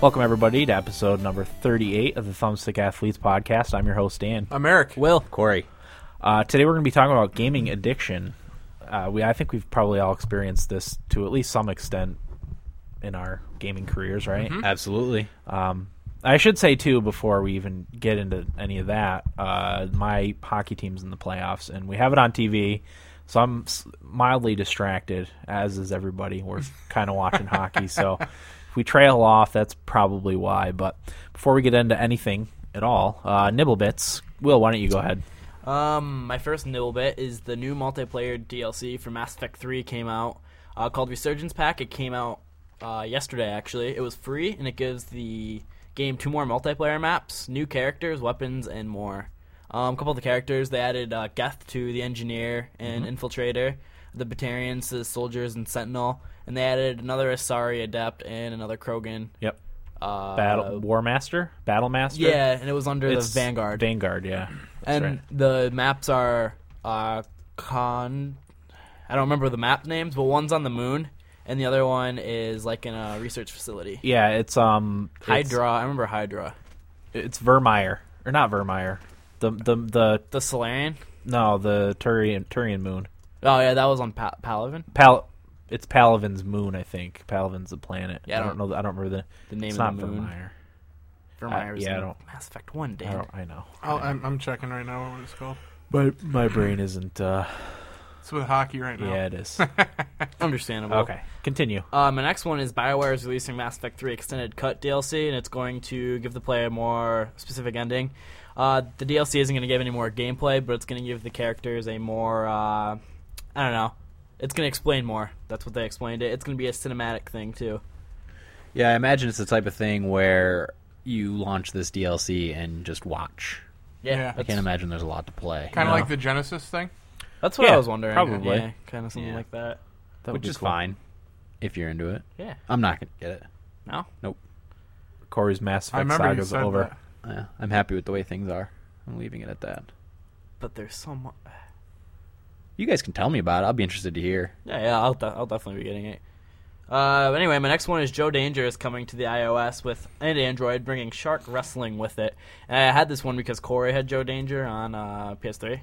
Welcome, everybody, to episode number 38 of the Thumbstick Athletes Podcast. I'm your host, Dan. I'm Eric. Will. Corey. Uh, today, we're going to be talking about gaming addiction. Uh, we, I think we've probably all experienced this to at least some extent in our gaming careers, right? Mm-hmm. Hmm? Absolutely. I should say, too, before we even get into any of that, uh, my hockey team's in the playoffs, and we have it on TV. So I'm s- mildly distracted, as is everybody. We're kind of watching hockey. So if we trail off, that's probably why. But before we get into anything at all, uh, Nibble Bits, Will, why don't you go ahead? Um, my first nibble bit is the new multiplayer DLC for Mass Effect 3 came out uh, called Resurgence Pack. It came out uh, yesterday, actually. It was free, and it gives the game two more multiplayer maps, new characters, weapons, and more. Um, a couple of the characters, they added uh, Geth to the Engineer and Mm-hmm. Infiltrator, the Batarians to the Soldiers and Sentinel, and they added another Asari Adept and another Krogan. Yep. Uh, Battle War Master, Battle Master. Yeah, and it was under It's the Vanguard. Vanguard, yeah. That's and right. the maps are uh, con. I don't remember the map names, but one's on the moon, and the other one is like in a research facility. yeah, it's um it's- Hydra, I remember Hydra. It's, Vermeer or not Vermeer. The the the The Solarian. no the Turian Turian moon. Oh yeah, that was on pa- Palavin. Pal, it's Palavin's moon, I think. Palavin's the planet. Yeah, I I don't don't- know. The, I don't remember the, The name It's not of the moon. Uh, Vermeer. Vermeer was yeah, I in don't- Mass Effect One. I Dan. don't. I know. I'll, I'm, I'm checking right now what it's called. My my brain isn't. uh It's with hockey right now. Yeah, it is. Understandable. okay, continue. Uh, my next one is BioWare is releasing Mass Effect 3 Extended Cut DLC, and it's going to give the player a more specific ending. Uh, the DLC isn't going to give any more gameplay, but it's going to give the characters a more, uh, I don't know, it's going to explain more. That's what they explained it. It's going to be a cinematic thing, too. Yeah, I imagine it's the type of thing where you launch this DLC and just watch. Yeah. I That's, can't imagine there's a lot to play. Kind of No. like the Genesis thing. that's what Yeah, I was wondering. probably. Yeah, kind of something Yeah. like that. That would which be is cool. fine if you're into it. Yeah. I'm not going to get it. No? Corey's Mass I Effect remember you saga's said over. that. Yeah, I'm happy with the way things are. I'm leaving it at that. But there's so much. You guys can tell me about it. I'll be interested to hear. Yeah, yeah, I'll, de- I'll definitely be getting it. Uh, anyway, my next one is Joe Danger is coming to the iOS with and Android, bringing Shark Wrestling with it. And I had this one because Corey had Joe Danger on uh, PS3,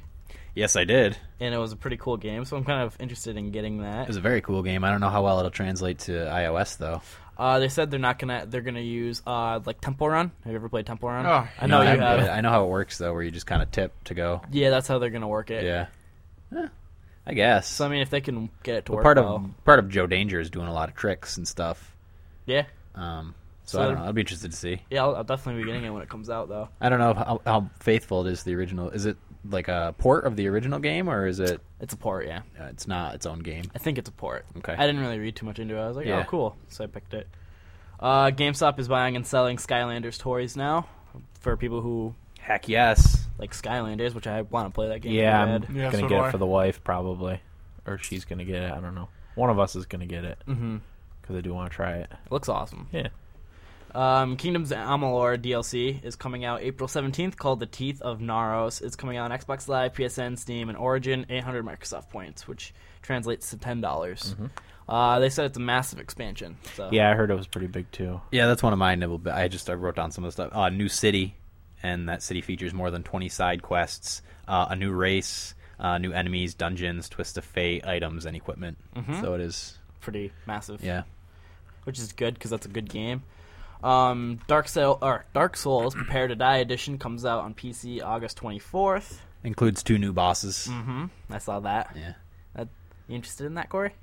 Yes, I did. and it was a pretty cool game, so I'm kind of interested in getting It that. was a very cool game. I don't know how well it'll translate to iOS though. Uh, they said they're not gonna they're gonna use uh, like Temple Run. Have you ever played Temple Run? Oh, I know I you haven't have. played it. I know how it works though, where you just kind of tip to go. Yeah, that's how they're gonna work it. Yeah. Eh, I guess. So I mean, if they can get it to Well, work part of well. part of Joe Danger is doing a lot of tricks and stuff. yeah, Um, so, So- I don't know. I'd be interested to see. yeah, I'll, I'll definitely be getting it when it comes out though. I don't know how, how faithful it is to the original. Is it like a port of the original game, or is it? It's a port, yeah. Uh, it's not its own game. I think it's a port. Okay. I didn't really read too much into it. I was like, Yeah. oh, cool. So I picked it. Uh, GameStop is buying and selling Skylanders toys now for people who Heck yes. like Skylanders, which I want to play that game. Yeah, I'm pretty bad. Yeah, gonna so do get I. it for the wife probably, or she's gonna get it. I don't know. One of us is gonna get it Mhm. because I do want to try it. It looks awesome. Yeah. Um, Kingdoms of Amalur DLC is coming out April 17th called The Teeth of Naros. It's coming out on Xbox Live, PSN, Steam, and Origin, 800 Microsoft points, which translates to $10. dollars Uh, they said it's a massive expansion. So. Yeah, I heard it was pretty big too. Yeah, that's one of my nibble. I just I wrote down some of the stuff. Uh, new city, and that city features more than twenty side quests, uh, a new race, uh, new enemies, dungeons, twist of fate, items, and equipment. Mm-hmm. So it is. Pretty massive. Yeah. which is good because that's a good game. Um, Dark Soul or Dark Souls Prepare to Die edition comes out on PC August 24th. Includes two new bosses. Mm-hmm. I saw that. Yeah. That- you interested in that, Corey?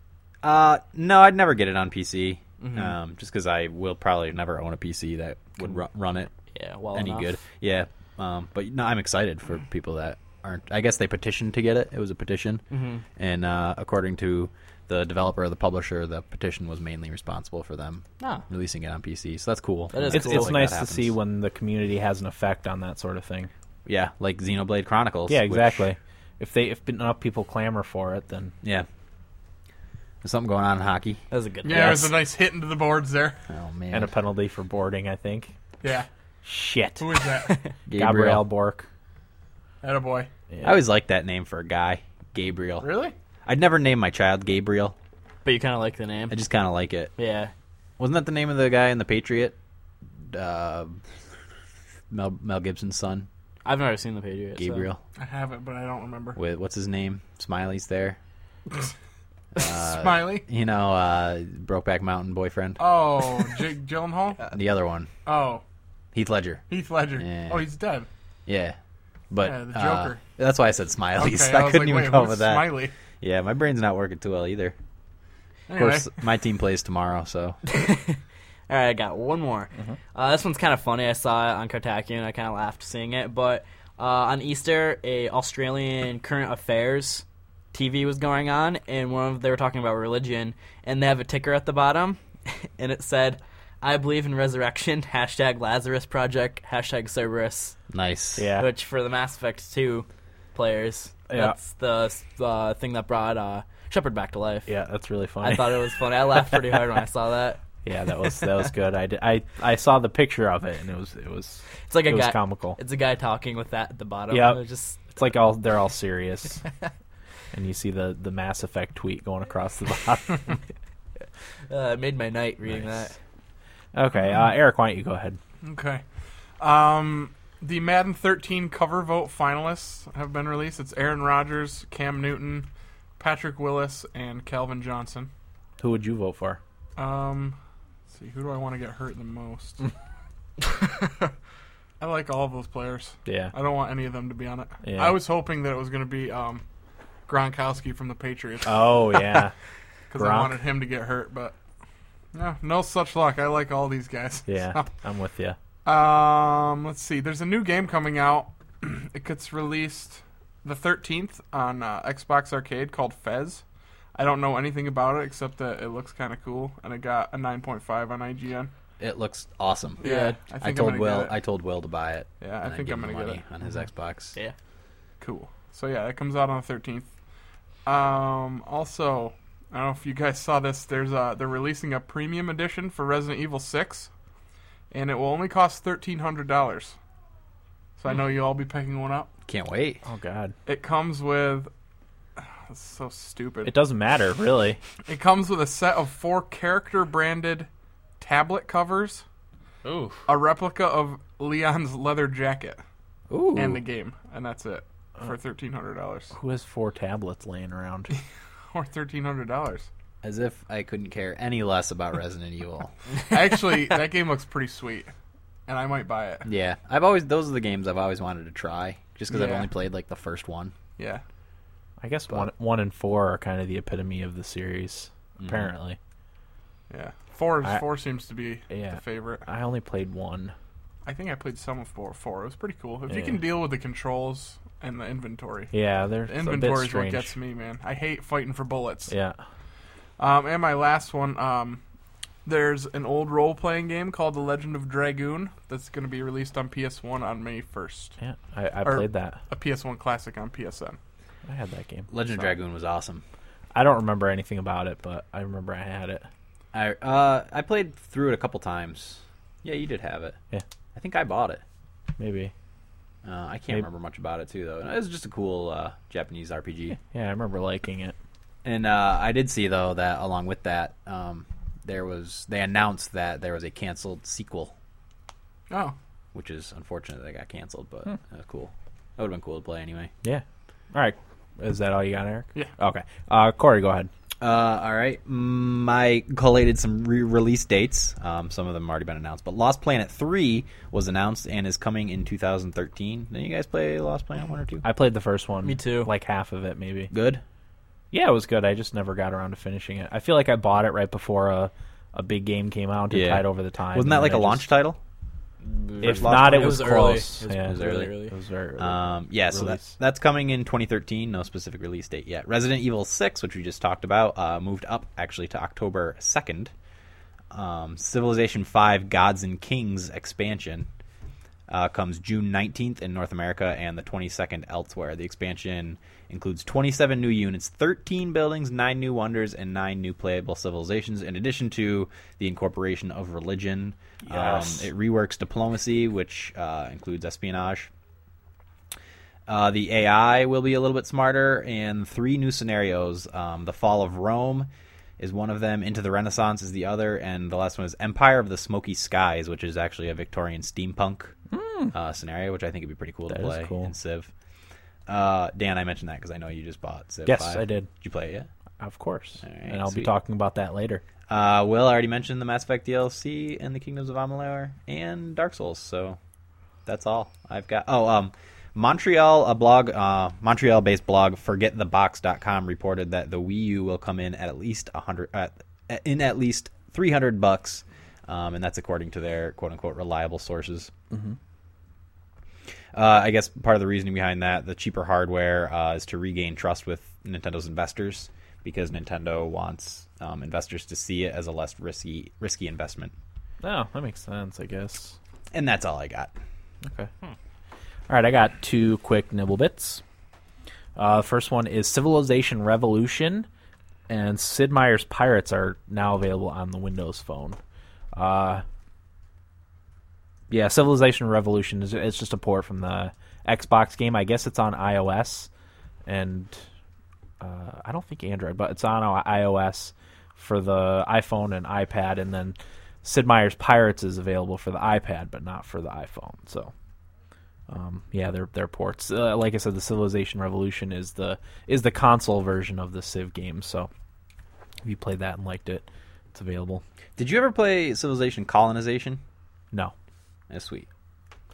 Uh, no, I'd never get it on PC. Mm-hmm. Um, just because I will probably never own a PC that would ru- run it Yeah, well any enough. Mm. good. Yeah. Um, but no, I'm excited for people that aren't. I guess they petitioned to get it. It was a petition, Mm-hmm. and uh, according to the developer or the publisher, the petition was mainly responsible for them Ah. releasing it on PC. So that's cool. That is It's cool. it's Like nice to happens. see when the community has an effect on that sort of thing. Yeah, like Xenoblade Chronicles. Yeah, which- exactly. If they if enough people clamor for it, then yeah. There's something going on in hockey. That was a good. Yeah, Yes. there's a nice hit into the boards there. Oh man, and a penalty for boarding, I think. Yeah. Shit, Who is that? Gabriel. Gabriel Bork. Attaboy. boy. I always liked that name for a guy, Gabriel. Really? I'd never name my child Gabriel. But you kind of like the name. I just kind of like it. yeah. Wasn't that the name of the guy in the Patriot? uh, Mel Mel Gibson's son, I've never seen the Patriot. so- Gabriel. I have it, but I don't remember. With what's his name? Smiley's there. Smiley. You know, uh, Brokeback Mountain boyfriend. Oh, Jake Gyllenhaal. the other one, Oh, Heath Ledger. Heath Ledger. Yeah. Oh, he's dead. Yeah. But Yeah, the uh, Joker. that's why I said Smiley's. Okay, Oh, I, was couldn't like, even wait, come who's with that. Smiley. Yeah, my brain's not working too well either. Of Anyway, course, my team plays tomorrow, so All right, I got one more. Mm-hmm. Uh, this one's kind of funny. I saw it on Cartackian. I kind of laughed seeing it. But uh, on Easter, a Australian current affairs TV was going on, and one of they were talking about religion, and they have a ticker at the bottom, and it said, "I believe in resurrection." Hashtag Lazarus Project. Hashtag Cerberus. nice. Yeah. Which for the Mass Effect two players, Yeah. that's the uh, thing that brought uh, Shepard back to life. Yeah, that's really funny. I thought it was funny. I laughed pretty hard when I saw that. yeah, that was that was good. I, did, I I saw the picture of it and it was it was It's like a it was guy. comical. It's a guy talking with that at the bottom. Yep. It's just It's like all they're all serious. and you see the the Mass Effect tweet going across the bottom. uh, it made my night reading Nice. that. okay, uh, Eric, why don't you go ahead? okay. Um, the Madden 13 cover vote finalists have been released. It's Aaron Rodgers, Cam Newton, Patrick Willis, and Calvin Johnson. Who would you vote for? Um, let's see, who do I want to get hurt the most? I like all of those players. Yeah. I don't want any of them to be on it. Yeah. I was hoping that it was going to be um, Gronkowski from the Patriots Oh yeah, because I Gronk. wanted him to get hurt, but no, no such luck. I like all these guys. yeah. I'm with you. Um, let's see. There's a new game coming out. it gets released the 13th on uh, Xbox Arcade called Fez. I don't know anything about it except that it looks kind of cool, and it got a 9.5 on IGN. It looks awesome. Yeah, I think I I'm told gonna Will. get it. I told Will to buy it. Yeah, I and think gave I'm him gonna get Mm-hmm. money on his Xbox. Yeah. Cool. So yeah, that comes out on the 13th. Um, also, I don't know if you guys saw this. There's a they're releasing a premium edition for Resident Evil 6, and it will only cost thirteen hundred dollars. So I know Hmm. you'll all be picking one up. Can't wait. Oh god, It comes with. That's so stupid. it It, doesn't matter really. comes with a set of four character branded tablet covers, Ooh. a replica of Leon's leather jacket, Ooh. Oh. Uh, and the game, and that's it for thirteen hundred dollars Who has four tablets laying around? or thirteen hundred dollars. As if I couldn't care any less about Resident Evil. Mm-hmm. Actually, that game looks pretty sweet, and I might buy it. Yeah, I've always those are the games I've always wanted to try. Just because I've Yeah. only played like the first one. Yeah. I guess one one and four are kind of the epitome of the series. Mm-hmm. Apparently, Yeah, four I- four seems to be Yeah. the favorite. I only played one. I think I played some of four. Four. It was pretty cool. If you Yeah. can deal with the controls and the inventory, Yeah, they're the a bit inventory is what strange. gets me, man. I hate fighting for bullets. yeah. Um, and my last one. Um, there's an old role playing game called The Legend of Dragoon that's going to be released on PS1 on May 1st. Yeah, I, I Or- played that. A PS1 classic on PSN. I had that game. Legend of Dragoon was awesome. I don't remember anything about it, but I remember I had it. I uh I played through it a couple times. Yeah, you did have it. Yeah. I think I bought it. Maybe. Uh, I can't Maybe- remember much about it too though. It was just a cool uh, Japanese RPG. Yeah, I remember liking it. And uh, I did see though that along with that, um, there was they announced that there was a canceled sequel, Oh, which is unfortunate that it got canceled, but Hmm. uh, cool. That would have been cool to play anyway. Yeah. All right. Is that all you got, Eric? Yeah. Okay. Uh, Corey, go ahead. Uh, all right, Mm, I collated some re-release dates. Um, some of them have already been announced, but Lost Planet Three was announced and is coming in 2013. Did you guys play Lost Planet One or Two? I played the first one. Me too. Like half of it, maybe. Good. Yeah, it was good. I just never got around to finishing it. I feel like I bought it right before a, a big game came out and Yeah. tied over the time. Wasn't that and like I a launch just- title? If Lost not, Planet? it was, It was early. close. It was- yeah, it was early, early. It was very early. Um, yeah, so Release. that's that's coming in 2013. No specific release date yet. Resident Evil 6, which we just talked about, uh, moved up actually to October 2nd. Um, Civilization 5: Gods and Kings expansion uh, comes June 19th in North America and the 22nd elsewhere. The expansion includes 27 new units, 13 buildings, nine new wonders, and nine new playable civilizations. In addition to the incorporation of religion, Yes. um, it reworks diplomacy, which uh, includes espionage. Uh, the AI will be a little bit smarter, and three new scenarios: um, the fall of Rome, is one of them. Into the Renaissance is the other, and the last one is Empire of the Smoky Skies, which is actually a Victorian steampunk uh, scenario, which I think would be pretty cool Hmm. That to is play cool. in Civ. Uh, Dan, I mentioned that because I know you just bought Civ. Yes, 5. I did. Did you play it? yet? Of course. All right, and I'll sweet. be talking about that later. Uh, Will I already mentioned the Mass Effect DLC and the Kingdoms of Amalur and Dark Souls, so that's all I've got. Oh, um, Montreal, a blog, uh, Montreal-based blog, ForgetTheBox.com reported that the Wii U will come in at at least a hundred, uh, in at least three hundred bucks, um, and that's according to their quote-unquote reliable sources. Uh, I guess part of the reasoning behind that, the cheaper hardware uh, is to regain trust with Nintendo's investors because Nintendo wants um, investors to see it as a less risky risky investment. No, Oh, that makes sense, I guess. And that's all I got. Okay. All right, I got two quick nibble bits. Uh, first one is Civilization Revolution, and Sid Meier's Pirates are now available on the Windows Phone. Uh, yeah, Civilization Revolution is it's just a port from the Xbox game. I guess it's on iOS, and uh, I don't think Android, but it's on our iOS for the iPhone and iPad, and then Sid Meier's Pirates is available for the iPad, but not for the iPhone. So, um, yeah, they're they're ports. Uh, like I said, the Civilization Revolution is the is the console version of the Civ game. So, if you played that and liked it, it's available. Did you ever play Civilization Colonization? No, That's sweet.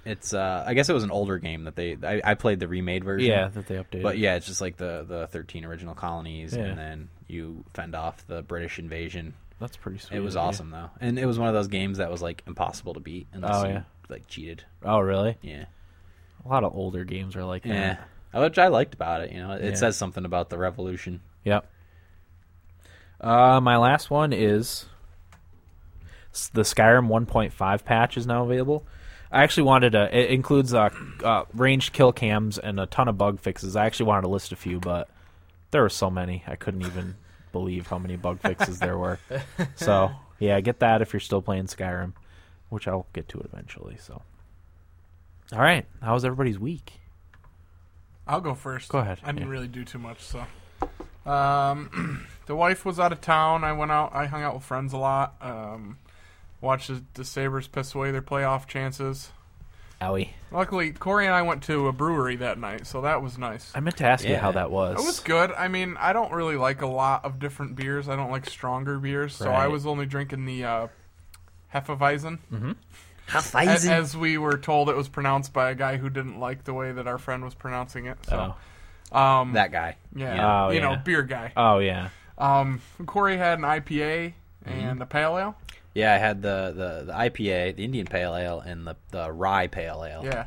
It's uh, I guess it was an older game that they I, I played the remade version. yeah, that they updated. But yeah, it's just like the the 13 original colonies Yeah. and then you fend off the British invasion. that's pretty sweet. it was yeah. awesome though. And it was one of those games that was like impossible to beat unless Oh, you yeah. like cheated. Oh, really? Yeah. A lot of older games are like that. Yeah. Which I liked about it, you know. It Yeah. says something about the revolution. Yep. Uh, my last one is s- the Skyrim 1.5 patch is now available. I actually wanted to. It includes uh, uh, ranged kill cams and a ton of bug fixes. I actually wanted to list a few, but there were so many I couldn't even believe how many bug fixes there were. So yeah, get that if you're still playing Skyrim, which I'll get to it eventually. So, all right, how was everybody's week? I'll go first. Go ahead, I didn't yeah. really do too much, so. Um, the wife was out of town. I went out. I hung out with friends a lot. Um, watched the, the Sabers piss away their playoff chances. Owie, Luckily, Corey and I went to a brewery that night, so that was nice. I meant to ask you Yeah. how that was. It was good. I mean, I don't really like a lot of different beers. I don't like stronger beers, so I Right. was only drinking the uh, Hefeweizen. Mm-hmm. A- Hefeisen. As, we were told, it was pronounced by a guy who didn't like the way that our friend was pronouncing it. So, Oh. um, that guy. yeah, Oh, you know, yeah. beer guy. Oh yeah. Um, Corey had an IPA Mm-hmm. and a pale ale. Yeah, I had the, the, the IPA, the Indian Pale Ale, and the, the Rye Pale Ale. Yeah,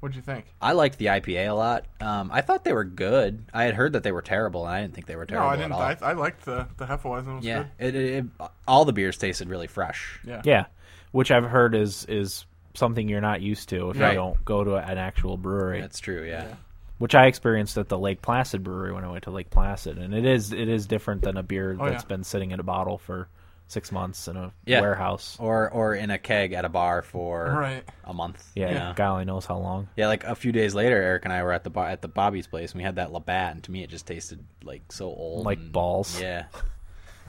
what'd you think? I liked the IPA a lot. Um, I thought they were good. I had heard that they were terrible, and I didn't think they were No, terrible I didn't. at all. I, I liked the the Hefeweizen. It was yeah, good. it, it, it- all the beers tasted really fresh. Yeah. Yeah, which I've heard is is something you're not used to if Right. you don't go to an actual brewery. That's true. Yeah. which I experienced at the Lake Placid brewery when I went to Lake Placid, and it is it is different than a beer Oh, that's yeah. been sitting in a bottle for six months in a Yeah. warehouse. Or or in a keg at a bar for Right. a month. Yeah, you know? God only knows how long. Yeah, like a few days later, Eric and I were at the bar at the Bobby's place, and we had that Labatt, and to me, it just tasted like so old, Like and- balls. Mm, Yeah,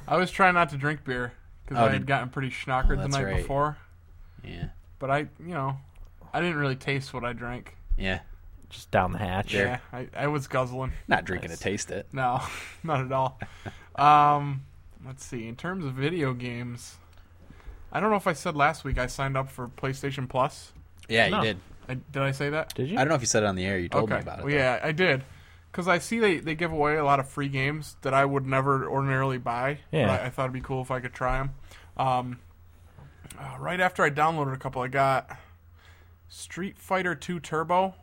I was trying not to drink beer because Oh, I had did- gotten pretty schnockered the that's night right. before. yeah, But I, you know, I didn't really taste what I drank. yeah. Just down the hatch. Yeah, I, I was guzzling. Not drinking to taste it. No, not at all. Um, let's see. In terms of video games, I don't know if I said last week I signed up for PlayStation Plus. Yeah, No. you did. I, did I say that? Did you? I don't know if you said it on the air. You told me about it. Well, though. yeah, I did. Because I see they, they give away a lot of free games that I would never ordinarily buy. Yeah. But I, I thought it'd be cool if I could try them. Um, uh, right after I downloaded a couple, I got Street Fighter 2 Turbo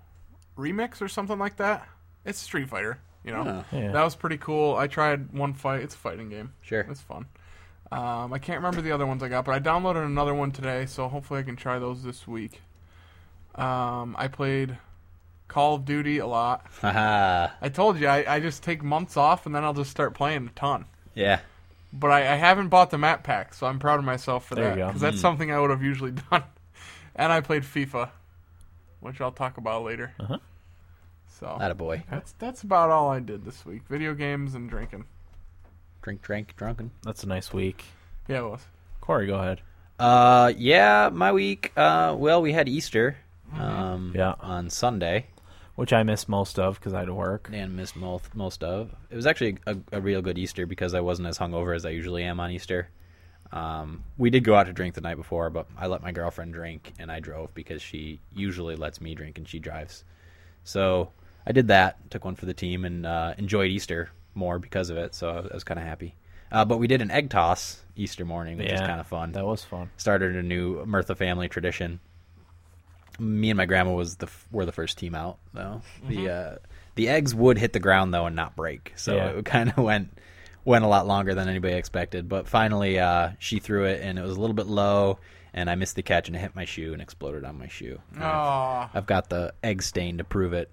Remix or something like that. It's Street Fighter, you know. Huh, Yeah. That was pretty cool. I tried one fight. It's a fighting game. sure. It's fun. Um, I can't remember the other ones I got, but I downloaded another one today, so hopefully I can try those this week. Um, I played Call of Duty a lot. Haha. I told you, I, I just take months off and then I'll just start playing a ton. yeah. But I, I haven't bought the map pack, so I'm proud of myself for There that you go. because that's something I would have usually done. And I played FIFA, which I'll talk about later. Uh-huh. So That a boy. that's that's about all I did this week: video games and drinking. drink, drank, drunken. That's a nice week. Yeah, it was. Corey, go ahead. Uh, yeah, my week. Uh, well, we had Easter. Um, Yeah. on Sunday. Which I missed most of because I had to work. and missed most most of. It was actually a, a real good Easter because I wasn't as hungover as I usually am on Easter. Um, we did go out to drink the night before, but I let my girlfriend drink and I drove because she usually lets me drink and she drives. So I did that, took one for the team, and uh, enjoyed Easter more because of it. So I was, kind of happy. Uh, but we did an egg toss Easter morning, which is kind of fun That was fun. started a new Mirtha family tradition. Me and my grandma was the f- were the first team out though. The uh, the eggs would hit the ground though and not break, so Mm-hmm. Yeah. it kind of went went a lot longer than anybody expected. But finally, uh, she threw it and it was a little bit low, and I missed the catch and it hit my shoe and exploded on my shoe. And I've- Aw. I've got the egg stain to prove it.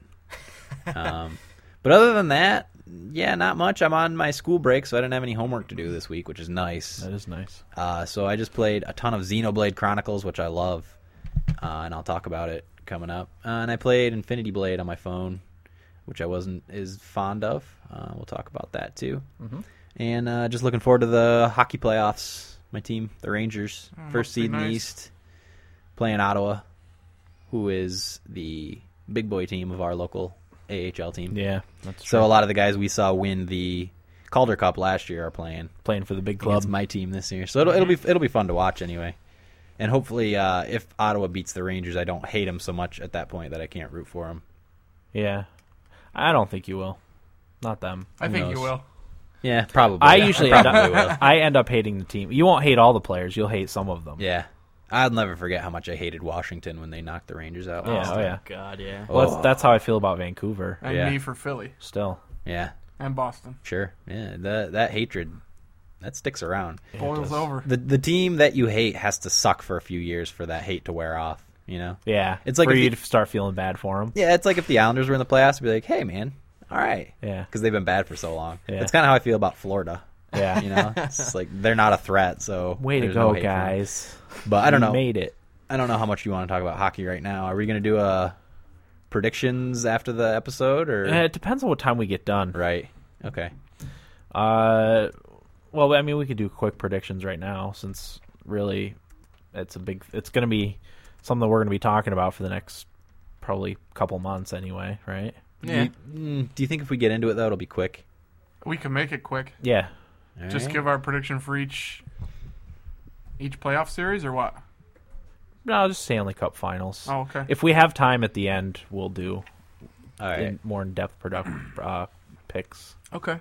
Um, but other than that, yeah, not much. I'm on my school break, so I didn't have any homework to do this week, which is nice. That is nice. Uh, so I just played a ton of Xenoblade Chronicles, which I love, uh, and I'll talk about it coming up. Uh, and I played Infinity Blade on my phone, which I wasn't as fond of. Uh, we'll talk about that too. Mm-hmm. And uh, just looking forward to the hockey playoffs. My team, the Rangers, Mm, Oh, first must be seed in the nice. East, playing Ottawa, who is the big boy team of our local AHL team. Yeah, that's So a true. lot of the guys we saw win the Calder Cup last year are playing playing for the big club. club. my team this year, so it'll, it'll be it'll be fun to watch anyway. And hopefully, uh, if Ottawa beats the Rangers, I don't hate them so much at that point that I can't root for them. yeah, I don't think you will. Not them. I think you knows? will. Yeah, probably. I usually end probably will. up, I end up hating the team. You won't hate all the players. You'll hate some of them. Yeah, I'll never forget how much I hated Washington when they knocked the Rangers out. Yeah, last oh, time. yeah. God, yeah. Well, Oh. that's, that's how I feel about Vancouver. And Yeah. me for Philly Still, yeah, and Boston. sure. Yeah, that that hatred that sticks around. Boils over. The the team that you hate has to suck for a few years for that hate to wear off. You know. yeah, It's like for if you the- to start feeling bad for them. Yeah, it's like if the Islanders were in the playoffs, I'd be like, hey man, all right, Yeah, because they've been bad for so long. Yeah. That's kind of how I feel about Florida. yeah. you know it's just like they're not a threat so Way to there's no go, hate for them. guys! but i don't You know Made it. i don't know how much you want to talk about hockey right now are we going to do uh predictions after the episode or Uh, it depends on what time we get done. right okay Uh, well, I mean, we could do quick predictions right now since really it's a big. It's going to be something we're going to be talking about for the next probably couple months anyway, right? Yeah. do, you, mm, do you think if we get into it though it'll be quick We can make it quick. Yeah. All Just right. give our prediction for each each playoff series or what? No, just Stanley Cup Finals. Oh, okay. If we have time at the end, we'll do all right in, more in-depth product uh, picks. okay.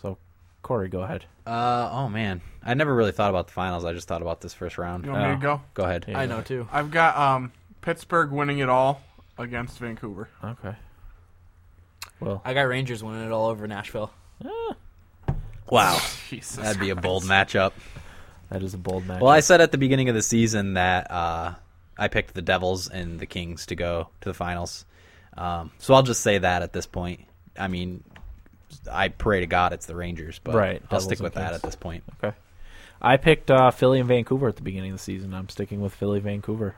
So, Corey, go ahead. uh oh man i never really thought about the finals i just thought about this first round You want me Oh. to go? go ahead Yeah. I know too. I've got um, Pittsburgh winning it all against Vancouver. Okay. Well, I got Rangers winning it all over Nashville. wow Jesus. that'd be a bold matchup that is a bold match. Well, I said at the beginning of the season that uh, I picked the Devils and the Kings to go to the finals. Um, so I'll just say that at this point. I mean, I pray to God it's the Rangers, but Right, I'll Devils stick and with that Kings. at this point. okay. I picked uh, Philly and Vancouver at the beginning of the season. I'm sticking with Philly, Vancouver.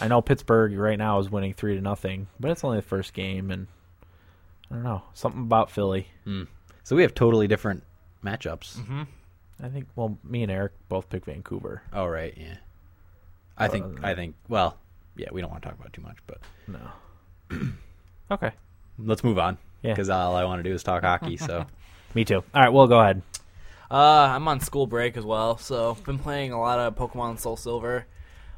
I know Pittsburgh right now is winning three to nothing, but it's only the first game, and I don't know something about Philly. So we have totally different matchups. Mm-hmm. I think. Well, me and Eric both picked Vancouver. Oh right, yeah. I think Uh, I think well, yeah. We don't want to talk about it too much, but No. okay. let's move on Yeah. because all I want to do is talk hockey. So Me too. All right. Well, go ahead. Uh, I'm on school break as well, so been playing a lot of Pokemon Soul Silver.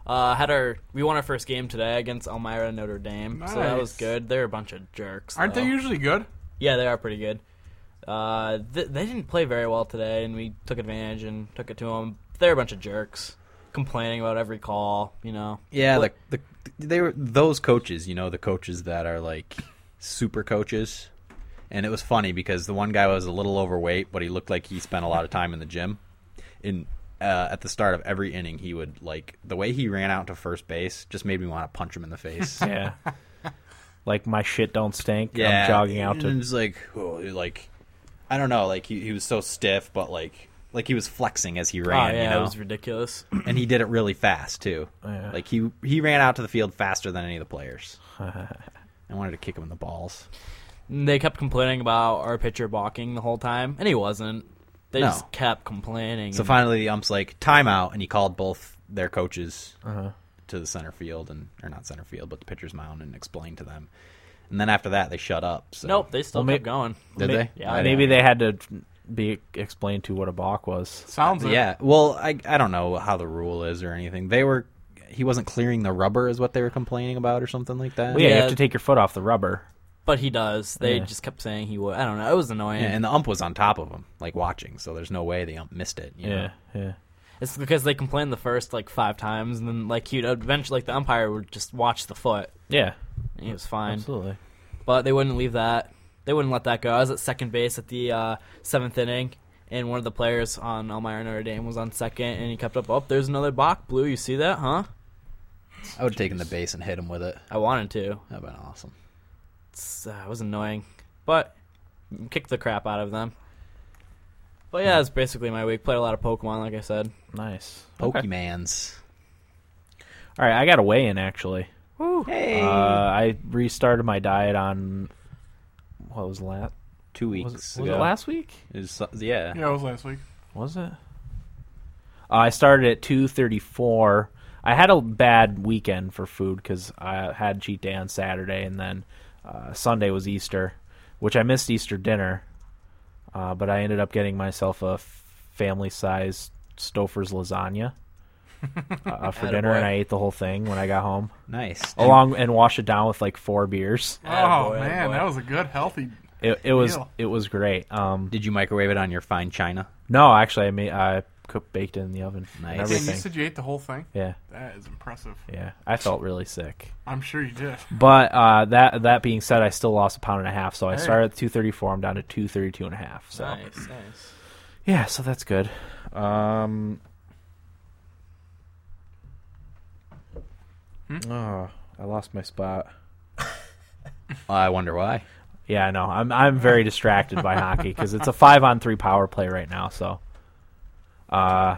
Uh, had our we won our first game today against Elmira Notre Dame, so that was Nice. good. They're a bunch of jerks. Aren't though. they usually good? Yeah, they are pretty good. Uh, th- they didn't play very well today, and we took advantage and took it to them. They're a bunch of jerks, complaining about every call. You know. Yeah, But- the, the they were those coaches, you know, the coaches that are like super coaches. And it was funny because the one guy was a little overweight, but he looked like he spent a lot of time in the gym. In uh, at the start of every inning, he would like the way he ran out to first base just made me want to punch him in the face. Yeah. like my shit don't stink. I'm jogging out and to. it's like oh, like I don't know, like he, he was so stiff, but like like he was flexing as he ran. oh yeah, you know? it was ridiculous. and he did it really fast too. Yeah. Like he he ran out to the field faster than any of the players. I wanted to kick him in the balls. They kept complaining about our pitcher balking the whole time, and he wasn't. They No. just kept complaining. So Mm. and- finally, the ump's like timeout, and he called both their coaches Uh-huh. to the center field and or not center field, but the pitcher's mound, and explained to them. And then after that, they shut up. So. nope, they still Well, kept going. Did Ma- they? Oh, Yeah, I Maybe don't know. they had to be explained to what a balk was. Sounds it. Yeah. Well, I I don't know how the rule is or anything. They were he wasn't clearing the rubber, is what they were complaining about, or something like that. Well, yeah, you Yeah. have to take your foot off the rubber. But he does. They Yeah. just kept saying he would. I don't know. It was annoying. Yeah, and the ump was on top of him, like watching. So there's no way the ump missed it. you know? Yeah, yeah. It's because they complained the first like five times, and then like he'd eventually like the umpire would just watch the foot. Yeah, And he was fine, absolutely. but they wouldn't leave that. They wouldn't let that go. I was at second base at the uh, seventh inning, and one of the players on Elmira Notre Dame was on second, and he kept up. Oh, there's another Bach blue. You see that, huh? I would have taken the base and hit him with it. I wanted to. That'd been awesome. It's, uh, it was annoying, but kicked the crap out of them. But yeah, that's basically my week. Played a lot of Pokemon, like I said. Nice. Okay. Pokemans. All right, I got a weigh in actually. Hey. Uh, I restarted my diet on what was last Two weeks was, it, was ago. it last week? Is- yeah. Yeah, it was last week. Was it? Uh, I started at two thirty four. I had a bad weekend for food because I had cheat day on Saturday, and then uh, Sunday was Easter, which I missed Easter dinner. Uh, but I ended up getting myself a family sized Stouffer's lasagna uh, for dinner, and Attaboy. I ate the whole thing when I got home, Nice. along and washed it down with like four beers. Oh, Attaboy, man, attaboy. that was a good, healthy. It, it was Ew. it was great. Um, Did you microwave it on your fine china? no, actually, I made I cooked baked it in the oven. and Damn, Nice. you everything. said you ate the whole thing? Yeah. That is impressive. Yeah, I felt really sick. I'm sure you did. But uh, that that being said, I still lost a pound and a half. So I Hey. started at 234. I'm down to 232 and a half. So Nice, nice. yeah, so that's good. Um, oh, I lost my spot. I wonder why. Yeah, I know. I'm I'm very distracted by hockey because it's a five on three power play right now. So, uh,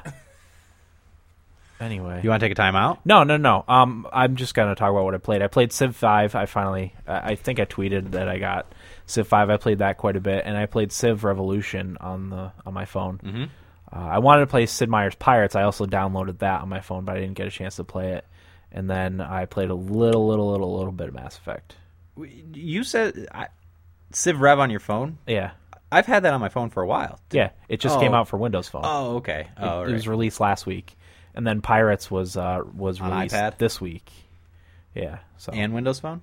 anyway, You want to take a timeout? No, no, no. Um, I'm just gonna talk about what I played. I played Civ Five. I finally, I I think I tweeted that I got Civ Five. I played that quite a bit, and I played Civ Revolution on the on my phone. Mm-hmm. Uh, I wanted to play Sid Meier's Pirates. I also downloaded that on my phone, but I didn't get a chance to play it. And then I played a little, little, little, little bit of Mass Effect. You said I, Civ Rev on your phone. Yeah, I've had that on my phone for a while. yeah. It just Oh. came out for Windows Phone. Oh, okay. It, Oh, it right. was released last week, and then Pirates was uh was On released iPad? this week. Yeah. So and Windows Phone,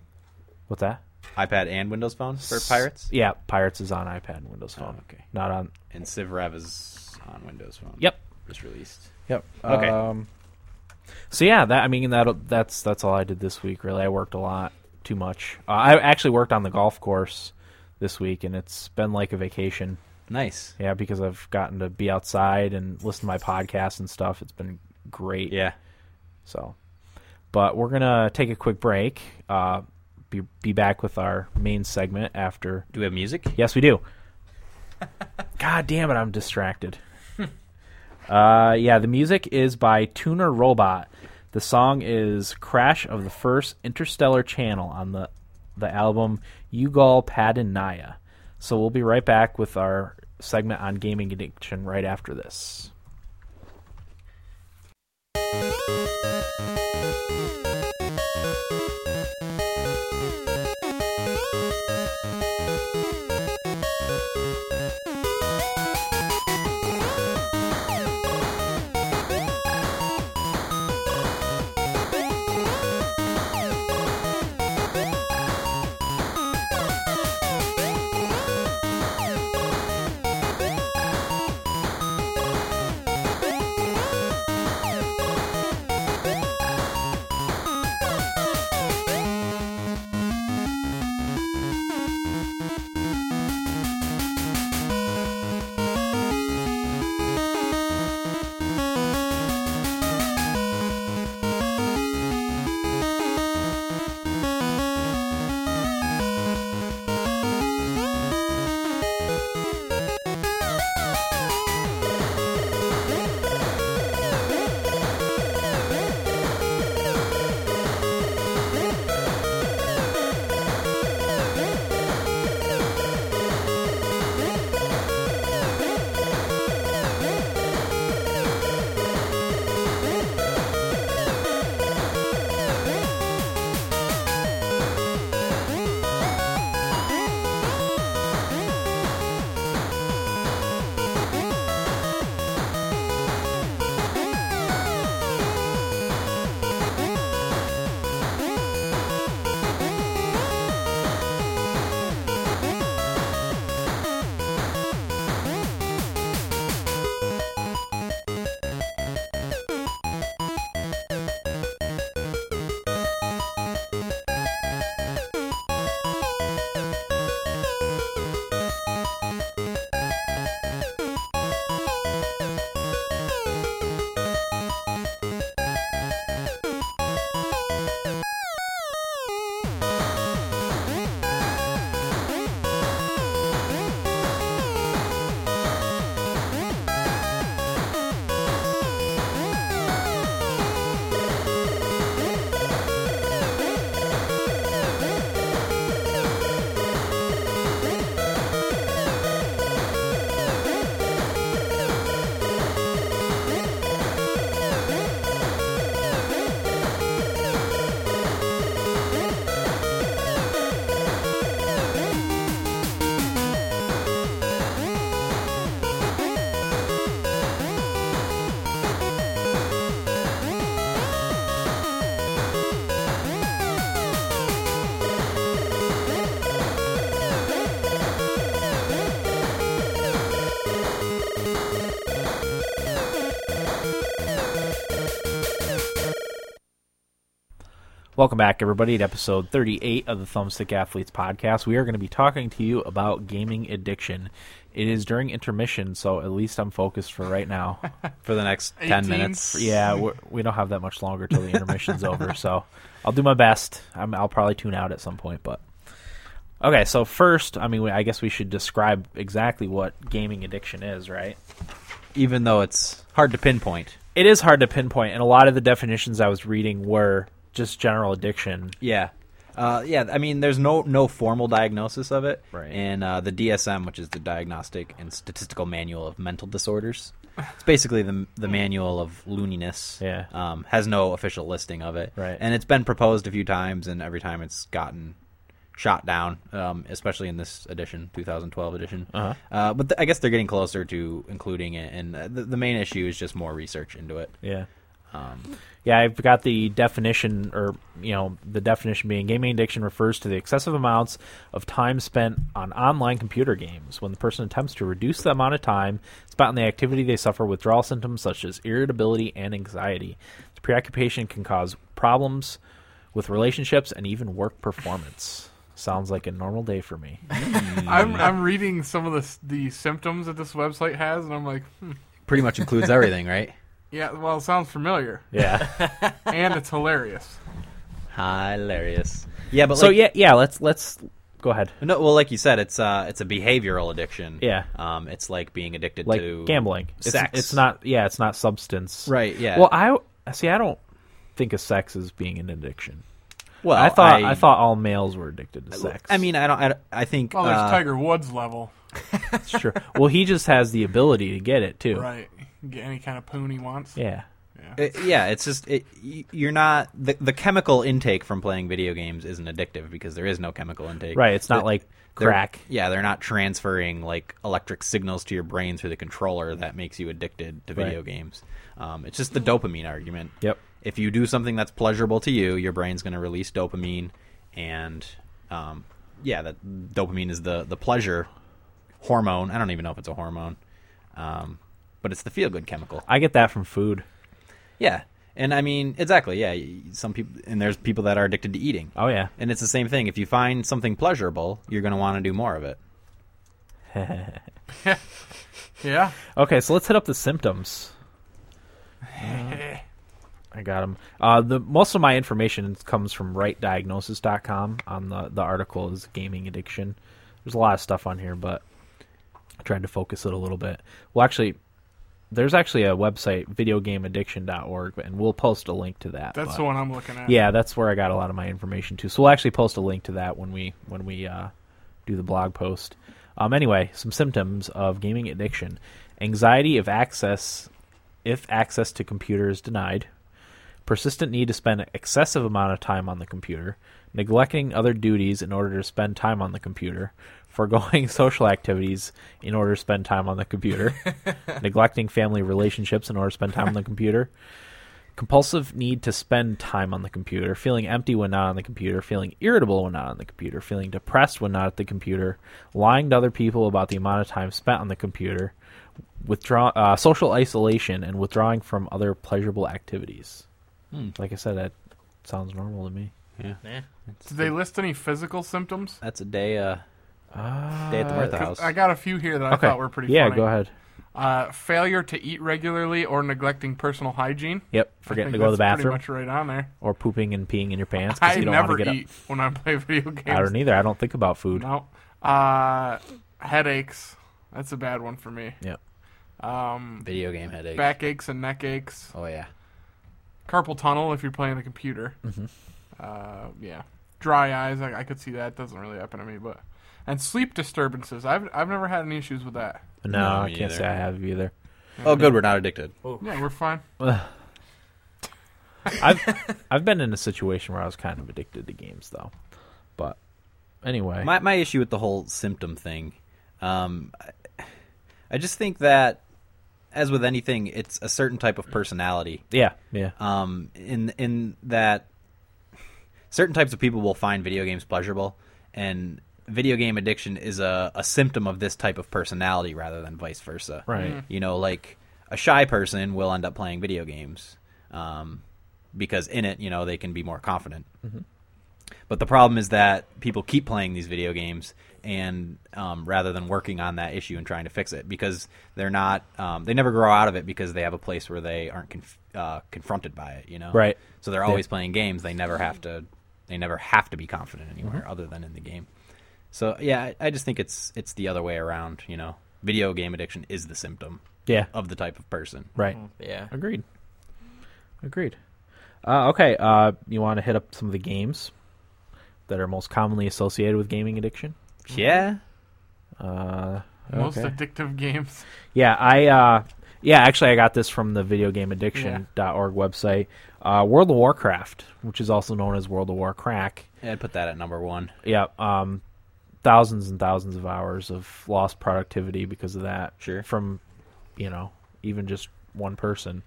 what's that? iPad and Windows Phone for Pirates, Oh, Yeah, Pirates is on iPad and Windows Phone. okay. Not on. and Civ Rev is on Windows Phone. Yep. just released. Yep. Okay. Um, so yeah, that I mean that that's that's all I did this week. Really, I worked a lot, too much. Uh, I actually worked on the golf course this week, and it's been like a vacation. Nice. Yeah, because I've gotten to be outside and listen to my podcast and stuff. It's been great. Yeah. So, but we're gonna take a quick break. Uh, be be back with our main segment after. Do we have music? Yes, we do. God damn it, I'm distracted. uh, yeah, the music is by Tuner Robot. The song is Crash of the First Interstellar Channel on the, the album Yugal Padanaya. So we'll be right back with our segment on gaming addiction right after this. Welcome back, everybody, to episode 38 of the Thumbstick Athletes podcast. We are going to be talking to you about gaming addiction. It is during intermission, so at least I'm focused for right now. for the next 10 18? minutes. yeah, we're, we don't have that much longer till the intermission's over, so I'll do my best. I'm, I'll probably tune out at some point, but okay. So first, I mean, we- I guess we should describe exactly what gaming addiction is, right? Even though it's hard to pinpoint. It is hard to pinpoint, and a lot of the definitions I was reading were just general addiction. Yeah. Uh, yeah, I mean, there's no no formal diagnosis of it Right. in uh, the DSM, which is the Diagnostic and Statistical Manual of Mental Disorders. It's basically the the manual of looniness. Yeah. um, has no official listing of it. Right. and it's been proposed a few times, and every time it's gotten shot down. Um, especially in this edition, 2012 edition. Uh-huh. Uh, but th- I guess they're getting closer to including it, and uh, the, the main issue is just more research into it. Yeah. Um, Yeah, I've got the definition, or you know, the definition being gaming addiction refers to the excessive amounts of time spent on online computer games. When the person attempts to reduce the amount of time spent on the activity, they suffer withdrawal symptoms such as irritability and anxiety. The preoccupation can cause problems with relationships and even work performance. Sounds like a normal day for me. I'm, I'm reading some of the s- the symptoms that this website has, and I'm like, hmm, pretty much includes everything, right? yeah, well, it sounds familiar, Yeah. and it's hilarious. Hilarious. Yeah, but so like- yeah, yeah. Let's let's go ahead. No, well, like you said, it's uh, it's a behavioral addiction. Yeah. Um, it's like being addicted Like to gambling, It's- sex. It's, not. Yeah, it's not substance. right. Yeah. Well, I see. I don't think of sex as being an addiction. well, I thought I, thought all males were addicted to sex. I mean, I don't. I, don't- I think. Well, there's uh, Tiger Woods level, that's true. Well, he just has the ability to get it too. right? Get any kind of poon he wants. Yeah. it- Uh, yeah, it's just it, y- you're not the the chemical intake from playing video games isn't addictive because there is no chemical intake. Right. It's not The- like they're- crack. yeah, they're not transferring like electric signals to your brain through the controller that makes you addicted to video Right. games. Um, it's just the dopamine argument. Yep. If you do something that's pleasurable to you, your brain's going to release dopamine, and um, yeah, that dopamine is the the pleasure hormone. I don't even know if it's a hormone, um, but it's the feel good chemical. I get that from food. Yeah, and I mean exactly. Yeah, y- some people and there's people that are addicted to eating. Oh yeah. And it's the same thing. If you find something pleasurable, you're going to want to do more of it. Yeah. Okay, so let's hit up the symptoms. Eh, I got them. Uh, the most of my information comes from rightdiagnosis.com. On Um, the the article is gaming addiction. There's a lot of stuff on here, but I tried to focus it a little bit. Well, actually, there's actually a website videogameaddiction.org, and we'll post a link to that. That's but- the one I'm looking at. yeah, that's where I got a lot of my information too. So we'll actually post a link to that when we when we uh, do the blog post. Um, anyway, some symptoms of gaming addiction: anxiety of access, if access to computer is denied, persistent need to spend excessive amount of time on the computer, neglecting other duties in order to spend time on the computer, foregoing social activities in order to spend time on the computer, neglecting family relationships in order to spend time on the computer, compulsive need to spend time on the computer, feeling empty when not on the computer, feeling irritable when not on the computer, feeling depressed when not at the computer, lying to other people about the amount of time spent on the computer, withdraw uh, social isolation, and withdrawing from other pleasurable activities. Hmm. Like I said, that sounds normal to me. Yeah. Yeah. Did they list any physical symptoms? That's a day. Uh, Uh, Stay at the Mirtha house. I got a few here that I Okay. thought were pretty yeah, funny. go ahead. Uh, failure to eat regularly or neglecting personal hygiene. Yep, I forgetting think to go to the that's bathroom Pretty much right on there. or pooping and peeing in your pants because I you don't want never to get eat when I play video games. up. I don't either. I don't think about food. No. Uh, headaches. That's a bad one for me. Yep. Um, video game headache. back aches and neck aches. Oh yeah. Carpal tunnel if you're playing a computer. Mhm. Uh, yeah. Dry eyes. I, I could see that. Doesn't really happen to me, but and sleep disturbances. I've I've never had any issues with that. No, No, I me can't say either. I have either. Oh, good. We're not addicted. Yeah, we're fine. I've I've been in a situation where I was kind of addicted to games though, but anyway, My my issue with the whole symptom thing, um, I- I just think that, as with anything, it's a certain type of personality. yeah, yeah, Um, in in that, certain types of people will find video games pleasurable, and video game addiction is a, a symptom of this type of personality rather than vice versa. right, You know, like a shy person will end up playing video games. Um, because in it, you know, they can be more confident. But the problem is that people keep playing these video games, and um, rather than working on that issue and trying to fix it, because they're not, um, they never grow out of it because they have a place where they aren't conf- uh, confronted by it, you know. Right. So they're always playing games. They never have to, they never have to be confident anywhere Mm-hmm. other than in the game. So yeah, I, I just think it's it's the other way around, you know. Video game addiction is the symptom Yeah. of the type of person. Right. Hmm. Yeah. Agreed. Agreed. Uh, okay. Uh, you want to hit up some of the games that are most commonly associated with gaming addiction? Yeah. Uh, Most okay. addictive games. Yeah, I uh yeah, actually I got this from the videogameaddiction.org website. Uh, World of Warcraft, which is also known as World of Warcrack. I'd put that at number one. Yeah, um thousands and thousands of hours of lost productivity because of that. Sure. From you know, even just one person.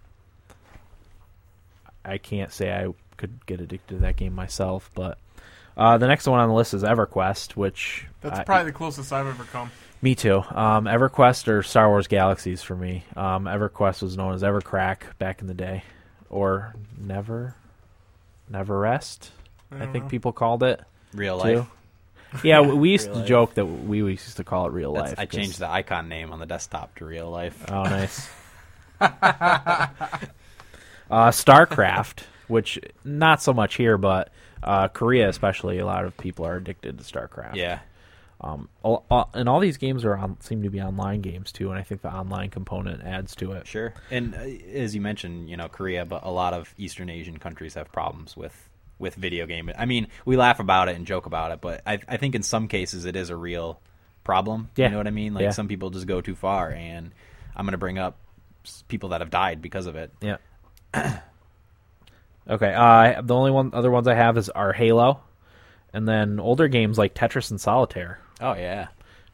I can't say I could get addicted to that game myself, but uh, the next one on the list is EverQuest, which That's I- probably the closest I've ever come. me too. Um, EverQuest or Star Wars Galaxies for me. Um, EverQuest was known as EverCrack back in the day, or Never, Never Rest. I, don't think know. people called it. Real Too. life. Yeah, we- we used Real to life. joke that we we used to call it real That's- life. I 'cause- changed the icon name on the desktop to real life. Oh, nice. uh, Starcraft, which not so much here, but uh, Korea especially, a lot of people are addicted to Starcraft. yeah. Um, all, all- and all these games are on, seem to be online games too, and I think the online component adds to it. Sure. And uh, as you mentioned, you know, Korea, but a lot of Eastern Asian countries have problems with with video game. I mean, we laugh about it and joke about it, but I, I think in some cases it is a real problem. Yeah. You know what I mean? Like Yeah. some people just go too far, and I'm going to bring up s- people that have died because of it. Yeah. okay. Uh, the only one other ones I have is are Halo, and then older games like Tetris and Solitaire, Oh yeah.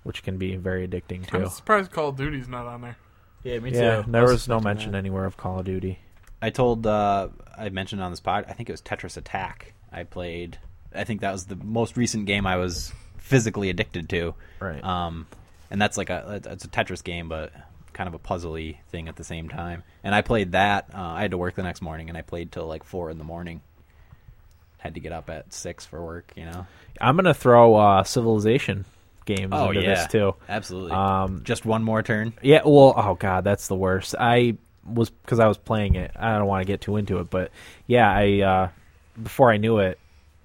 which can be very addicting I'm too. surprised Call of Duty's not on there. Yeah, me Yeah, too. there I was no expecting mention that. anywhere of Call of Duty. I told uh, I mentioned on this pod. I think it was Tetris Attack. I played. I think that was the most recent game I was physically addicted to. Right. Um, and that's like a it's a Tetris game, but kind of a puzzly thing at the same time. And I played that. Uh, I had to work the next morning, and I played till like four in the morning. Had to get up at six for work. You know. I'm gonna throw uh, Civilization games Oh, into this too. Absolutely. Um, Just one more turn. Yeah, well, oh god, that's the worst. I was because I was playing it. I don't want to get too into it, but yeah, I uh, before I knew it,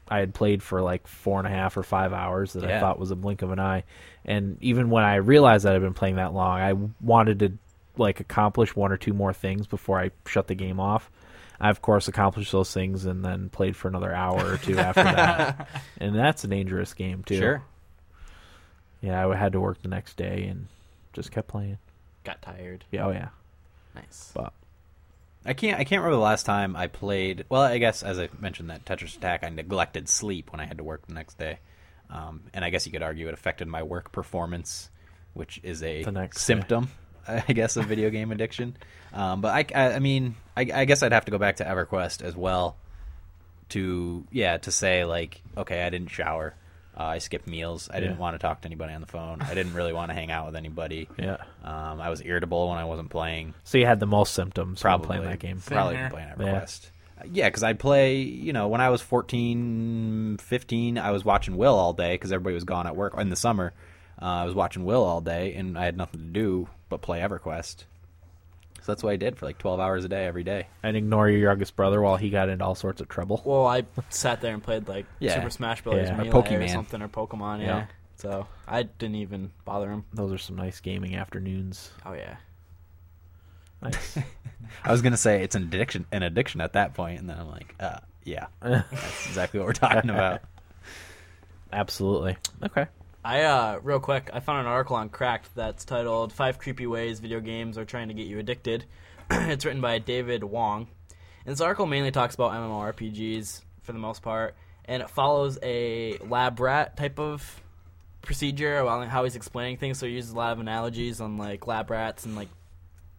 I had played for like four and a half or five hours that I Yeah. thought was a blink of an eye, and even when I realized that I'd been playing that long, I wanted to like accomplish one or two more things before I shut the game off. I of course accomplished those things and then played for another hour or two after that, and that's a dangerous game too. Sure. Yeah, I had to work the next day and just kept playing. Got tired. Yeah, oh yeah. Nice. But I can't. I can't remember the last time I played. Well, I guess as I mentioned that Tetris Attack, I neglected sleep when I had to work the next day, um, and I guess you could argue it affected my work performance, which is a The next day. symptom, I guess, of video game addiction. Um, but I, I, I mean, I, I guess I'd have to go back to EverQuest as well to yeah to say like, okay, I didn't shower. Uh, I skipped meals. I didn't Yeah. want to talk to anybody on the phone. I didn't really want to hang out with anybody. Yeah. Um, I was irritable when I wasn't playing So you had the most symptoms from probably playing that game. Same Probably here. from playing Yeah. EverQuest. Uh, Yeah, because I'd play, you know, when I was 14, 15, I was watching Will all day because everybody was gone at work in the summer. Uh, I was watching Will all day and I had nothing to do but play EverQuest. So that's what I did for like 12 hours a day every day. And ignore your youngest brother while he got into all sorts of trouble. Well, I sat there and played like Yeah. Super Smash Brothers, Yeah. Or Melee or Pokemon. something, or Pokemon. Yeah. Yeah. So I didn't even bother him. Those are some nice gaming afternoons. Oh yeah. Nice. I was going to say it's an addiction, an addiction at that point, and then I'm like, uh, yeah, that's exactly what we're talking about. Absolutely. Okay. I uh, real quick, I found an article on Cracked that's titled Five Creepy Ways Video Games Are Trying to Get You Addicted." it's written by David Wong, and this article mainly talks about MMORPGs for the most part, and it follows a lab rat type of procedure on how he's explaining things. So he uses a lot of analogies on like lab rats and like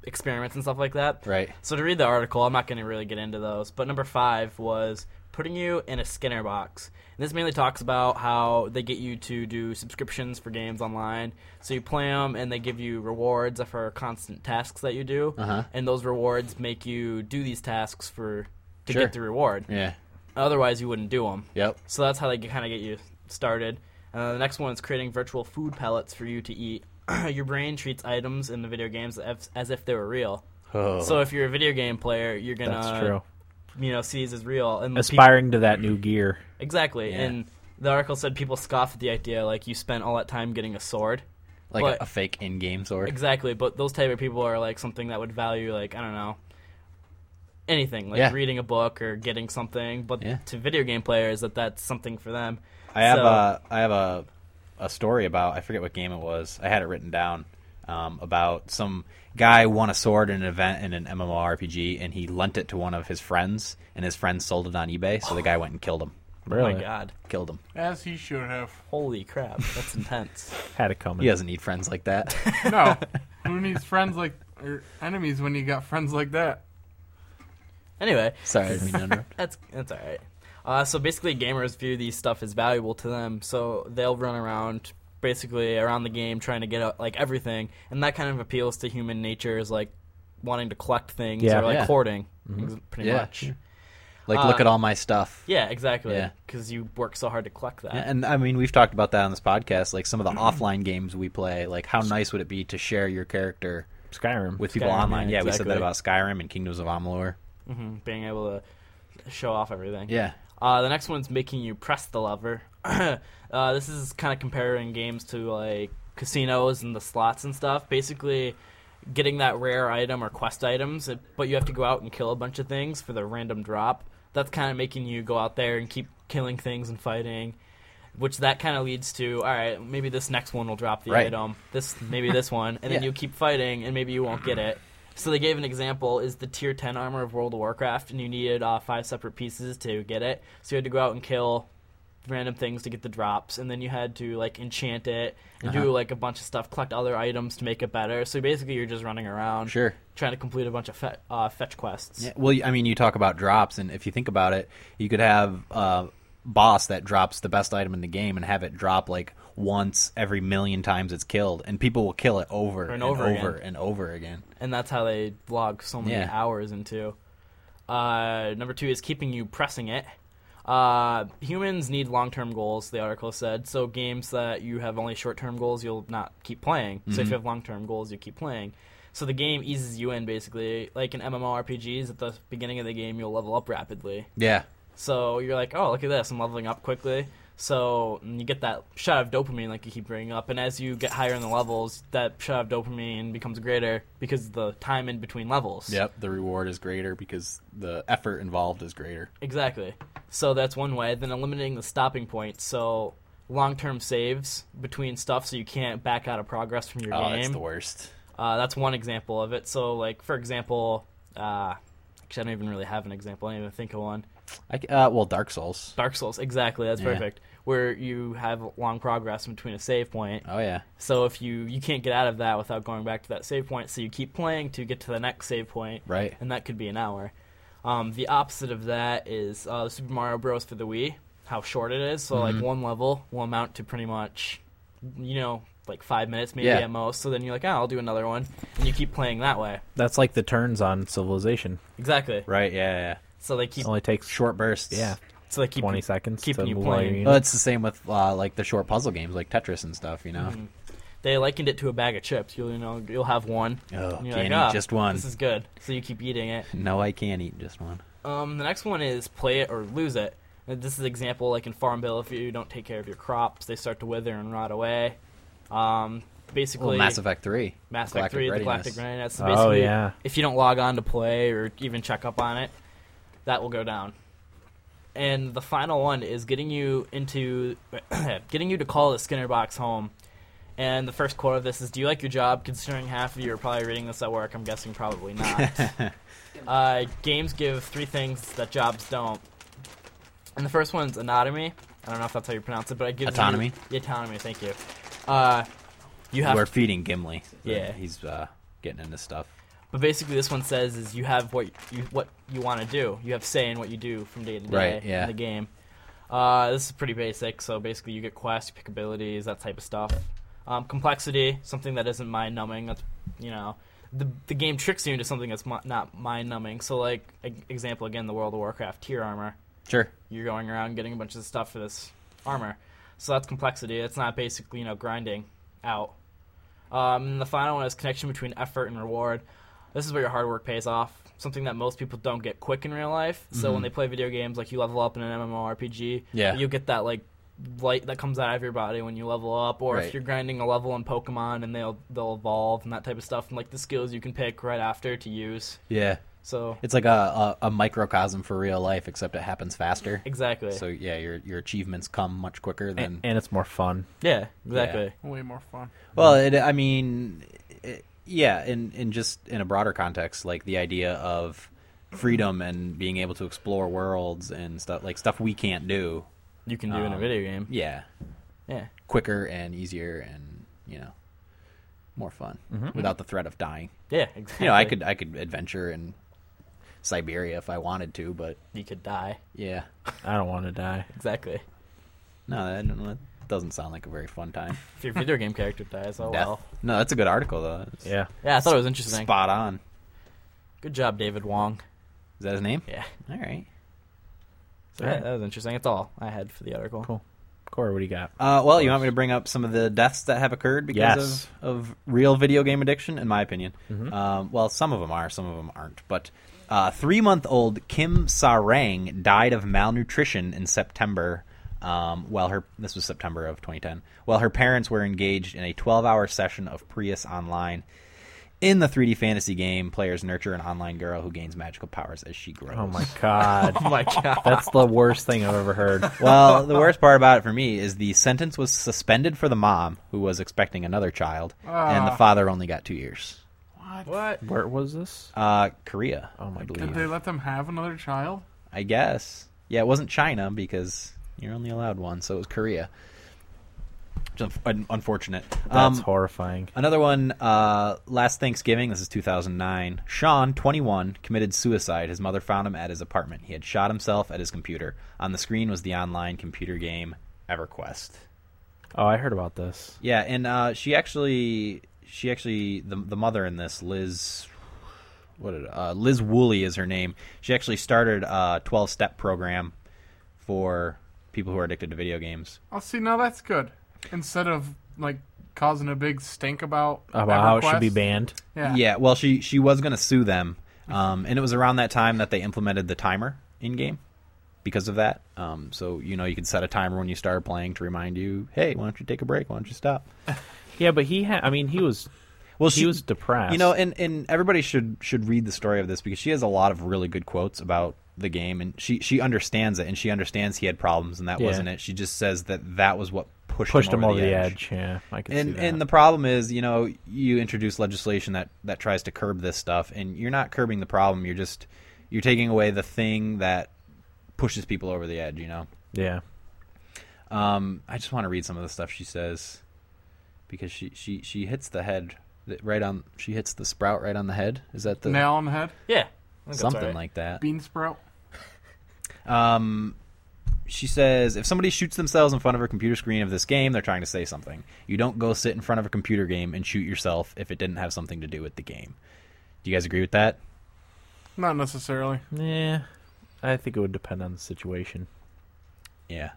experiments and stuff like that. Right. So to read the article, I'm not going to really get into those. But number five was putting you in a Skinner box. And this mainly talks about how they get you to do subscriptions for games online. So you play them, and they give you rewards for constant tasks that you do. Uh-huh. And those rewards make you do these tasks for to Sure. get the reward. Yeah. Otherwise, you wouldn't do them. Yep. So that's how they kind of get you started. And then the next one is creating virtual food pellets for you to eat. Your brain treats items in the video games as as if they were real. Oh. So if you're a video game player, you're gonna That's true. you know see these as real and peop- Aspiring to that new gear. exactly. Yeah. And the article said people scoff at the idea like you spent all that time getting a sword. like but- a, a fake in-game sword. Exactly, but those type of people are like something that would value like I don't know anything like Yeah. reading a book or getting something. But Yeah. to video game players, that that's something for them. I have So- a I have a a story about I forget what game it was. I had it written down um, about some guy won a sword in an event in an MMORPG and he lent it to one of his friends and his friend sold it on eBay. So the guy went and killed him. Really Oh my god, Killed him. As he should have. holy crap, that's intense. had it coming. He doesn't need friends like that. No. Who needs friends like or enemies when you got friends like that? Anyway, Sorry, I didn't mean to interrupt. That's that's all right. Uh, so basically, gamers view these stuff as valuable to them, so they'll run around basically around the game trying to get uh, like everything, and that kind of appeals to human nature is like wanting to collect things Yeah. or like Yeah. hoarding, ex- pretty Yeah. much. Like, Uh, look at all my stuff. Yeah, exactly. Yeah. Because you work so hard to collect that. Yeah, And I mean, we've talked about that on this podcast. Like some of the offline games we play. Like, how nice would it be to share your character Skyrim. with people Skyrim, yeah, online? Yeah, we said exactly. that about Skyrim and Kingdoms of Amalur. hmm Being able to show off everything. Yeah, Uh, the next one's making you press the lever. uh, this is kind of comparing games to like casinos and the slots and stuff. Basically, getting that rare item or quest items, it- but you have to go out and kill a bunch of things for the random drop. That's kind of making you go out there and keep killing things and fighting, which that kind of leads to all right, maybe this next one will drop the Right. item. This maybe this one, and then Yeah. you keep fighting, and maybe you won't get it. So they gave an example is the tier 10 armor of World of Warcraft, and you needed uh, five separate pieces to get it. So you had to go out and kill random things to get the drops, and then you had to like enchant it and Uh-huh. do like a bunch of stuff, collect other items to make it better. So basically, you're just running around sure. trying to complete a bunch of fe- uh, fetch quests. Yeah, well, I mean, you talk about drops, and if you think about it, you could have a boss that drops the best item in the game and have it drop like once every million times it's killed, and people will kill it over And and, over over, again. and over again. and that's how they log so many Yeah. hours into. Uh, number two is keeping you pressing it. Uh, humans need long-term goals, the article said. So games that you have only short-term goals, you'll not keep playing. So Mm-hmm. if you have long-term goals, you keep playing. So the game eases you in basically, like in MMORPGs. At the beginning of the game, you'll level up rapidly. Yeah, So you're like, oh, look at this, I'm leveling up quickly. So and you get that shot of dopamine, like you keep bringing up, and as you get higher in the levels, that shot of dopamine becomes greater because of the time in between levels. yep. The reward is greater because the effort involved is greater. Exactly. So that's one way. Then eliminating the stopping point. So long-term saves between stuff, so you can't back out of progress from your Oh, game. that's the worst. Uh, that's one example of it. So, like for example, uh, actually, I don't even really have an example. I don't even think of one. I c uh, well, Dark Souls. Dark Souls, exactly. That's Yeah. perfect. Where you have long progress in between a save point. Oh yeah, So if you you can't get out of that without going back to that save point, so you keep playing to get to the next save point, right. and that could be an hour. Um, the opposite of that is uh, Super Mario Bros. for the Wii. How short it is. So Mm-hmm. like one level will amount to pretty much, you know, like five minutes maybe Yeah. at most. So then you're like, oh, I'll do another one, and you keep playing that way. That's like the turns on Civilization. Exactly. Right. Yeah, yeah. So they keep It only takes Short bursts. yeah so they keep twenty seconds. keeping to you move all your playing. Well, units. it's the same with uh, like the short puzzle games, like Tetris and stuff. You know. Mm-hmm. they likened it to a bag of chips. You'll you know you'll have one. Oh, and can't you're like, eat "Ah, just one. This is good. So you keep eating it. No, I can't eat just one. Um, the next one is play it or lose it. And This is an example like in Farm Bill. If you don't take care of your crops, they start to wither and rot away. Um, basically, Well, Mass Effect Three. Mass Effect Galactic Three, the Readiness. Galactic Readiness. So Oh basically, yeah. if you don't log on to play or even check up on it, that will go down. And the final one is getting you into getting you to call the Skinner box home. And the first quote of this is, "Do you like your job? Considering half of you are probably reading this at work, I'm guessing probably not." uh, games give three things that jobs don't, and the first one's anatomy. I don't know if that's how you pronounce it, but it gives you- Autonomy? Yeah, autonomy. Thank you. Uh, you have We're feeding Gimli. Yeah. he's uh, getting into stuff. But basically, this one says is you have what you what you want to do. You have say in what you do from day to day Right, yeah. in the game. Uh, this is pretty basic. So basically, you get quests, you pick abilities, that type of stuff. Um, complexity, something that isn't mind numbing. That's you know the the game tricks you into something that's mi- not mind numbing. So like e- example again, the World of Warcraft tier armor. Sure. You're going around getting a bunch of stuff for this armor. So that's complexity. It's not basically you know grinding out. Um, and the final one is connection between effort and reward. This is where your hard work pays off. Something that most people don't get quick in real life. So when they play video games, like you level up in an MMORPG, Mm-hmm. Yeah. you get that like light that comes out of your body when you level up, or Right. if you're grinding a level in Pokemon and they'll they'll evolve and that type of stuff, and like the skills you can pick right after to use. Yeah. So It's like a, a, a microcosm for real life, except it happens faster. exactly, So yeah, your your achievements come much quicker than. and, and it's more fun. yeah, exactly. Way more fun. Well, it, I mean, it, yeah, and and just in a broader context, like the idea of freedom and being able to explore worlds and stuff like stuff we can't do. You can do in a Um, video game. Yeah, Yeah, quicker and easier, and you know, more fun Mm-hmm. without the threat of dying. yeah, exactly. You know, I could I could adventure in Siberia if I wanted to, but you could die yeah, I don't want to die. exactly. no, that, that doesn't sound like a very fun time. If your video game character dies, oh Death. well. No, that's a good article though. It's Yeah. Yeah, I thought it was interesting. Spot on. Good job, David Wong. Is that his name? Yeah, All right. so, Alright. yeah, that was interesting. That's all I had for the article. Cool. Corey, what do you got? Uh, well, you want me to bring up some of the deaths that have occurred because Yes. Mm-hmm. of, of real video game addiction, in my opinion. Um, well, some of them are, some of them aren't. But uh, three month old Kim Sarang died of malnutrition in September. Um, while her this was September of 2010, while her parents were engaged in a 12 hour session of Prius Online. In the 3D fantasy game, players nurture an online girl who gains magical powers as she grows. Oh my god. Oh my god. That's the worst thing I've ever heard. well, the worst part about it for me is the sentence was suspended for the mom who was expecting another child, and the Ah. father only got two years. What? What? Where was this? Uh, Korea. Oh my I Did believe. they let them have another child? I guess. Yeah, it wasn't China because you're only allowed one, so it was Korea. Which is un- unfortunate. That's Um, horrifying. Another one, uh, last Thanksgiving, this is 2009. Sean, 21, committed suicide. His mother found him at his apartment. He had shot himself at his computer. On the screen was the online computer game EverQuest. Oh, I heard about this. Yeah, and uh, she actually, she actually, the the mother in this, Liz, what did, uh, Liz Woolley is her name. She actually started a twelve step program for people who are addicted to video games. Oh, see, now that's good. Instead of like causing a big stink about About how it EverQuest. should be banned. Yeah. well, she she was going to sue them, um, and it was around that time that they implemented the timer in game because of that. Um, so you know you could set a timer when you started playing to remind you, hey, why don't you take a break? Why don't you stop? Yeah, but he had. I mean, he was. Well, He she was depressed. You know, and and everybody should should read the story of this because she has a lot of really good quotes about the game, and she she understands it, and she understands he had problems, and that Yeah. wasn't it. She just says that that was what pushed pushed him over the edge. Yeah, I can see And that. and the problem is, you know, you introduce legislation that that tries to curb this stuff, and you're not curbing the problem. You're just you're taking away the thing that pushes people over the edge. You know. yeah. Um, I just want to read some of the stuff she says because she she she hits the head th- right on. She hits the sprout right on the head. Is that the Nail on the head, Yeah. I think that's something alright. like that? bean sprout. Um, she says if somebody shoots themselves in front of a computer screen of this game, they're trying to say something. You don't go sit in front of a computer game and shoot yourself if it didn't have something to do with the game. Do you guys agree with that? Not necessarily. Yeah, I think it would depend on the situation. Yeah.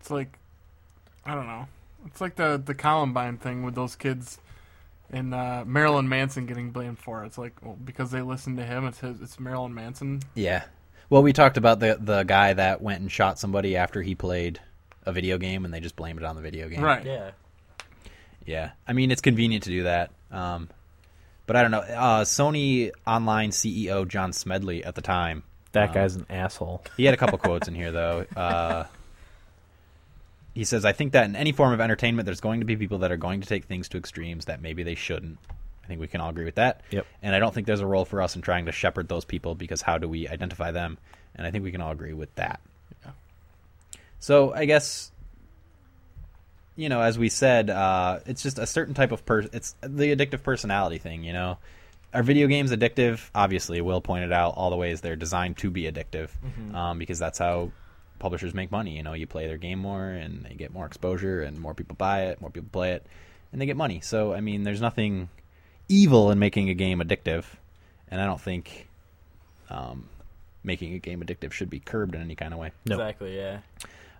It's like I don't know. It's like the the Columbine thing with those kids and uh, Marilyn Manson getting blamed for it. It's like well, because they listened to him, it's his, it's Marilyn Manson. Yeah. Well, we talked about the the guy that went and shot somebody after he played a video game, and they just blamed it on the video game. Right. Yeah. Yeah, I mean it's convenient to do that, um, but I don't know. Uh, Sony Online CEO John Smedley at the time, That Um, guy's an asshole. he had a couple quotes in here though. Uh, he says, "I think that in any form of entertainment, there's going to be people that are going to take things to extremes that maybe they shouldn't." I think we can all agree with that. Yep. And I don't think there's a role for us in trying to shepherd those people because how do we identify them? And I think we can all agree with that. Yeah. So I guess you know, as we said, uh, it's just a certain type of person. It's the addictive personality thing. You know, are video games addictive? Obviously, Will pointed out all the ways they're designed to be addictive, um, because that's how publishers make money. You know, you play their game more, and they get more exposure, and more people buy it, more people play it, and they get money. So, I mean, there's nothing evil in making a game addictive, and I don't think um, making a game addictive should be curbed in any kind of way. No. Exactly. Yeah.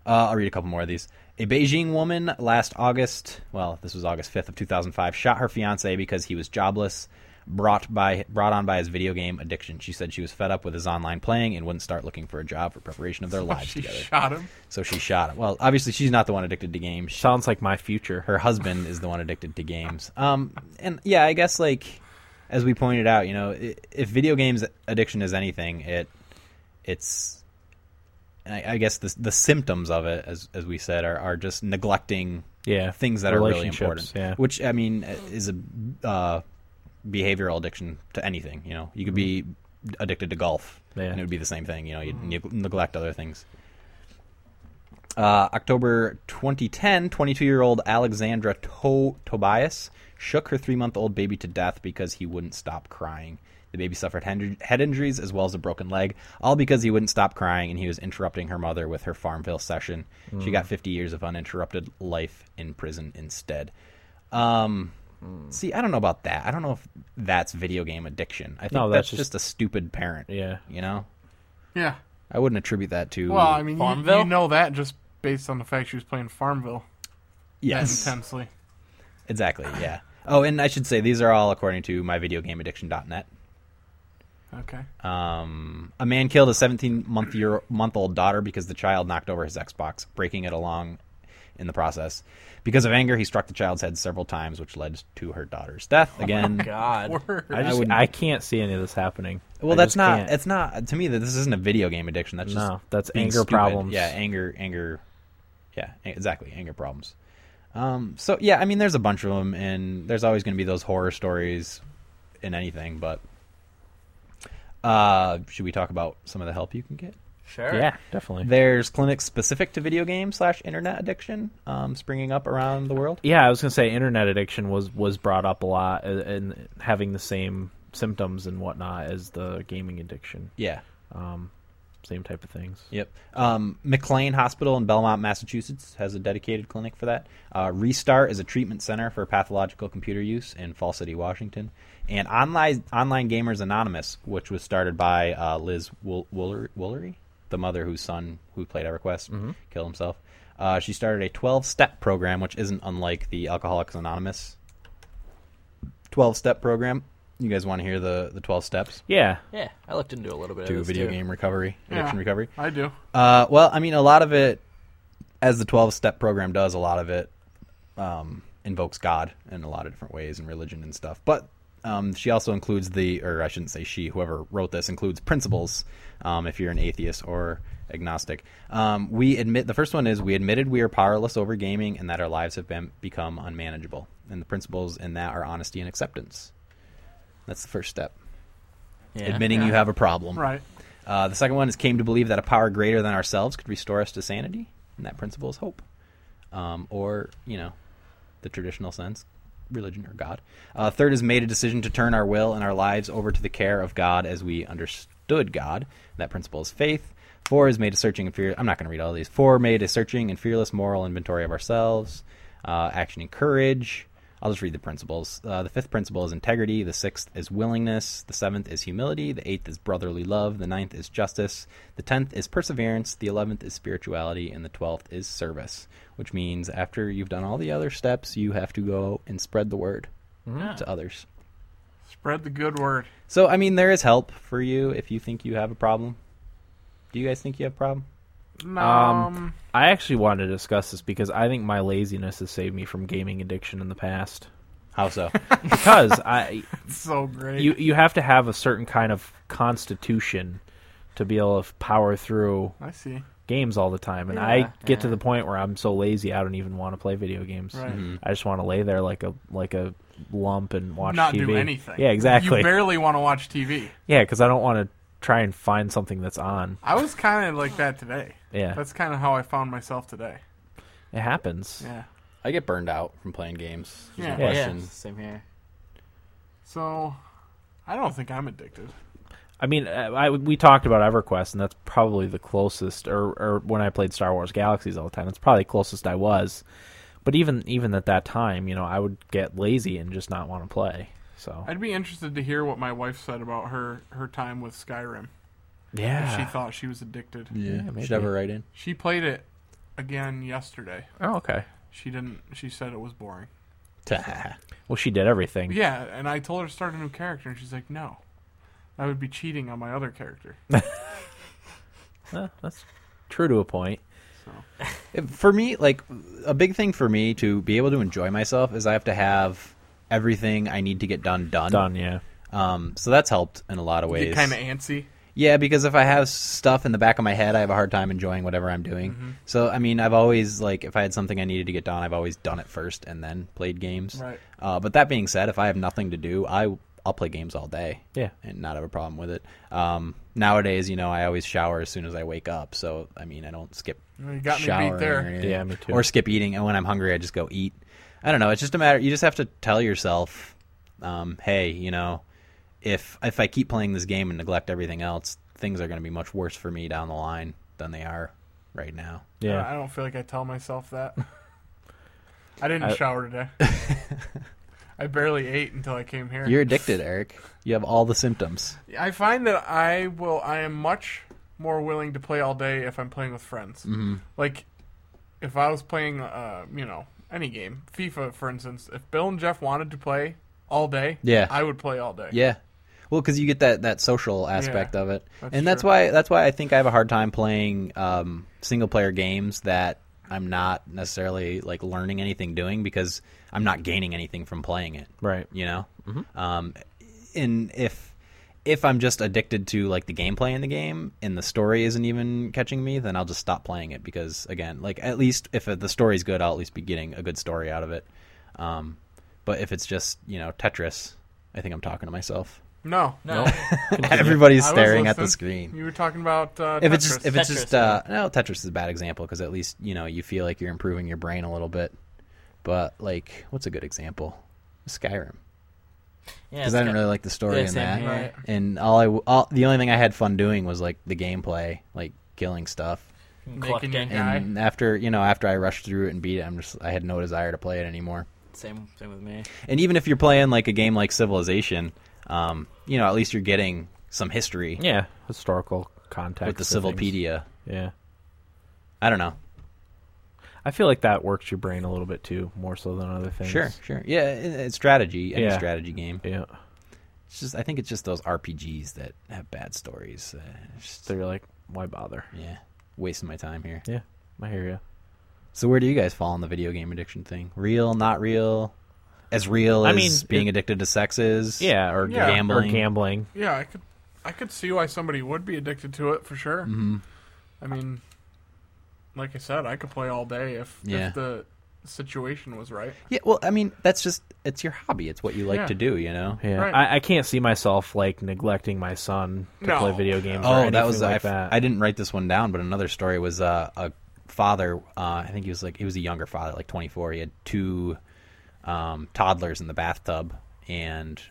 Uh, I'll read a couple more of these. A Beijing woman last August, well, this was August 5th of 2005, shot her fiance because he was jobless, brought by brought on by his video game addiction. She said she was fed up with his online playing and wouldn't start looking for a job for preparation of their lives she together. shot him. So she shot him. Well, obviously she's not the one addicted to games. She- Sounds like my future. her husband is the one addicted to games. Um, and yeah, I guess like as we pointed out, you know, i- if video games addiction is anything, it it's I, I guess the the symptoms of it, as as we said, are are just neglecting Yeah, things that are really Relationships, important. yeah. Which I mean is a uh, behavioral addiction to anything. You know, you could be addicted to golf, Mm-hmm. Yeah. Mm-hmm. and it would be the same thing. You know, you would neglect other things. Uh, October 2010, 22-year-old Alexandra to- Tobias shook her three-month-old baby to death because he wouldn't stop crying. The baby suffered hen- head injuries as well as a broken leg, all because he wouldn't stop crying and he was interrupting her mother with her Farmville session. She got 50 years of uninterrupted life in prison instead. Um, See, I don't know about that. I don't know if that's video game addiction. I think No, that's, that's just, a stupid parent. Yeah. You know? Yeah. I wouldn't attribute that to Well, I mean, you- You, Farmville? know that just based on the fact she was playing Farmville yes. that intensely. Exactly, yeah. Oh, and I should say these are all according to myvideogameaddiction.net. Okay. Um, a man killed a 17 month year month old daughter because the child knocked over his Xbox, breaking it along in the process. Because of anger, he struck the child's head several times, which led to her daughter's death. Again, God. Word. I just wouldn't- I, can't see any of this happening. well, I that's just not. can't. It's not to me that this isn't a video game addiction. That's just no, that's being anger stupid. problems. Yeah, anger, anger. Yeah, a- exactly, anger problems. Um, so yeah, I mean, there's a bunch of them, and there's always going to be those horror stories in anything. But uh, should we talk about some of the help you can get? Sure. yeah, definitely. There's clinics specific to video game slash internet addiction um, springing up around the world. yeah, I was gonna say internet addiction was was brought up a lot uh, and having the same symptoms and whatnot as the gaming addiction, Yeah. same type of things. Yep. Um, McLean Hospital in Belmont, Massachusetts has a dedicated clinic for that. Uh, Restart is a treatment center for pathological computer use in Fall City, Washington. And Online, Online Gamers Anonymous, which was started by uh, Liz Wool- Wooler- Woolery, the mother whose son, who played EverQuest, killed himself. Uh, she started a 12 step program, which isn't unlike the Alcoholics Anonymous 12 step program. You guys want to hear the, the 12 steps Yeah, Yeah. I looked into a little bit to of this video too. game recovery, Yeah. addiction recovery? I do. Uh, well, I mean, a lot of it, as the twelve step program does, a lot of it um, invokes God in a lot of different ways and religion and stuff. But um, she also includes the, or I shouldn't say she, whoever wrote this includes principles. Um, if you're an atheist or agnostic, um, we admit the first one is we admitted we are powerless over gaming and that our lives have been become unmanageable. And the principles in that are honesty and acceptance. That's the first step. Yeah. Admitting you have a problem. Right. Uh, the second one is came to believe that a power greater than ourselves could restore us to sanity, and that principle is hope, um, or you know, the traditional sense, religion or God. Uh, third is made a decision to turn our will and our lives over to the care of God as we understood God. That principle is faith. Four is made a searching and fear. I'm not going to read all these. Four made a searching and fearless moral inventory of ourselves. Uh, action and courage. I'll just read the principles. Uh, the fifth principle is integrity. The sixth is willingness. The seventh is humility. The eighth is brotherly love. The ninth is justice. The tenth is perseverance. The eleventh is spirituality. And the twelfth is service, which means after you've done all the other steps, you have to go and spread the word to others. Spread the good word. So, I mean, there is help for you if you think you have a problem. Do you guys think you have a problem? Um, I actually wanted to discuss this because I think my laziness has saved me from gaming addiction in the past. How so? Because I so great. you you have to have a certain kind of constitution to be able to power through I see. games all the time and Yeah, I get to yeah. the point where I'm so lazy I don't even want to play video games. Right. Mhm. I just want to lay there like a like a lump and watch Not TV. do anything. Yeah, exactly. You barely want to watch TV. yeah, cuz I don't want to try and find something that's on. I was kind of like that today. Yeah. That's kind of how I found myself today. It happens. Yeah. I get burned out from playing games. There's no Yeah. Yeah. question. Same here. So, I don't think I'm addicted. I mean, uh, I, we talked about EverQuest, and that's probably the closest, or, or when I played Star Wars Galaxies all the time, that's probably the closest I was. But even even at that time, you know, I would get lazy and just not want to play. So I'd be interested to hear what my wife said about her her time with Skyrim. If yeah, she thought she was addicted. Yeah, should maybe. have her write in. She played it again yesterday. oh okay. She didn't. She said it was boring. Well, she did everything. Yeah, and I told her to start a new character, and she's like, "No, I would be cheating on my other character." Eh, that's true to a point. So It- for me like a big thing for me to be able to enjoy myself is i have to have everything i need to get done done, Done. Yeah. um so that's helped in a lot of you get ways kind of antsy. yeah because if i have stuff in the back of my head i have a hard time enjoying whatever i'm doing Mm-hmm. so i mean i've always like if i had something i needed to get done i've always done it first and then played games Right. uh, but that being said if i have nothing to do i i'll play games all day Yeah. Uh, and not have a problem with it um nowadays you know i always shower as soon as i wake up so i mean i don't skip You got me showering beat or there. anything. Yeah, me too. Or skip eating, and when I'm hungry, I just go eat. I don't know. It's just a matter. You just have to tell yourself, um, "Hey, you know, if if I keep playing this game and neglect everything else, things are going to be much worse for me down the line than they are right now." Yeah. I don't feel like I tell myself that. I didn't I- shower today. I barely ate until I came here. You're addicted, Eric. You have all the symptoms. I find that I will. I am much more willing to play all day if I'm playing with friends. Mm-hmm. Like if I was playing, uh, you know, any game, FIFA, for instance. If Bill and Jeff wanted to play all day, Yeah. I would play all day. Yeah. Well, because you get that, that social aspect Yeah, of it, that's and that's true. why that's why I think I have a hard time playing um, single player games that I'm not necessarily like learning anything doing because I'm not gaining anything from playing it. Right. You know, Mm-hmm. um, and if if I'm just addicted to like the gameplay in the game and the story isn't even catching me, then I'll just stop playing it because again, like at least if the story's good, I'll at least be getting a good story out of it. Um, but if it's just you know Tetris, I think I'm talking to myself. No, No. Everybody's I was staring at the listening. screen. You were talking about uh, If it's just Tetris. if it's Tetris, just uh, no Tetris is a bad example because at least you know you feel like you're improving your brain a little bit. But like, what's a good example? Skyrim yeah, because I didn't really like the story in that. here. Right. And all I w- all, the only thing I had fun doing was like the gameplay, like killing stuff. Making your Collecting. guy. And after you know after I rushed through it and beat it, I'm just I had no desire to play it anymore. Same, same with me. And even if you're playing like a game like Civilization, um, you know at least you're getting some history Yeah. Historical context with the of things. Civilpedia. Yeah. I don't know. I feel like that works your brain a little bit too, more so than other things. Sure, sure. Yeah, it- it's strategy, any Yeah. strategy game. Yeah. It's just I think it's just those RPGs that have bad stories. Uh, it's just, So you're like, why bother? yeah, wasting my time here. Yeah. I hear you. So where do you guys fall on the video game addiction thing? Real, not real? As real I as mean, being it- addicted to sex is? Yeah. Or Yeah. Or Gambling. gambling. yeah, I could, I could see why somebody would be addicted to it for sure. Mhm. I mean, like I said, I could play all day if Yeah. if the situation was right. Yeah. Well, I mean, that's just it's your hobby. It's what you like Yeah. to do. You know. Yeah. Right. I, I can't see myself like neglecting my son to No. play video games. or Oh, that anything was I, like f- that. I didn't write this one down, but another story was uh, a father. Uh, I think he was like he was a younger father, like 24. He had two um, toddlers in the bathtub and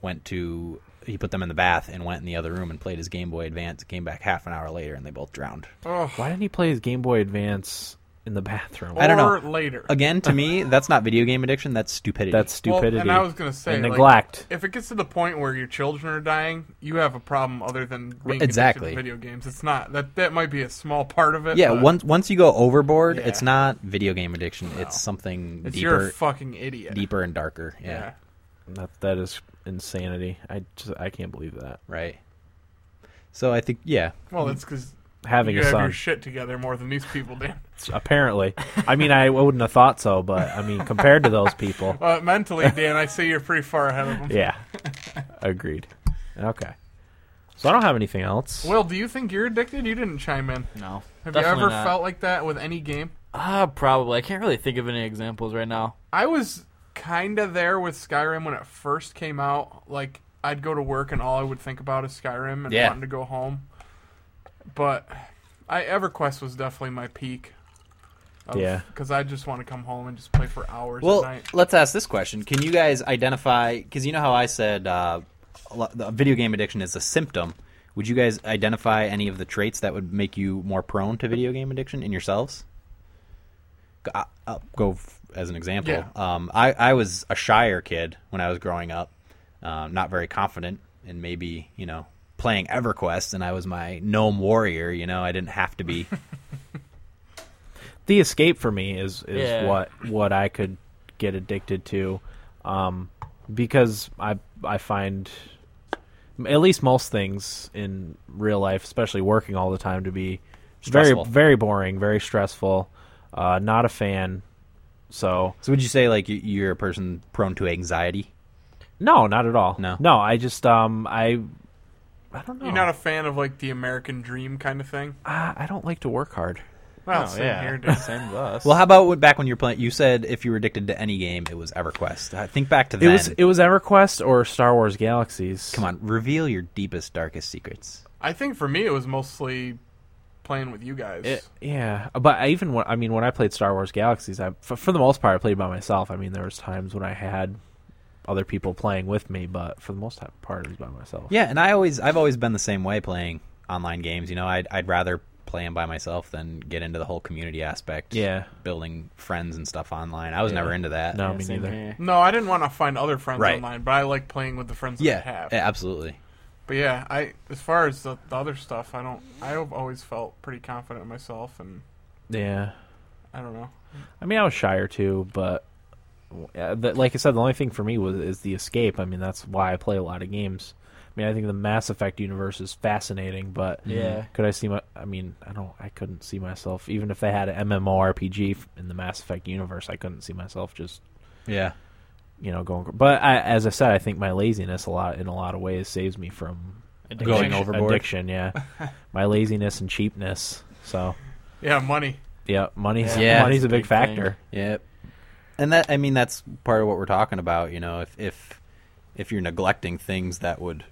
went to he put them in the bath and went in the other room and played his Game Boy Advance. Came back half an hour later and they both drowned. Oh, Why didn't he play his Game Boy Advance in the bathroom? I don't know. or Later. Again, to me, that's not video game addiction. That's stupidity. That's stupidity. Well, and I was gonna say and like, neglect. if it gets to the point where your children are dying, you have a problem other than being addicted exactly. to video games. It's not that that might be a small part of it. yeah. but Once once you go overboard, Yeah. it's not video game addiction. It's something it's you're deeper, a fucking idiot. deeper and darker. Yeah, yeah. That, that is insanity. I just I can't believe that right. So I think yeah, Well, that's because having you a have son. your shit together more than these people do. apparently, I mean, I wouldn't have thought so, but I mean, compared to those people, Uh, mentally, Dan, I see you're pretty far ahead of them. yeah, agreed. Okay, so I don't have anything else. Will, do you think you're addicted? You didn't chime in. No. Have Definitely you ever not. felt like that with any game? Ah, probably. I can't really think of any examples right now. I was kind of there with Skyrim when it first came out. Like, I'd go to work and all I would think about is Skyrim and Yeah. wanting to go home. But I EverQuest was definitely my peak. Yeah. Because I just want to come home and just play for hours Well, at night. let's ask this question: Can you guys identify? Because you know how I said uh, a lo- the video game addiction is a symptom. Would you guys identify any of the traits that would make you more prone to video game addiction in yourselves? Go- I- I'll go f- as an example. Yeah. Um, I, I was a shyer kid when I was growing up. uh, not very confident and maybe you know playing EverQuest, and I was my gnome warrior. You know, I didn't have to be. the escape for me is is Yeah. what what I could get addicted to, um, because I I find at least most things in real life, especially working all the time, to be Stressful. very very boring, very stressful. Uh, not a fan. So so would you say like you- you're a person prone to anxiety? no, not at all. No. no. I just um I I don't know. You're not a fan of like the American dream kind of thing. Ah, I don't like to work hard. Oh, Well, same here, dude. Same with us. Well, how about when- back when you're playing? You said if you were addicted to any game, it was EverQuest. I think back to It then. was it was EverQuest or Star Wars Galaxies. Come on, reveal your deepest, darkest secrets. I think for me, it was mostly playing with you guys. It- yeah, but I even when I mean when I played Star Wars Galaxies, I for, for the most part I played by myself. I mean there was times when I had other people playing with me, but for the most ti- part it was by myself. Yeah, and I always, I've always been the same way playing online games. You know, I'd, I'd rather play them by myself than get into the whole community aspect. Yeah. building friends and stuff online. I was Yeah. never into that. No, Yeah, me same neither. here. no, I didn't want to find other friends Right. online, but I like playing with the friends that I Yeah, have. yeah, absolutely. But yeah, I as far as the, the other stuff, I don't. I've always felt pretty confident in myself, and Yeah, I don't know. I mean I was shyer too, but uh, the, like I said, the only thing for me was is the escape. I mean that's why I play a lot of games. I mean I think the Mass Effect universe is fascinating, but Yeah. could I see my? I mean I don't. I couldn't see myself even if they had an MMORPG f- in the Mass Effect universe. I couldn't see myself just Yeah, you know going but I, as i said i think my laziness a lot in a lot of ways saves me from Addiction. Going overboard. addiction yeah my laziness and cheapness so Yeah, money. yeah money's Yeah. money's a big, Big thing. factor Yep. And that I mean that's part of what we're talking about, you know, if if if you're neglecting things that would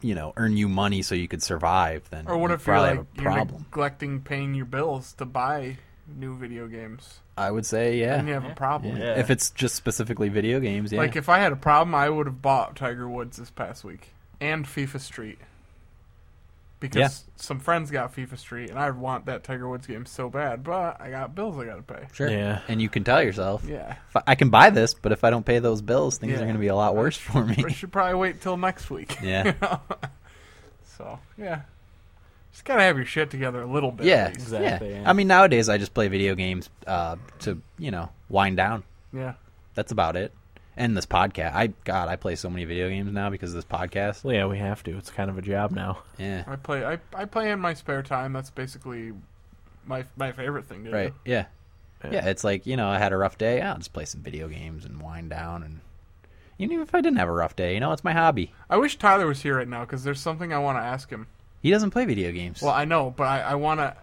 you know, earn you money so you could survive, then Or what you if you're probably like have a you're problem. neglecting paying your bills to buy new video games, I would say and you yeah. have a problem. Yeah. If it's just specifically video games, yeah. Like if I had a problem, I would have bought Tiger Woods this past week and FIFA Street because Yeah. some friends got FIFA Street, and I want that Tiger Woods game so bad, but I got bills I gotta pay. sure. Yeah. And you can tell yourself, Yeah, "If I- I can buy this, but if I don't pay those bills, things Yeah. are going to be a lot worse for me. we should probably wait till next week. Yeah. you know? so yeah, just gotta have your shit together a little bit. yeah. at least. Exactly, yeah. yeah. I mean, nowadays I just play video games uh, to, you know, wind down. yeah. That's about it. And this podcast. I God, I play so many video games now because of this podcast. well yeah we have to it's kind of a job now Yeah. I play. I, I play in my spare time. That's basically my my favorite thing to Right. do. Yeah. Yeah. yeah. It's like you know, I had a rough day. I'll just play some video games and wind down. And even if I didn't have a rough day, you know, it's my hobby. I wish Tyler was here right now because there's something I want to ask him. He doesn't play video games. Well, I know, but I, I want to.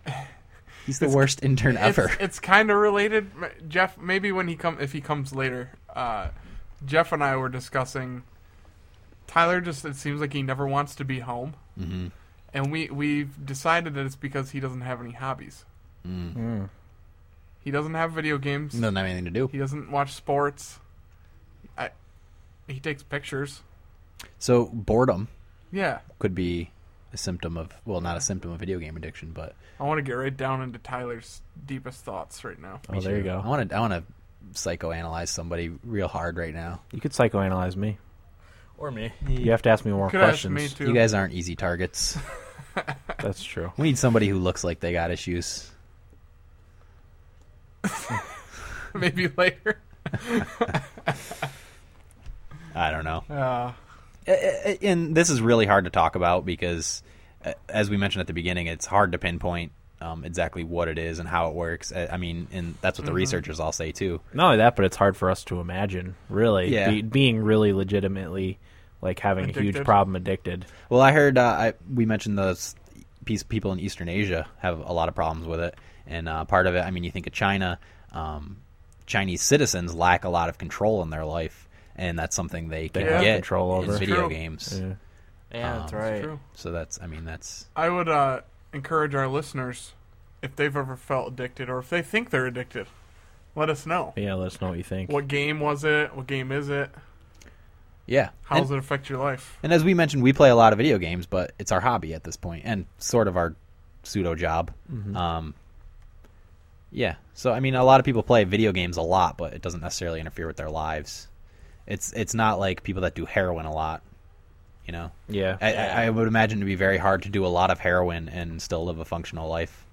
He's the worst intern ever. It's, it's kind of related, M- Jeff. Maybe when he come, if he comes later, uh, Jeff and I were discussing. Tyler just it seems like he never wants to be home, hmm and we we've decided that it's because he doesn't have any hobbies. He doesn't have video games. Doesn't have anything to do. He doesn't watch sports. I, he takes pictures. So boredom Yeah. could be a symptom of well, not a symptom of video game addiction, but I want to get right down into Tyler's deepest thoughts right now. oh there you I go want to I want to psychoanalyze somebody real hard right now. you could psychoanalyze me Or me. Oh, you have to ask me more Could ask questions me too. You guys aren't easy targets. that's true We need somebody who looks like they got issues. Maybe later. I don't know. Uh, Uh, uh, and this is really hard to talk about because, uh, as we mentioned at the beginning, it's hard to pinpoint um, exactly what it is and how it works. Uh, I mean, and that's what the researchers all say too. not only that but it's hard for us to imagine really Yeah. be, being really legitimately like having a huge Addicted. problem addicted Well, I heard uh, I, we mentioned those piece, people in Eastern Asia have a lot of problems with it, and uh, part of it. I mean, you think of China. Um, Chinese citizens lack a lot of control in their life, and that's something they can have get control over. in It's video true. games. Yeah. Yeah, Um, that's it's right. true. So that's. I mean, that's. I would uh, encourage our listeners, if they've ever felt addicted or if they think they're addicted, let us know. yeah let us know what you think What game was it? What game is it? Yeah. How And- does it affect your life? And as we mentioned, we play a lot of video games, but it's our hobby at this point and sort of our pseudo job. Um, yeah. So, I mean, a lot of people play video games a lot, but it doesn't necessarily interfere with their lives. It's it's not like people that do heroin a lot, you know. Yeah. I, Yeah. I, I would imagine it'd be very hard to do a lot of heroin and still live a functional life.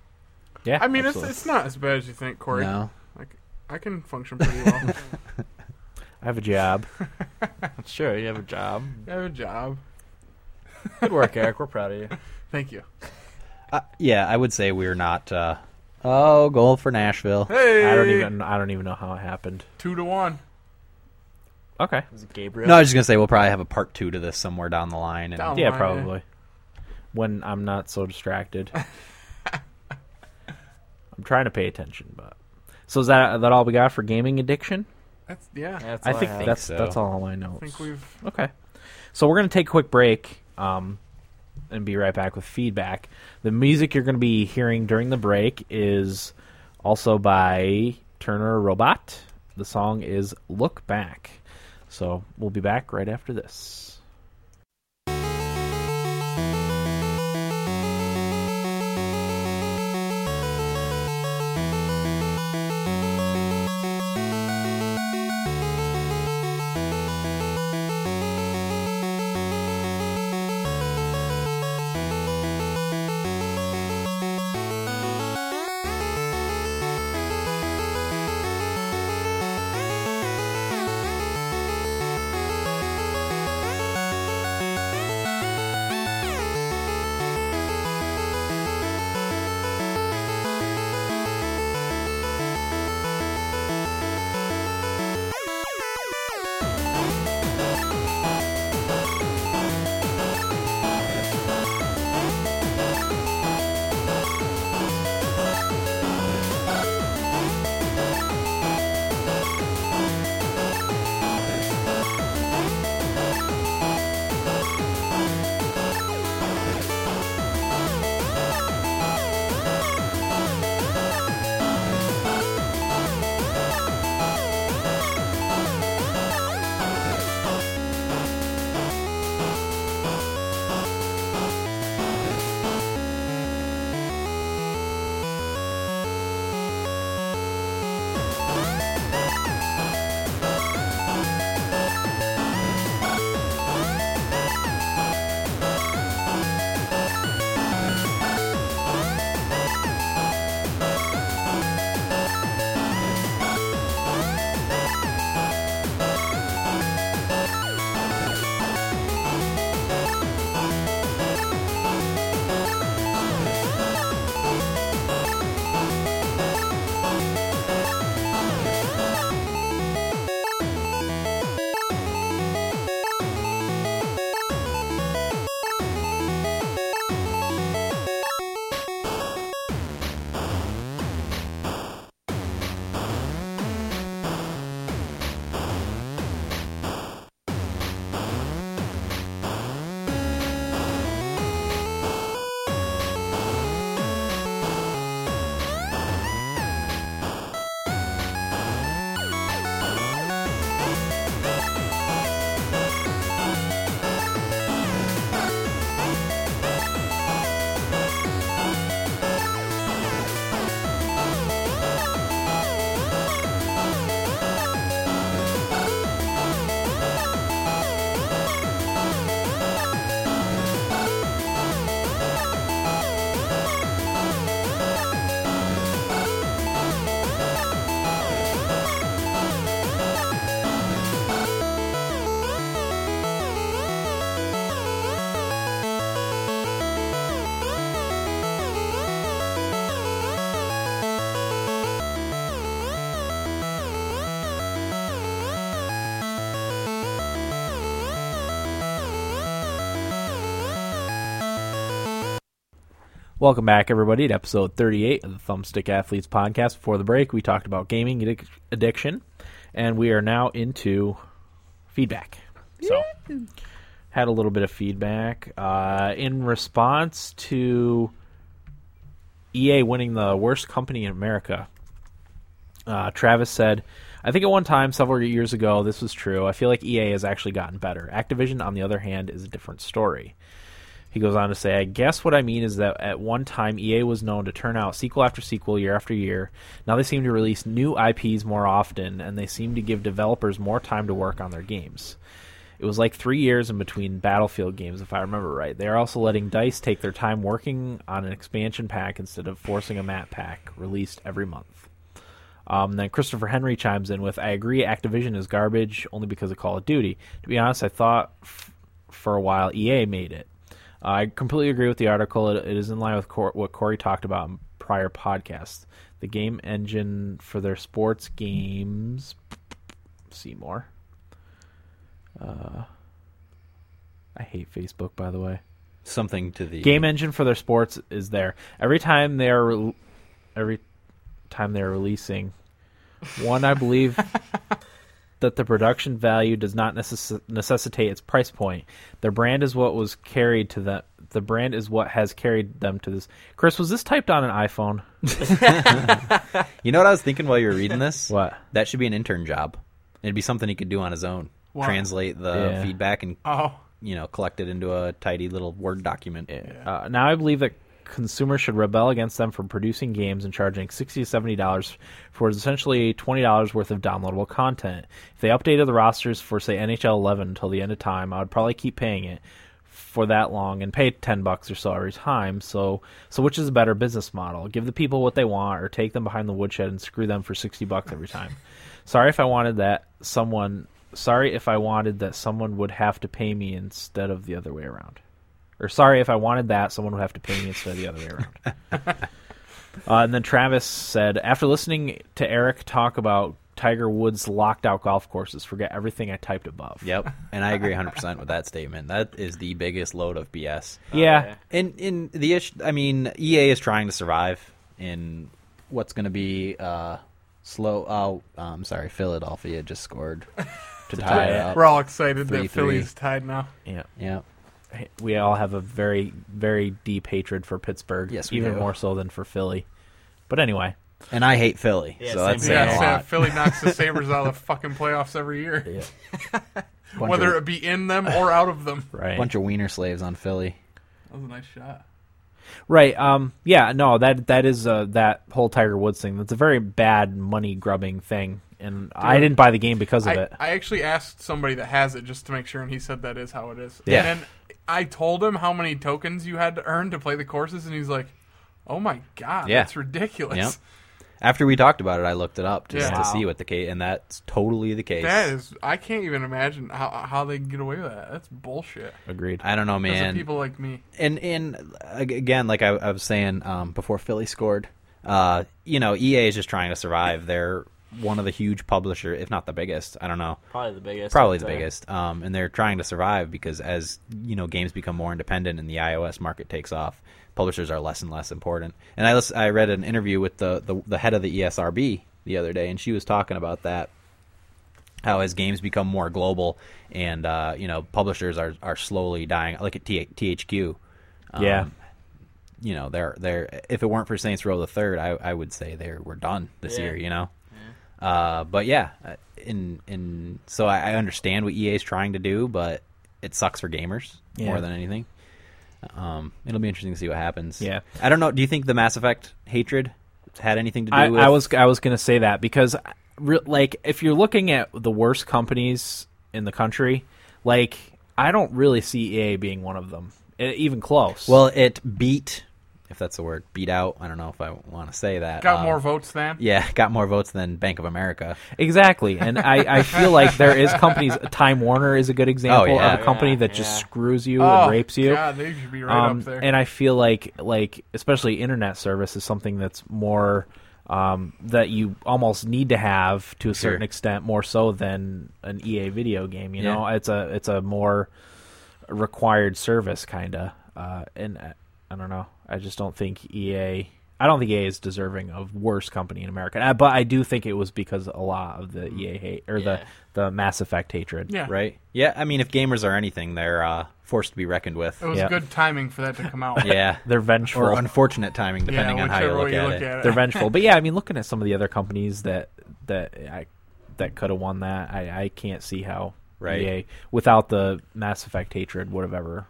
yeah. I mean, it's, Absolutely. it's not as bad as you think, Corey. No, Like, I can function pretty well. I have a job. Sure, you have a job. I have a job. Good work, Eric. We're proud of you. Thank you. uh, yeah, I would say we're not. Uh, oh, goal for Nashville. Hey, I don't even I don't even know how it happened. two to one Okay. Is it Gabriel? No, I was just gonna say we'll probably have a part two to this somewhere down the line. And Down Yeah, Mine, eh? probably. When I'm not so distracted. I'm trying to pay attention, but so is that that all we got for gaming addiction? That's yeah. That's I all think have. that's so. that's all my notes. I think we've Okay. So we're going to take a quick break um, and be right back with feedback. The music you're going to be hearing during the break is also by Turner Robot. The song is Look Back. So we'll be back right after this. Welcome back, everybody, to episode 38 of the Thumbstick Athletes podcast. Before the break, we talked about gaming addic- addiction, and we are now into feedback. So, had a little bit of feedback uh, in response to EA winning the worst company in America. Uh, Travis said, I think at one time, several years ago, E this was true. I feel like EA has actually gotten better. Activision, on the other hand, is a different story. He goes on to say, I guess what I mean is that at one time EA was known to turn out sequel after sequel year after year. Now they seem to release new IPs more often, and they seem to give developers more time to work on their games. It was like three years in between Battlefield games, if I remember right. They are also letting DICE take their time working on an expansion pack instead of forcing a map pack released every month. Um, then Christopher Henry chimes in with, "I agree, Activision is garbage only because of Call of Duty. To be honest, I thought f- for a while EA made it. I completely agree with the article. It, it is in line with Cor- what Corey talked about in prior podcasts. The game engine for their sports games, Seymour. Uh, I hate Facebook, by the way Something to the game engine for their sports is there every time they're re- every time they're releasing one i believe that the production value does not necess- necessitate its price point their brand is what was carried to the the brand is what has carried them to this chris was this typed on an iphone You know what I was thinking while you were reading this? What? That should be an intern job. It'd be something he could do on his own. Wow. Translate the Yeah. feedback and Uh, Oh, you know collect it into a tidy little Word document. Uh, now I believe that consumers should rebel against them for producing games and charging sixty to seventy dollars for essentially twenty dollars worth of downloadable content. If they updated the rosters for say NHL eleven until the end of time, I would probably keep paying it for that long and pay ten bucks or so every time. So so which is a better business model? Give the people what they want or take them behind the woodshed and screw them for sixty bucks every time. Sorry if I wanted that someone sorry if I wanted that someone would have to pay me instead of the other way around or sorry if I wanted that, someone would have to pay me instead of the other way around. uh, and then Travis said, after listening to Eric talk about Tiger Woods locked out golf courses, forget everything I typed above. Yep, and I agree 100 percent with that statement. That is the biggest load of BS. Yeah. yeah. And in the issue, I mean, EA is trying to survive in what's going to be uh, slow. Oh, I'm sorry, Philadelphia just scored to tie it it. up. we're all excited Three, that Philly's tied now. yeah. Yeah, We all have a very, very deep hatred for Pittsburgh. Yes, we Even do. more so than for Philly. But anyway. and I hate Philly, Yeah, so that's same here. saying Yeah, a Yeah. Sam, lot. Philly knocks the Sabres out of the fucking playoffs every year, Bunch whether of, it be in them or out of them. Right. bunch of wiener slaves on Philly. That was a nice shot. Right. Um. Yeah. No. That that is uh, that whole Tiger Woods thing. That's a very bad money grubbing thing, and I Dude. didn't buy the game because of I, it. I actually asked somebody that has it just to make sure, and he said that is how it is. Yeah. And then I told him how many tokens you had to earn to play the courses, and he's like, "Oh my god, Yeah. that's ridiculous. Yep. After we talked about it, I looked it up just Yeah. to Wow. see what the case, and that's totally the case. That is, I can't even imagine how how they can get away with that. That's bullshit. Agreed. I don't know, Because man. of people like me. and and ag- again, like I, I was saying um, before, Philly scored. Uh, you know, EA is just trying to survive. They're one of the huge publisher, if not the biggest. I don't know, Probably the biggest. probably I'd the say. biggest. Um, and they're trying to survive because as you know, games become more independent and the iOS market takes off, publishers are less and less important. And I lis- I read an interview with the, the the head of the E ESRB the other day, and she was talking about that how as games become more global and uh, you know publishers are, are slowly dying like at T- THQ um, yeah. you know they're they're if it weren't for Saints Row the Third I, I would say they were done this Yeah. year you know uh, but yeah uh, in in so I, I understand what EA is trying to do but it sucks for gamers Yeah. more than anything um, it'll be interesting to see what happens Yeah. I don't know do you think the Mass Effect hatred had anything to do I, with I was I was gonna say that because re- like if you're looking at the worst companies in the country, like I don't really see EA being one of them, e- even close. Well, it beat, if that's the word, beat out. I don't know if I want to say that. Got Um, more votes than Yeah, got more votes than Bank of America. exactly, and I, I feel like there is companies. Time Warner is a good example Oh, yeah. of a company Yeah, that just yeah. screws you Oh, and rapes you. God, they should be right Um, up there. And I feel like like especially internet service is something that's more um, that you almost need to have to a certain extent more so than an EA video game. You Yeah. know, it's a it's a more required service kind of. Uh, and I, I don't know. I just don't think EA. I don't think EA is deserving of worst company in America. Uh, But I do think it was because a lot of the EA hate or Yeah. the the Mass Effect hatred. Mm. yeah, Right? Yeah, I mean, if gamers are anything, they're uh, forced to be reckoned with. It was Yeah. good timing for that to come out. Yeah. They're vengeful. or unfortunate timing, Yeah, depending on how you whichever look, way you at, look it. at they're it. vengeful. But yeah, I mean, looking at some of the other companies that that I that could have won that, I, I can't see how E Right. EA without the Mass Effect hatred would have ever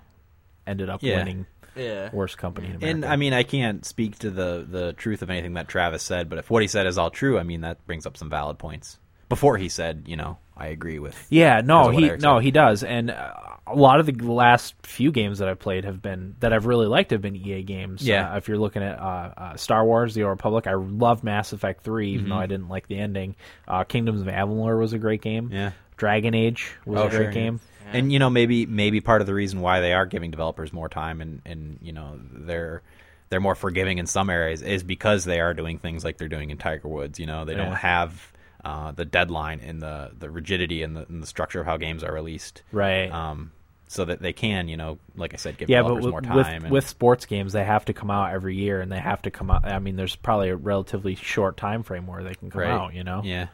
ended up Yeah. winning Yeah. worst company in America. And I mean, I can't speak to the the truth of anything that Travis said, but if what he said is all true, I mean that brings up some valid points. Before he said, you know, I agree with. Yeah, no, Because of what he Eric no, said. he does. And uh, a lot of the last few games that I've played have been that I've really liked have been EA games. Yeah. Uh, if you're looking at uh, uh, Star Wars: The Old Republic, I love Mass Effect Three, even Mm-hmm. though I didn't like the ending. Uh, Kingdoms of Amalur was a great game. Yeah. Dragon Age was Oh, a great sure, yeah. game. And you know, maybe maybe part of the reason why they are giving developers more time and and you know they're they're more forgiving in some areas is because they are doing things like they're doing in Tiger Woods. You know, they Yeah. don't have. Uh, the deadline and the, the rigidity and the, and the structure of how games are released, Right. Um, so that they can, you know, like I said, give yeah, but developers with, more time. with, and, with sports games, they have to come out every year, and they have to come out. I mean, there's probably a relatively short time frame where they can come Right. out. You know, yeah,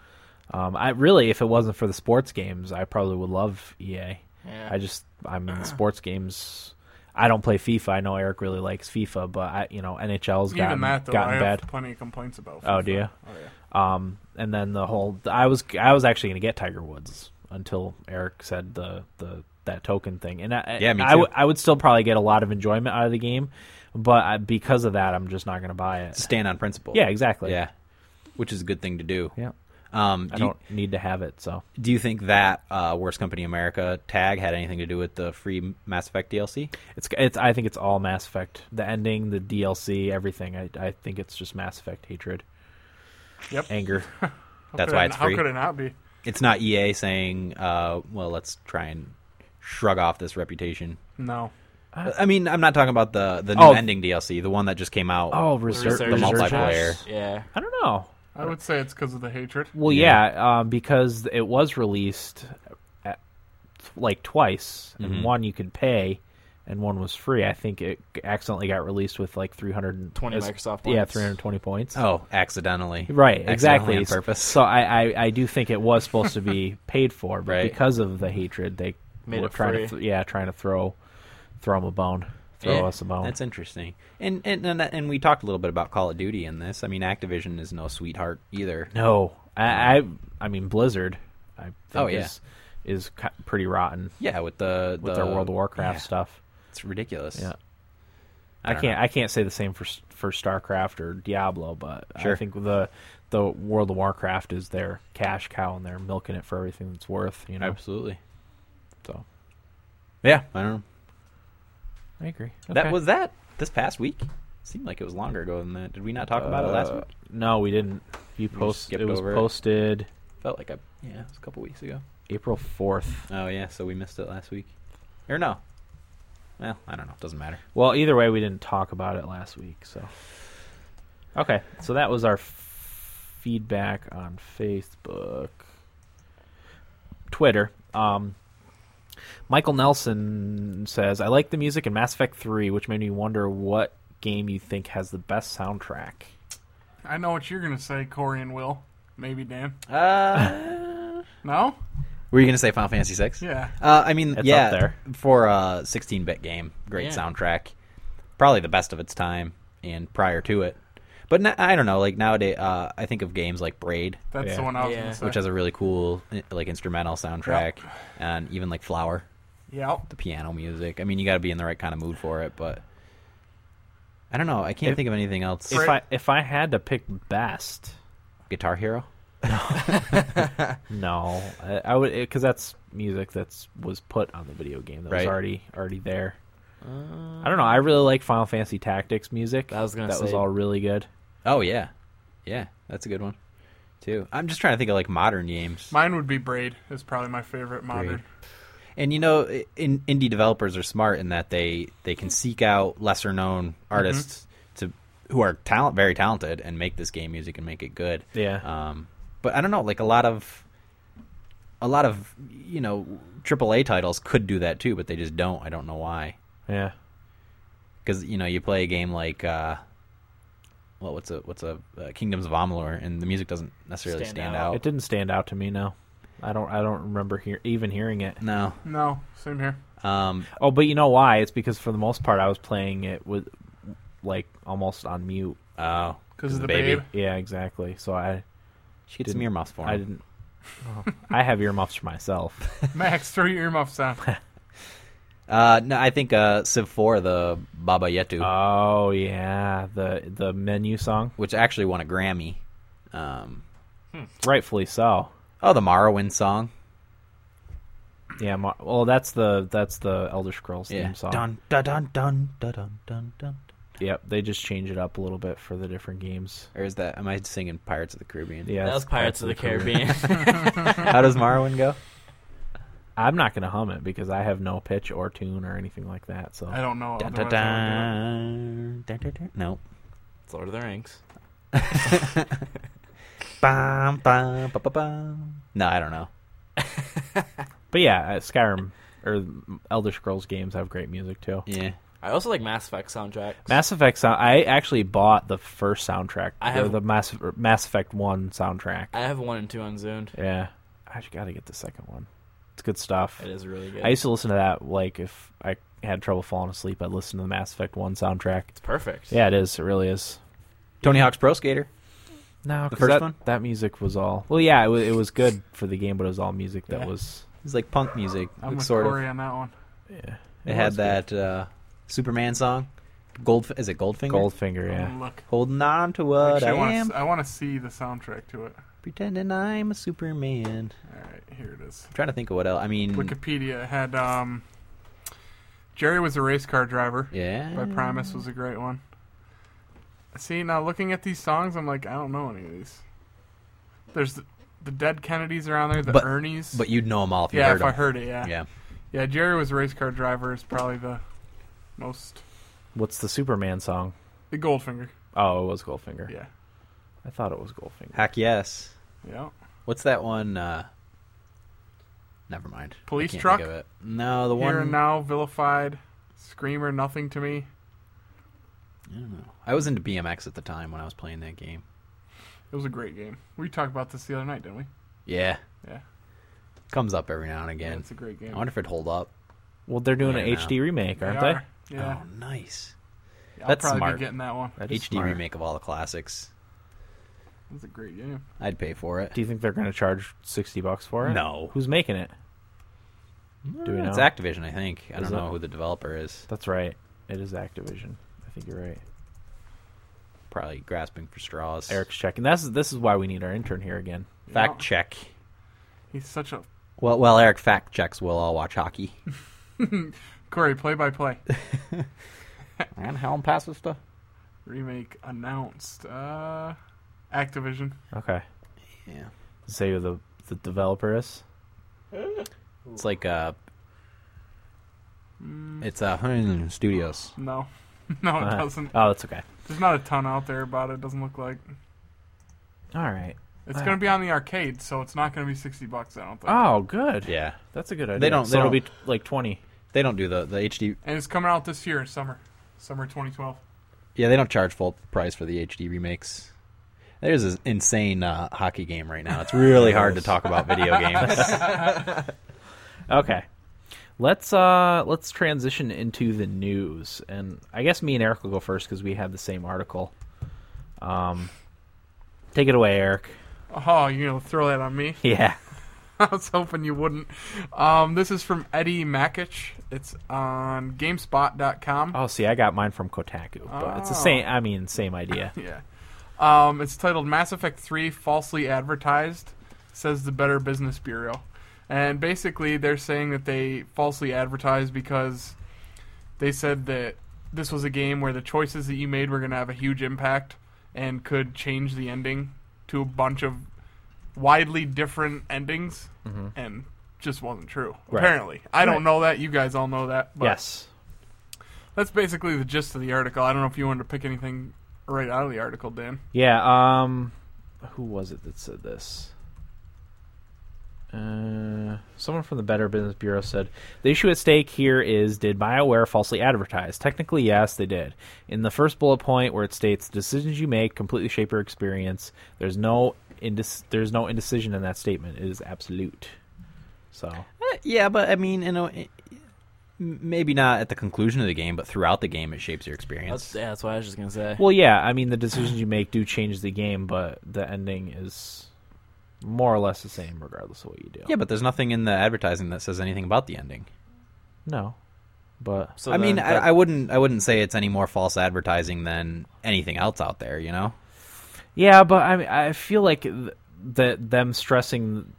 um, I really, if it wasn't for the sports games, I probably would love EA. Yeah. I just I'm in sports games. I don't play FIFA. I know Eric really likes FIFA, but I, you know NHL's Even gotten that though, I gotten have bad. plenty of complaints about. Oh, FIFA. do you? Oh yeah. Um, and then the whole I was I was actually going to get Tiger Woods until Eric said the the that token thing, and I Yeah, me I, w- too. I would still probably get a lot of enjoyment out of the game, but I, because of that, I'm just not going to buy it. stand on principle. Yeah, exactly. Yeah, which is a good thing to do. yeah. Um, I do, you, don't need to have it, so do you think that uh, Worst Company America tag had anything to do with the free Mass Effect DLC? it's it's. I think it's all Mass Effect. The ending, the DLC, everything. I I think it's just Mass Effect hatred, Yep. anger. How That's could why it- it's How free. could it not be? It's not EA saying, uh, "Well, let's try and shrug off this reputation." No. I mean, I'm not talking about the the new Uh, Oh. ending DLC, the one that just came out. Oh, The research, the resurgence. multiplayer. Yeah. I don't know. I would say it's because of the hatred. Well, yeah, Yeah. um, because it was released at, like twice, Mm-hmm. and one you could pay, and one was free. I think it accidentally got released with like 320 20 Microsoft Yeah, points. 320 points. Oh, accidentally. Right, Accidentally exactly. On purpose. So I, I, I do think it was supposed to be paid for, but Right. because of the hatred, they Made were it trying to free. th- yeah trying to throw throw 'em a bone, throw Yeah, us Oh, a bone. That's interesting. And and and, and we talked a little bit about Call of Duty in this. I mean, Activision is no sweetheart either. No, I, I I mean Blizzard. I think Oh, yeah. is is ki- pretty rotten Yeah, with the with the, their World of Warcraft yeah, stuff. It's ridiculous. Yeah. I I, don't can't I can't say the same for S- for StarCraft or Diablo, but I Sure. think the the World of Warcraft is their cash cow and they're milking it for everything it's worth. You know, Absolutely. so Yeah, I don't know. I agree. That was that this past week. Seemed like it was longer ago than that. Did we not talk about it last Uh, week? No, we didn't. You post skipped it was over it. posted Felt like I yeah, it was a couple weeks ago. April fourth. Oh yeah, so we missed it last week. Or no. Well, I don't know. Doesn't matter. Well, either way, we didn't talk about it last week. So okay, so that was our f- feedback on Facebook, Twitter. Um, Michael Nelson says, "I like the music in Mass Effect Three, which made me wonder what game you think has the best soundtrack." I know what you're gonna say, Corey and Will. Maybe Dan. Uh No. Were you gonna say Final Fantasy Six? Yeah. Uh, I mean, It's up yeah, there. for a 16-bit game, great Yeah. soundtrack, probably the best of its time and prior to it. But na- I don't know, like nowadays, uh, I think of games like Braid, That's Yeah. the one I was Yeah. gonna say. which has a really cool eh, like instrumental soundtrack, and even like Flower, yeah. the piano music. I mean, you got to be in the right kind of mood for it, but I don't know. I can't If- think of anything else. If I if I had to pick best, Guitar Hero. no, I, I would because that's music that's was put on the video game that was Right. already already there. I don't know. I really like Final Fantasy Tactics music. Uh, I was gonna that was say- all really good. Oh yeah, yeah, that's a good one too. I'm just trying to think of like modern games. Mine would be Braid. Is probably my favorite modern. And you know, i- in, indie developers are smart in that they they can seek out lesser known artists Mm-hmm. to who are talent very talented and make this game music and make it good. Yeah. Uh, Um, but I don't know, like a lot of a lot of you know AAA titles could do that too, but they just don't. I don't know why. Yeah. Because you know, you play a game like. Uh, well, what's a what's a uh, Kingdoms of Amalur, and the music doesn't necessarily Stand stand, out. out. It didn't stand out to me. No, I don't. I don't remember hear, even hearing it. No, No. Same here. um, Oh, but you know why? It's because for the most part, I was playing it with like almost on mute. oh, Because of the baby. babe. Yeah, exactly. So I, She gets some Didn't- earmuffs for him. I didn't. oh, I have earmuffs for myself. Max, throw your earmuffs on. Uh, no, I think uh, Civ 4, the Baba Yetu, Uh. Oh yeah, the the menu song, which actually won a Grammy. Um, rightfully so. oh, the Morrowind song. Yeah, Mar- well that's the that's the Elder Scrolls theme song. Dun, dun, dun, dun, dun, dun, dun, dun. Yep, they just change it up a little bit for the different games. Or is that, am I singing Pirates of the Caribbean? Yeah, that it's was Pirates of the Caribbean. How does Morrowind go? I'm not gonna hum it because I have no pitch or tune or anything like that. So I don't know. Dun, otherwise I dun, would do it. dun, dun, dun, dun. Nope. it's Lord of the Rings. Bum, bum, bum, bum, bum. No, I don't know. But yeah, uh, Skyrim or Elder Scrolls games have great music too. Yeah. I also like Mass Effect soundtracks. Mass Effect sound. I actually bought the first soundtrack. I or have- the Mass or Mass Effect One soundtrack. I have one and two on Zoomed. yeah, I just got to get the second one. It's good stuff. It is really good. I used to listen to that. Like if I had trouble falling asleep, I'd listen to the Mass Effect One soundtrack. it's perfect. Yeah, it is. It really is. Tony Hawk's Pro Skater. No, 'cause first that, one? that music was all. Well, yeah, it was, it was good for the game, but it was all music that Yeah. was. It's like punk music, I'm with sort of. Corey on that one. Yeah, It, was had good. that uh, Superman song. Gold is it Goldfinger? Goldfinger. I'm Yeah, gonna Look, Holding on to what Actually, I, I wanna am, s- I want to see the soundtrack to it. pretending I'm a Superman. All right, here it is. I'm trying to think of what else. I mean, Wikipedia had um, Jerry was a race car driver. yeah, By Primus was a great one. See, now looking at these songs, I'm like, I don't know any of these. There's the, the Dead Kennedys are on there, the But- Ernies. But you'd know them all if you yeah, heard if 'em. I heard it, yeah. yeah, Yeah, Jerry was a race car driver is probably the most what's the Superman song? the Goldfinger. Oh, it was Goldfinger. Yeah, I thought it was Goldfinger. heck yes. yeah. What's that one? Uh, never mind. I Police can't Truck? Think of it. No, the Here one. and now, vilified, screamer, nothing to me. I don't know. I was into BMX at the time when I was playing that game. It was a great game. We talked about this the other night, didn't we? Yeah, Yeah. comes up every now and Yeah, again. it's a great game. I wonder if it'd hold up. Well, they're doing an Yeah. HD remake, aren't They they? are. Yeah, Oh, nice. I'll Oh, that's probably smart. be getting that one. That is HD smart. remake of all the classics. It was a great game. I'd pay for it. Do you think they're going to charge sixty bucks for it? No. Who's making it? Do we know? It's Activision, I think. I Is don't know it? who the developer is. That's right. It is Activision. I think you're right. Probably grasping for straws. Eric's checking. That's this is why we need our intern here again. fact Yeah. check. He's such a Well, while Eric fact checks, we'll all watch hockey. Corey play by play. and Helm passes stuff. Remake announced. Uh, Activision. Okay. Yeah, Say who the the developer is. it's like uh, Mm, it's uh, Hyun Studios. no, no, it Uh, doesn't. Oh, that's okay. There's not a ton out there about it. Doesn't look like All right. it's Ah. going to be on the arcade, so it's not going to be sixty bucks. I don't think. Oh, good. Yeah, That's a good idea. don't- So they it'll don't- be like twenty. they don't do the the HD. And it's coming out this year, summer, summer 2012. Yeah, they don't charge full price for the HD remakes. There's an insane uh, hockey game right now. It's really hard to talk about video games. Okay. Let's uh let's transition into the news, and I guess me and Eric will go first because we had the same article. Um, take it away, Eric. Oh, you're going to throw that on me? Yeah. I was hoping you wouldn't. Um, this is from Eddie Makic. It's on GameSpot.com. Oh, see, I got mine from Kotaku, but it's the Oh. same. I mean, same idea. Yeah. Um, it's titled Mass Effect 3 Falsely Advertised, says the Better Business Bureau. And basically, they're saying that they falsely advertised because they said that this was a game where the choices that you made were going to have a huge impact and could change the ending to a bunch of widely different endings and just wasn't true Mm-hmm. Right. apparently i Right. don't know that you guys all know that but yes. that's basically the gist of the article i don't know if you wanted to pick anything right out of the article dan Yeah. Um, who was it that said this? Uh, someone from the Better Business Bureau said the issue at stake here is did BioWare falsely advertise? Technically, yes, they did. In the first bullet point where it states decisions you make completely shape your experience, there's no indec- there's no indecision in that statement. It is absolute. So Uh, Yeah, but I mean, you know, it- m- maybe not at the conclusion of the game, but throughout the game, it shapes your experience. That's, yeah, that's what I was just gonna say. Well, yeah, I mean the decisions you make do change the game, but the ending is more or less the same regardless of what you do. Yeah, but there's nothing in the advertising that says anything about the ending. No. But So I mean, then I, that- I wouldn't. I wouldn't say it's any more false advertising than anything else out there. You know. yeah, but I mean, I feel like th- that them stressing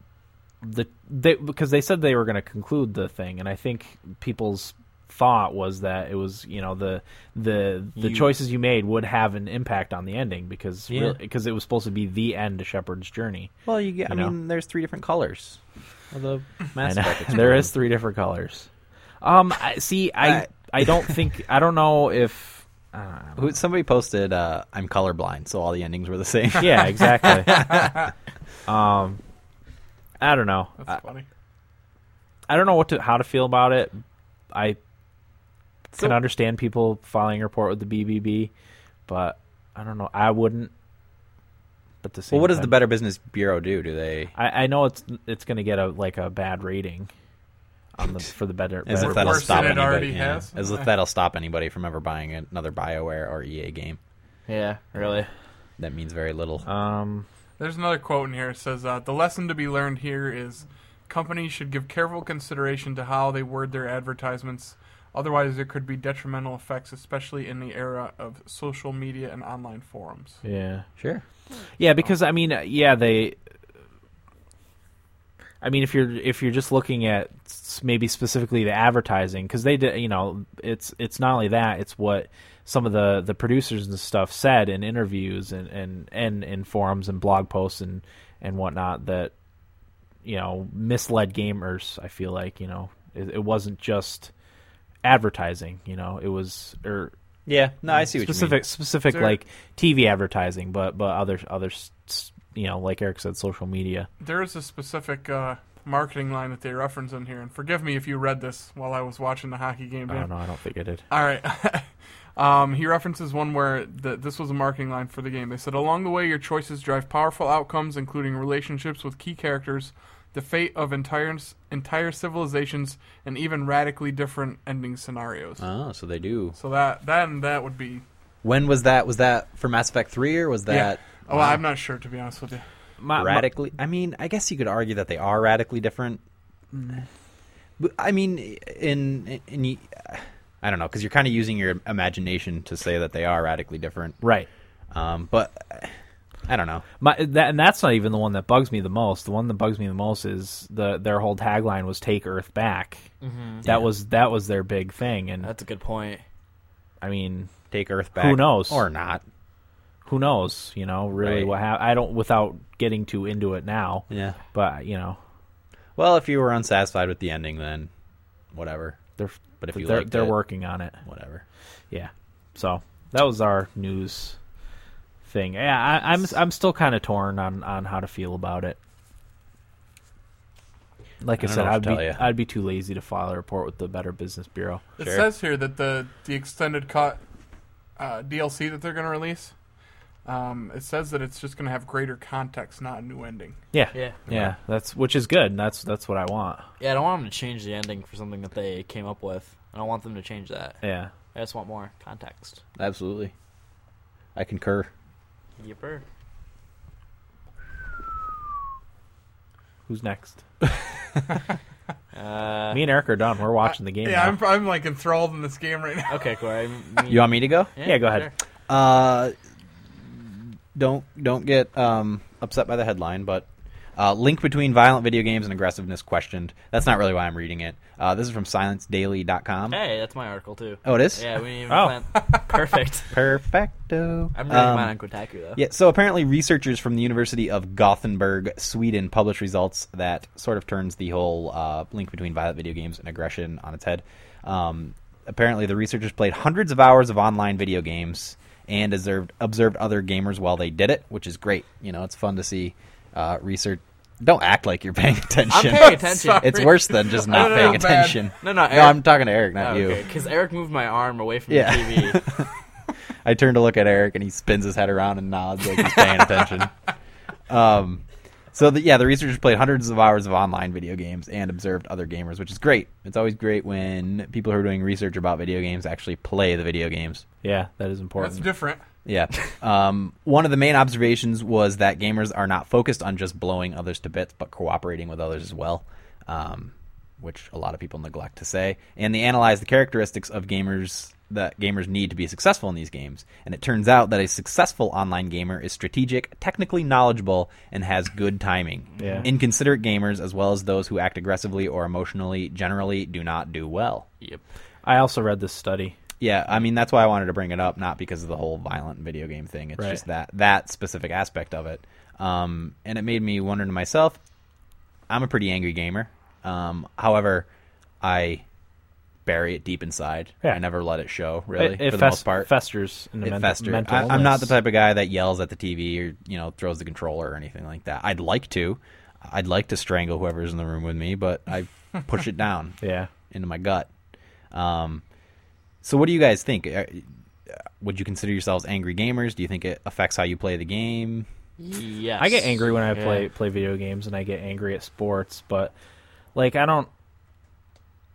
the they because they said they were going to conclude the thing, and I think people's thought was that it was you know the the the You- choices you made would have an impact on the ending because Yeah. because it was supposed to be the end to Shepard's journey. Well, you get. You I know? mean, there's three different colors. Of the I Mass know. Effect there experiment. is three different colors. Um, I, see, I Uh, I don't think I don't know if uh, Who, somebody posted, uh, "I'm colorblind, so all the endings were the same." yeah exactly. um, I don't know. That's I, funny. I don't know what to how to feel about it. I So- can understand people filing a report with the BBB, but I don't know. I wouldn't. But the same well, what does the time- Better Business Bureau do? Do they? I, I know it's it's going to get a like a bad rating on the for the better. As better if that'll Worse stop than it anybody. already yeah. has? As if that'll stop anybody from ever buying another Bioware or EA game. Yeah, really. That means very little. um There's another quote in here. It says, uh, "The lesson to be learned here is companies should give careful consideration to how they word their advertisements. Otherwise, there could be detrimental effects, especially in the era of social media and online forums." yeah. sure. Yeah, because I mean, uh, yeah, they. I mean, if you're if you're just looking at s- maybe specifically the advertising, because they did, you know, it's it's not only that, it's what some of the the producers and stuff said in interviews and and and in forums and blog posts and and whatnot that you know misled gamers. I feel like you know it, it wasn't just advertising. You know, it was er, or Yeah. No, I see what specific specific Sure. like TV advertising, but but other other s- s- you know like Eric said, social media. There is a specific uh, marketing line that they reference in here, and forgive me if you read this while I was watching the hockey game. I Dan. don't know. I don't think I did. All right. um, he references one where the, this was a marketing line for the game. They said, Along the way, your choices drive powerful outcomes, including relationships with key characters, the fate of entire, entire civilizations, and even radically different ending scenarios. you mean. Oh, so they do. So that then that would be. When was that? Was that for Mass Effect Three, or was that Oh, I'm not sure, to be honest with you. My, my- radically? I mean, I guess you could argue that they are radically different. But, I mean, in in, in I don't know because you're kind of using your imagination to say that they are radically different. right. Um, but I don't know. My that and that's not even the one that bugs me the most. The one that bugs me the most is the their whole tagline was "Take Earth Back." Mm-hmm. That was that was their big thing, and That's a good point. I mean, Take Earth back. Who knows? Or not. who knows? You know, really Right. what hap I don't without getting too into it now, Yeah. but you know, Well, if you were unsatisfied with the ending, then whatever. they're But if you they're, liked they're it, working on it. whatever. yeah. So that was our news thing. Yeah, I, I'm I'm still kind of torn on on how to feel about it. Like I, I don't said, know what I'd to be tell ya. I'd be too lazy to file a report with the Better Business Bureau. It Sure. says here that the the extended cut uh, DLC that they're going to release, um, it says that it's just going to have greater context, not a new ending. Yeah, yeah, Yeah. that's which is good. And that's that's what I want. Yeah, I don't want them to change the ending for something that they came up with. I don't want them to change that. Yeah, I just want more context. Absolutely. I concur. Yipper. who's next? Uh, Me and Eric are done. We're watching the game. Yeah, now. I'm, I'm like enthralled in this game right now. okay, Corey. me- You want me to go? Yeah, go ahead. sure. Uh, don't don't get um, upset by the headline, but uh, link between violent video games and aggressiveness questioned. That's not really why I'm reading it. Uh, this is from silencedaily.com. Hey, that's my article too. Oh, it is. Eh. Yeah, we didn't even Oh. plan. Perfect. Perfecto. I'm reading Um, mine on Kotaku though. Yeah, so apparently researchers from the University of Gothenburg, Sweden, published results that sort of turns the whole uh, link between violent video games and aggression on its head. Um, apparently, the researchers played hundreds of hours of online video games and observed, observed other gamers while they did it, which is great. You know, it's fun to see uh, research. Don't act like you're paying attention. I'm paying attention. sorry. it's worse than just No, not no, no, paying bad. attention. No, no, Eric. No, I'm talking to Eric, not Oh, you. okay, because Eric moved my arm away from Yeah. the TV. I turn to look at Eric, and he spins his head around and nods like he's paying attention. Um, so the, yeah, the researchers played hundreds of hours of online video games and observed other gamers, which is great. It's always great when people who are doing research about video games actually play the video games. yeah, that is important. That's different. Yeah. Um, one of the main observations was that gamers are not focused on just blowing others to bits, but cooperating with others as well. Um, which a lot of people neglect to say. And they analyze the characteristics of gamers that gamers need to be successful in these games. And it turns out that a successful online gamer is strategic, technically knowledgeable, and has good timing. Yeah. Inconsiderate gamers, as well as those who act aggressively or emotionally, generally do not do well. Yep. I also read this study. Yeah, I mean that's why I wanted to bring it up, not because of the whole violent video game thing. It's Right. just that that specific aspect of it, um, and it made me wonder to myself. I'm a pretty angry gamer. Um, however, I bury it deep inside. Yeah. I never let it show, really, It, it for the fes- most part. festers in the it men- festers. mental I, I'm not the illness. type of guy that yells at the TV or you know throws the controller or anything like that. I'd like to. I'd like to strangle whoever's in the room with me, but I push it down Yeah. into my gut. Um, so, what do you guys think? Uh, Would you consider yourselves angry gamers? Do you think it affects how you play the game? Yes. I get angry when I Yeah. play play video games, and I get angry at sports. But like, I don't,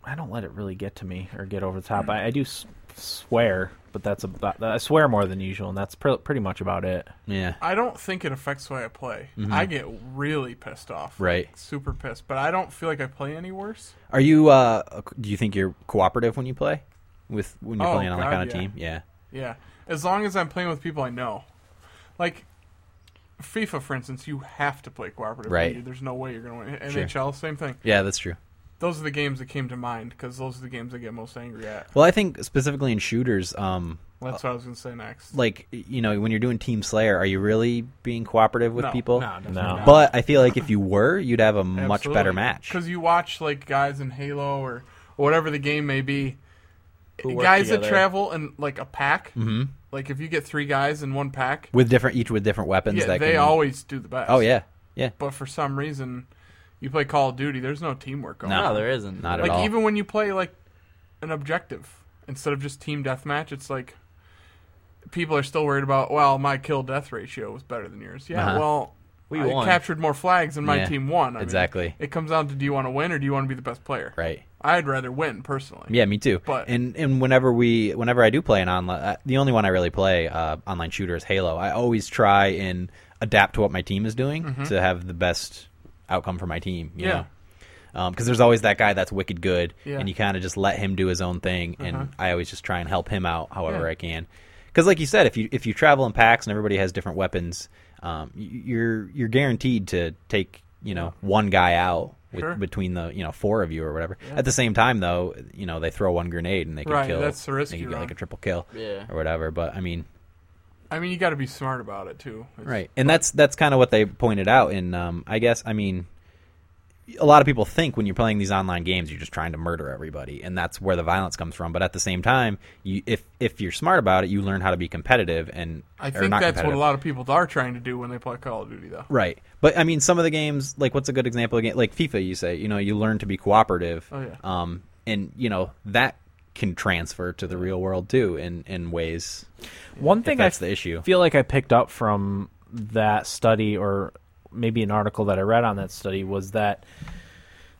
I don't let it really get to me or get over the top. I, I do s- swear, but that's about. I swear more than usual, and that's pr- pretty much about it. Yeah, I don't think it affects the way I play. I get really pissed off. Mm-hmm. Right. Like, super pissed. But I don't feel like I play any worse. are you? Uh, do you think you're cooperative when you play with when you're Oh, playing on like God, on yeah. a team? Yeah, Yeah. As long as I'm playing with people I know. Like FIFA, for instance, you have to play cooperative. Right. You- There's no way you're going to win. Sure. NHL, same thing. yeah, that's true. Those are the games that came to mind because those are the games I get most angry at. Well, I think specifically in shooters, um, That's what I was going to say next. like you know, when you're doing Team Slayer, are you really being cooperative with No, people? No, definitely No. not. But I feel like if you were, you'd have a much better match. Because you watch like guys in Halo or whatever the game may be, Who work guys that together. travel in like a pack. Mm-hmm. Like if you get three guys in one pack, With different, each with different weapons. yeah, that they can, always do the best. Oh yeah, yeah. But for some reason, you play Call of Duty. There's no teamwork going. No, on. there isn't. Not at like all. even when you play like an objective instead of just team deathmatch, it's like people are still worried about. Well, my kill death ratio was better than yours. Yeah. Uh-huh. Well. We I won. captured more flags and my Yeah, team won. I mean, exactly. it comes down to do you want to win or do you want to be the best player? Right. I'd rather win personally. Yeah, me too. But- and and whenever we whenever I do play an online, uh, the only one I really play uh, online shooter is Halo. I always try and adapt to what my team is doing to have the best outcome for my team. You Mm-hmm. Yeah. Because there's always that guy that's wicked good, Yeah. and you kind of just let him do his own thing, and I always just try and help him out however Uh-huh. Yeah. I can. Because, like you said, if you if you travel in packs and everybody has different weapons, um, y- you're you're guaranteed to take you know one guy out with, Sure. between the you know four of you or whatever. At the same time, though, you know they throw one grenade and they can Right, kill. that's the risk They can you get run. like a triple kill, Yeah. or whatever. But I mean, I mean, you got to be smart about it too. It's- right, and that's that's kind of what they pointed out. And um, I guess I mean, a lot of people think when you're playing these online games, you're just trying to murder everybody, and that's where the violence comes from. But at the same time, you, if if you're smart about it, you learn how to be competitive and I or think not that's what a competitive. lot of people are trying to do when they play Call of Duty, though. Right. But I mean, some of the games, like what's a good example of game? Like FIFA, you say, you know, you learn to be cooperative. Oh, yeah. Um, and you know that can transfer to the real world too in in ways. One thing I that's the issue. feel like I picked up from that study, or maybe an article that I read on that study, was that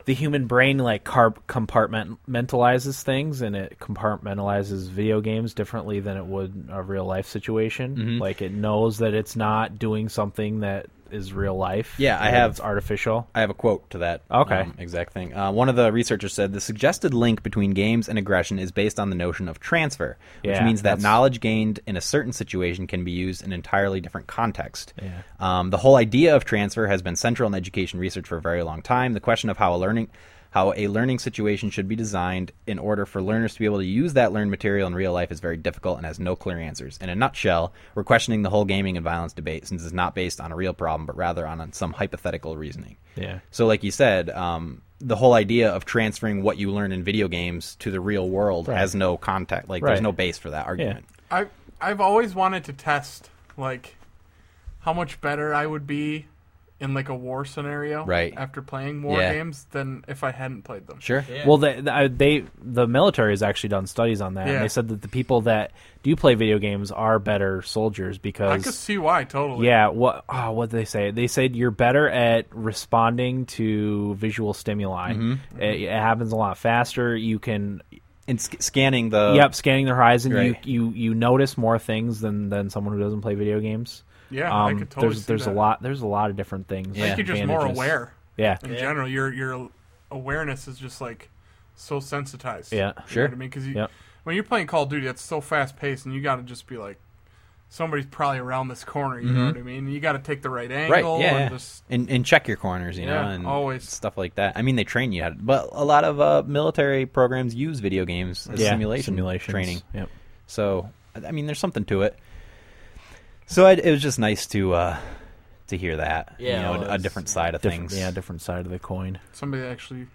the human brain like carb compartmentalizes things and it compartmentalizes video games differently than it would a real life situation. Mm-hmm. Like it knows that it's not doing something that is real life. Yeah, I or have- it's artificial. I have a quote to that Okay. um, exact thing. Uh, one of the researchers said the suggested link between games and aggression is based on the notion of transfer, which Yeah, means that that's- knowledge gained in a certain situation can be used in an entirely different context. Yeah. Um, the whole idea of transfer has been central in education research for a very long time. The question of how a learning how a learning situation should be designed in order for learners to be able to use that learned material in real life is very difficult and has no clear answers. In a nutshell, we're questioning the whole gaming and violence debate since it's not based on a real problem but rather on some hypothetical reasoning. Yeah. So, like you said, um, the whole idea of transferring what you learn in video games to the real world has no contact. Like, there's Right. no base for that argument. I I've always wanted to test like how much better I would be in like a war scenario, Right. After playing war Yeah. games than if I hadn't played them. Sure. Well, they, they- they the military has actually done studies on that. Yeah. And they said that the people that do play video games are better soldiers I because could see why totally. Yeah, what oh, what did they say? They said you're better at responding to visual stimuli. Mm-hmm. It, it happens a lot faster. You can And sc- scanning Uh, the. yep, scanning the horizon, right. you, you you notice more things than than someone who doesn't play video games. Yeah, I Um, could totally there's see there's that. a lot there's a lot of different things. I think You're just more advantages. aware Yeah. in general. You're you're awareness is just like so sensitized. Yeah. You Sure. know what I mean, because you, Yep. when you're playing Call of Duty, it's so fast paced, and you got to just be like, somebody's probably around this corner. You know Mhm. what I mean? You got to take the right right? angle. yeah, And yeah. just, and and check your corners, you know, Yeah, and always. stuff like that. I mean, they train you, how to, but a lot of uh, military programs use video games as yeah. simulation simulations. training. Yep. So, I I mean, there's something to it. So I, it was just nice to uh, to hear that, Yeah, you know, well, a, a it's- different side of Different, things. yeah, different side of the coin. somebody actually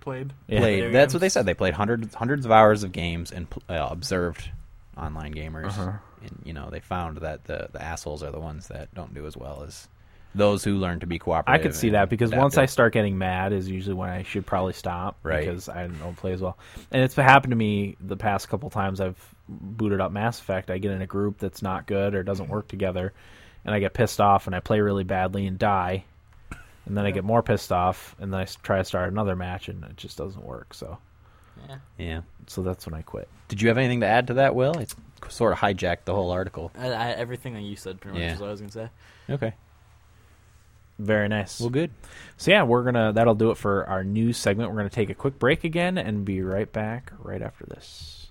played. Yeah. played. Video That's what they games. said. They played hundreds hundreds of hours of games and pl- uh, observed online gamers, Uh-huh. and you know they found that the the assholes are the ones that don't do as well as those who learn to be I cooperative. could see and that because once I adaptive. start getting mad is usually when I should probably stop Right. because I don't play as well. And it's happened to me the past couple times I've booted up Mass Effect. I get in a group that's not good or doesn't work together, and I get pissed off and I play really badly and die, and then I get more pissed off and then I s- try to start another match and it just doesn't work. So Yeah. yeah. so that's when I quit. Did you have anything to add to that, Will? It's sort of hijacked the whole article. I, I, everything that you said pretty much Yeah. is what I was gonna say. Okay. Very nice. Well, good. So yeah, we're gonna that'll do it for our news segment. We're gonna take a quick break again and be right back right after this.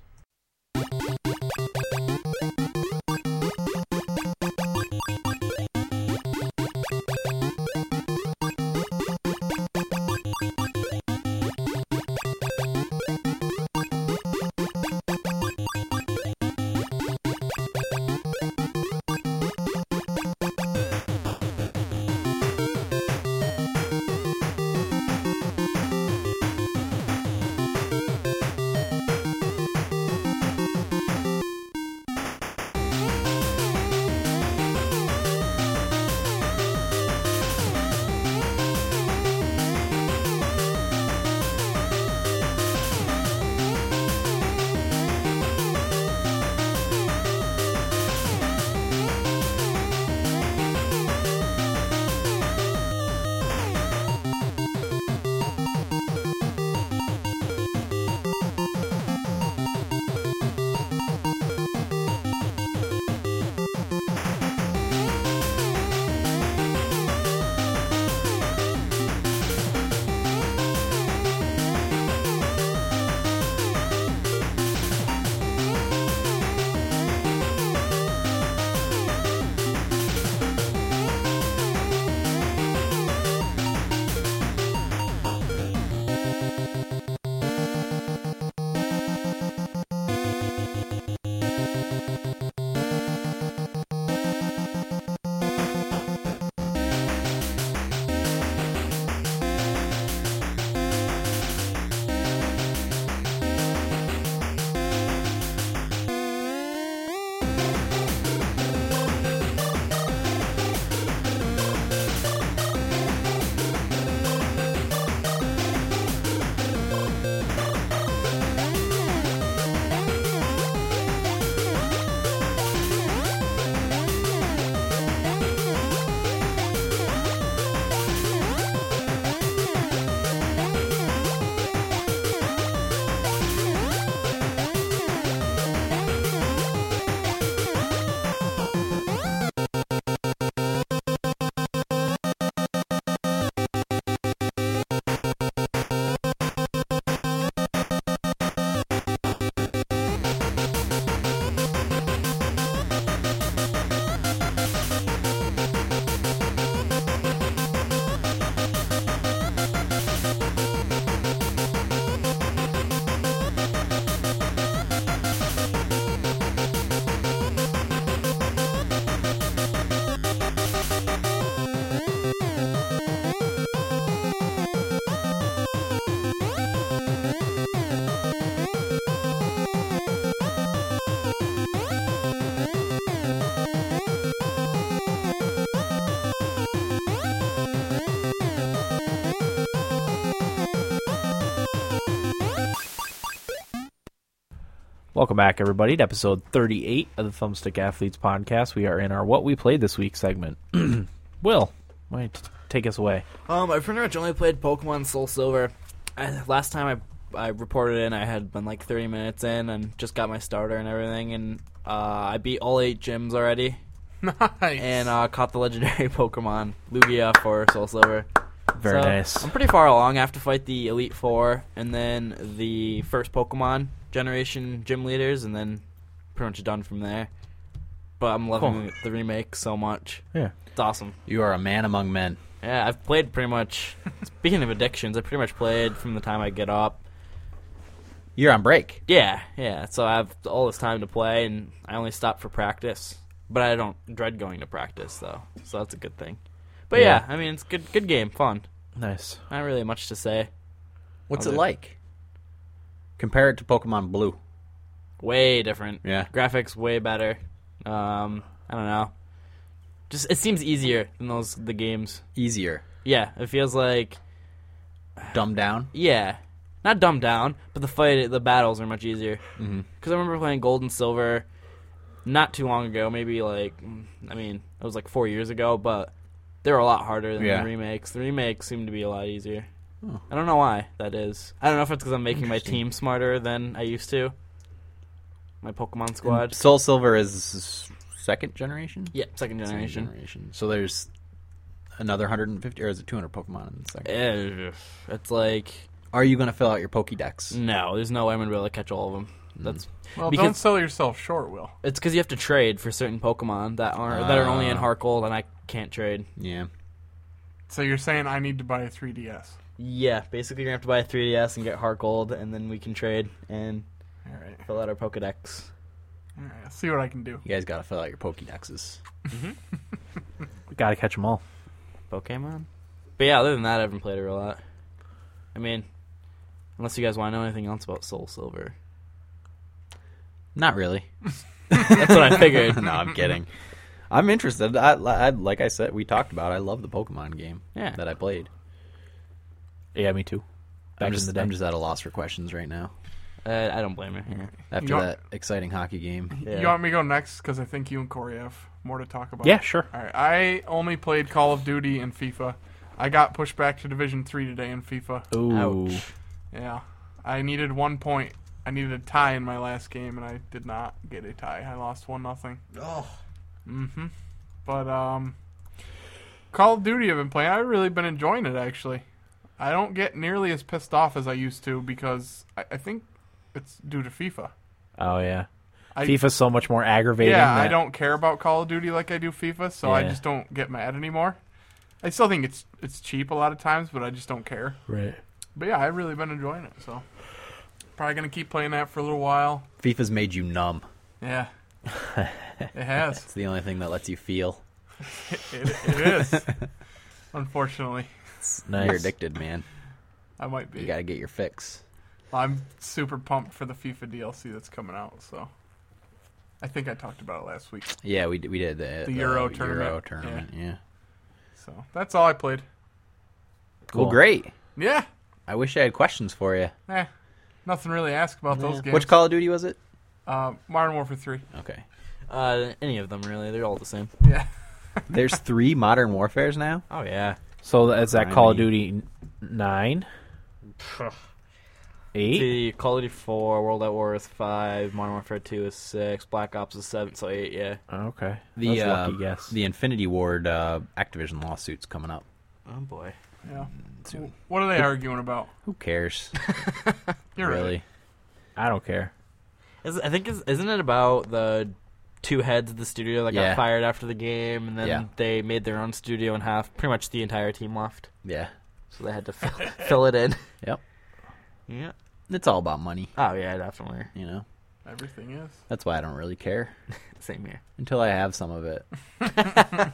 Welcome back, everybody, to episode 38 of the Thumbstick Athletes podcast. We are in our What We Played This Week segment. Will, why don't you take us away? Um, I pretty much only played Pokemon Soul Silver. I, last time I I reported in, I had been like 30 minutes in and just got my starter and everything, and uh, I beat all eight gyms already nice. and uh, caught the legendary Pokemon Lugia for Soul Silver. Very So, nice. I'm pretty far along. I have to fight the Elite Four and then the first Pokemon generation gym leaders, and then pretty much done from there. But I'm loving the remake so much. Yeah. It's awesome. You are a man among men. Yeah, I've played pretty much. speaking of addictions, I pretty much played from the time I get up. You're on break. Yeah, yeah. So I have all this time to play, and I only stop for practice. But I don't dread going to practice though, so that's a good thing. But Yeah. yeah, I mean, it's good, good game, fun. Nice. Not really much to say. What's I'll it do. like? Compare it to Pokemon Blue. Way different. Yeah. graphics way better. Um, I don't know. Just it seems easier than those the games. Easier. Yeah, it feels like Dumbed down. yeah, not dumbed down, but the fight the battles are much easier. Because Mm-hmm. I remember playing Gold and Silver not too long ago, maybe like mm, I mean it was like four years ago, but they were a lot harder than Yeah. the remakes. The remakes seem to be a lot easier. Oh. I don't know why that is. I don't know if it's because I'm making my Interesting. team smarter than I used to. My Pokemon squad. Soul Silver is second generation. yeah, second generation. Second generation. So there's another 150 or is it 200 Pokemon in the second? Eh, It's like Are you going to fill out your Mm. Pokédex? no, there's no way I'm gonna be able to catch all of them. That's Well, Because- don't sell yourself short, Will. it's because you have to trade for certain Pokemon that are not that are only in Ah. Harkold, and I can't trade. Yeah. So you're saying I need to buy a 3DS. Yeah, basically you're gonna have to buy a 3DS and get Harkold, and then we can trade and All right. fill out our Pokedex. All right. I'll see what I can do. You guys got to fill out your Pokédexes. Got to catch them all. Pokemon. But yeah, other than that, I haven't played it a lot. I mean, unless you guys want to know anything else about Soul Silver, Not really. that's what I figured. no, I'm kidding. I'm interested. I, I like I said, we talked about. I love the Pokemon game Yeah. that I played. Yeah, me too. Back I'm just, in the day. I'm just at a loss for questions right now Uh, I don't blame her. Yeah. after You know- that exciting hockey game. Yeah. You want me to go next? Because I think you and Corey have more to talk about. yeah, sure. All right. I only played Call of Duty and FIFA. I got pushed back to Division Three today in FIFA. Ooh. Ouch. Yeah. I needed one point. I needed a tie in my last game, and I did not get a tie. I lost one nothing. Oh, Mm-hmm. But um, Call of Duty I've been playing. I've really been enjoying it actually. I don't get nearly as pissed off as I used to because I, I think it's due to FIFA. Oh yeah. I- FIFA's so much more aggravating. Yeah, I that- don't care about Call of Duty like I do FIFA, so I Yeah. just don't get mad anymore. I still think it's it's cheap a lot of times, but I just don't care. Right. But yeah, I've really been enjoying it, so probably gonna keep playing that for a little while. FIFA's made you numb. Yeah, it has. It's the only thing that lets you feel. It, it is. Unfortunately, Nice. You're addicted, man. I might be. You got to get your fix. I'm super pumped for the FIFA DLC that's coming out. So, I think I talked about it last week. Yeah, we d- we did the, uh, The Euro tournament. Euro tournament, yeah. So that's all I played. Cool. Well, great. Yeah, I wish I had questions for you. eh, nothing really to ask about those games. Which Call of Duty was it? Uh, Modern Warfare Three. Okay. Uh, any of them really? They're all the same. Yeah. There's three Modern Warfares now. Oh yeah. So is that Call of Ninety. Duty n- nine? Eight. The Call of Duty 4, World at War is 5, Modern Warfare 2 is 6, Black Ops is 7, so 8, yeah. Okay. The That's a uh, lucky guess. the Infinity Ward uh, Activision lawsuit's coming up Oh boy. Yeah. Mm, soon. What are they arguing about? Who cares? You're really? right. I don't care. Is, I think, is, isn't it about the two heads of the studio that Yeah. got fired after the game, and then Yeah. they made their own studio and half, pretty much the entire team left, Yeah. so they had to fill, fill it in. Yep. Yeah. It's all about money. Oh yeah, definitely. You know. Everything is. That's why I don't really care Same here. until I have some of it. I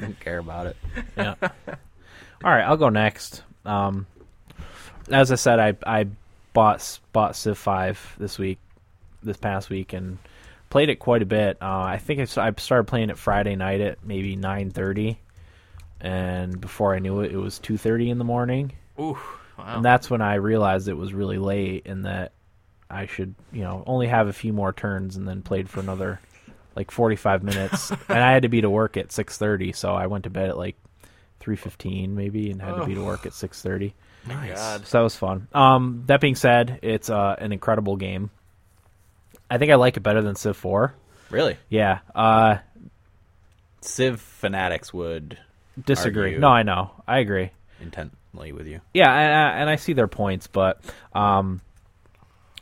don't care about it. yeah. All right, I'll go next. Um, as I said, I I bought s- bought Civ Five this week, this past week, and played it quite a bit. Uh, I think I, s- I started playing it Friday night at maybe nine thirty, and before I knew it, it was two thirty in the morning, Ooh, wow. and that's when I realized it was really late and that I should you know only have a few more turns and then played for another like forty five minutes, and I had to be to work at six thirty, so I went to bed at like three fifteen maybe, and had to be to work at six thirty. Nice. God. So that was fun. Um, that being said, it's uh, an incredible game. I think I like it better than Civ Four. Really? Yeah, uh, Civ fanatics would disagree. Argue. No, I know, I agree. intently with you. Yeah, and, I- and I see their points, but um,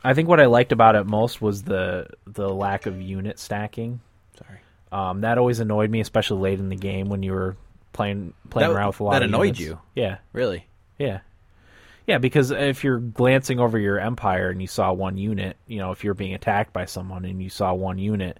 I think what I liked about it most was the the lack of unit stacking. Sorry. Um, that always annoyed me, especially late in the game when you were playing playing That- around with a lot. that of units. annoyed you? Yeah, Really? yeah, yeah. Because if you're glancing over your empire and you saw one unit, you know, if you're being attacked by someone and you saw one unit,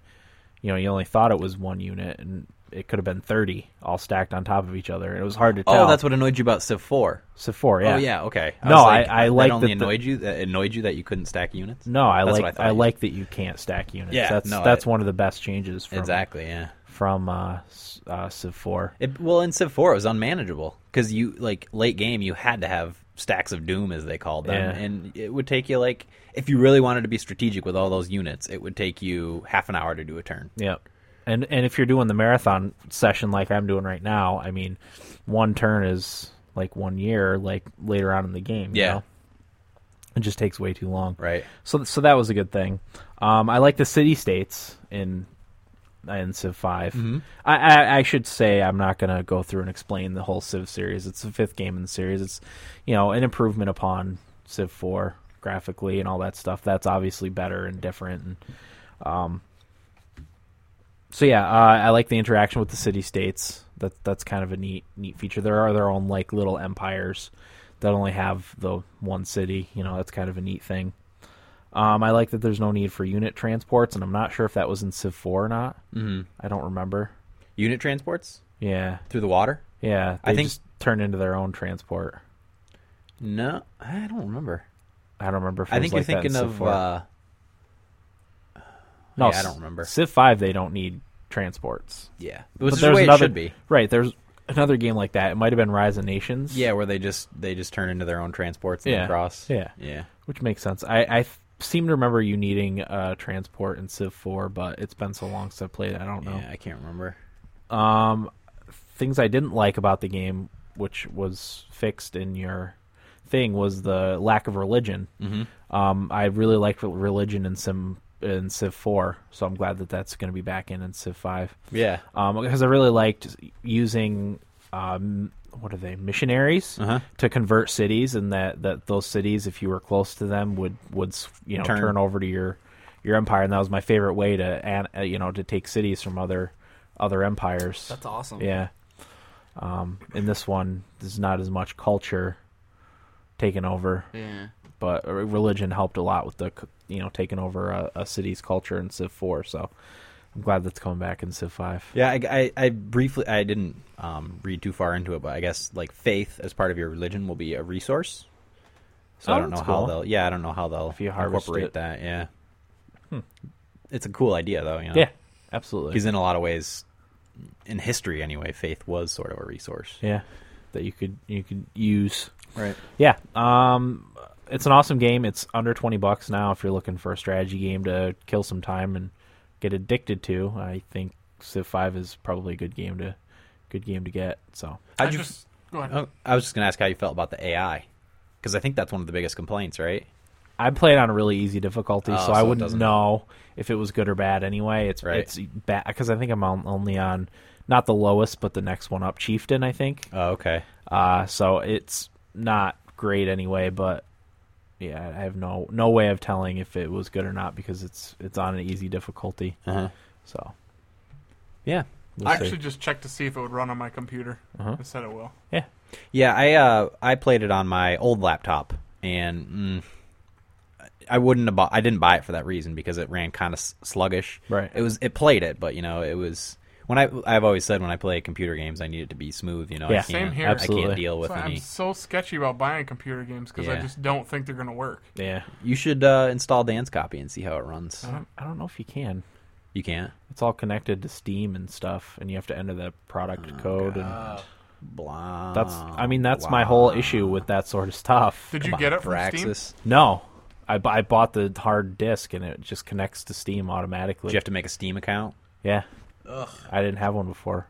you know, you only thought it was one unit, and it could have been thirty all stacked on top of each other. It was hard to tell. Oh, that's what annoyed you about Civ 4. so four. Yeah, Oh yeah, okay. No, was I- I like that only that the- annoyed you. That annoyed you that you couldn't stack units. No, I That's what like I I, thought. like that you can't stack units. Yeah, that's no, that's I- one of the best changes from Exactly. Yeah. from uh, S- uh, Civ Four. It, well, in Civ 4, it was unmanageable because you like late game, you had to have stacks of doom as they called them, Yeah. and it would take you like if you really wanted to be strategic with all those units, it would take you half an hour to do a turn. Yeah, and and if you're doing the marathon session like I'm doing right now, I mean, one turn is like one year, like later on in the game. you Yeah. know? it just takes way too long. Right. So so that was a good thing. Um, I like the city states in in Civ 5 I, I I should say I'm not gonna go through and explain the whole Civ series. It's the fifth game in the series. It's you know an improvement upon Civ four graphically and all that stuff. That's obviously better and different. And um, so yeah, uh, I like the interaction with the city states. That that's kind of a neat neat feature. There are their own like little empires that only have the one city. You know that's kind of a neat thing. Um, I like that there's no need for unit transports, and I'm not sure if that was in Civ 4 or not. Mm-hmm. I don't remember. Unit transports Yeah, through the water. yeah. I They think- just turned into their own transport. No, I don't remember. I don't remember. If it I was think like that you're in thinking Civ of. 4. Uh, no, yeah, I S- don't remember. Civ 5, they don't need transports. yeah, which But is the there's way another it should be. right. There's another game like that. It might have been Rise of Nations. Yeah, where they just they just turn into their own transports and yeah, then cross. Yeah, yeah. which makes sense. I, I f- seem to remember you needing uh, transport in Civ 4, but it's been so long since I played. it, I don't know. Yeah, I can't remember. Um, things I didn't like about the game, which was fixed in your thing, was the lack of religion. Mm-hmm. Um, I really liked rel- religion in Sim in Civ Four, so I'm glad that that's going to be back in in Civ Five. Yeah. Um, because I really liked using um, what are they missionaries Uh-huh. to convert cities, and that that those cities, if you were close to them, would would s- you know Turn. turn, over to your your empire, and that was my favorite way to an- uh, you know to take cities from other other empires. That's awesome. Yeah. Um, in this one, there's not as much culture taken over, Yeah. but r- religion helped a lot with the c- you know taking over a, a city's culture in Civ Four. So I'm glad that's coming back in Civ Five. Yeah, I, I, I briefly I didn't um, read too far into it, but I guess like faith as part of your religion will be a resource. So Oh, I don't know that's how cool. they'll. Yeah, I don't know how they'll If you harvest incorporate it. Hmm. that. Yeah, it's a cool idea though. You know? Yeah, absolutely. because in a lot of ways, in history anyway, faith was sort of a resource. yeah, that you could you could use. Right. Yeah. Um, it's an awesome game. It's under twenty bucks now if you're looking for a strategy game to kill some time and get addicted to. I think Civ Five is probably a good game to good game to get. So. I How'd you? just go ahead. oh, I was just gonna ask how you felt about the AI, because I think that's one of the biggest complaints, right? I play it on a really easy difficulty, Oh, so, so I it wouldn't doesn't- know if it was good or bad anyway. It's Right. it's bad because I think I'm on, only on not the lowest, but the next one up, Chieftain, I think. Oh, okay. Uh, so it's not great anyway, but yeah, I have no no way of telling if it was good or not because it's it's on an easy difficulty. Uh-huh. So Yeah. we'll I see. actually just checked to see if it would run on my computer. Uh-huh. It said it will. Yeah, I uh, I played it on my old laptop, and mm, I wouldn't have bought. I didn't buy it for that reason because it ran kind of sluggish. Right. It was it played it, but you know it was when I I've always said when I play computer games I need it to be smooth. You know, Yeah. I can't, Same here. I Absolutely. can't deal with So I'm any. so sketchy about buying computer games because I Yeah. just don't think they're going to work. yeah, You should uh, install Dance Copy and see how it runs. I don't, I don't know if you can. You can't. It's all connected to Steam and stuff, and you have to enter the product Oh, code. And Blah. that's I mean that's my whole issue with that sort of stuff. Did you get it from Steam? Braxis. No, I, bu- I bought the hard disk and it just connects to Steam automatically. Do you have to make a Steam account? yeah. I didn't have one before.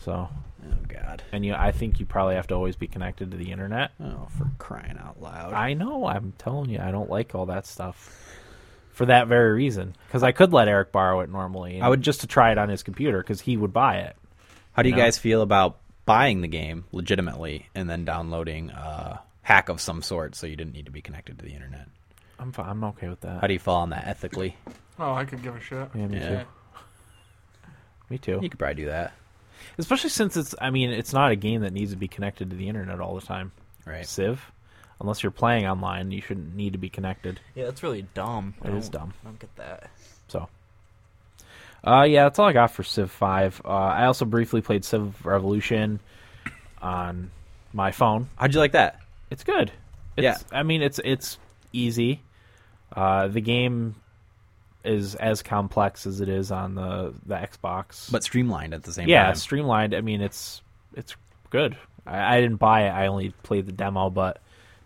So, Oh God. and you, I think you probably have to always be connected to the internet. Oh, for crying out loud! I know. I'm telling you, I don't like all that stuff for that very reason. Because I could let Eric borrow it normally. I would- just to try it on his computer because he would buy it. How do you No. guys feel about buying the game legitimately and then downloading a hack of some sort, so you didn't need to be connected to the internet. I'm fine. I'm okay with that. How do you fall on that ethically? Oh, I could give a shit. yeah, me Yeah. too. Me too. You could probably do that, Especially since it's. I mean, it's not a game that needs to be connected to the internet all the time. right? Civ, unless you're playing online, you shouldn't need to be connected. Yeah, that's really dumb. I It is don't- dumb. I don't get that. So, uh, yeah, that's all I got for Civ Five. Uh, I also briefly played Civ Revolution on my phone. How'd you like that? It's good. It's, I mean, it's it's easy. Uh, the game is as complex as it is on the the Xbox, But streamlined at the same yeah, time. streamlined. I mean, it's it's good. I, I didn't buy it. I only played the demo, but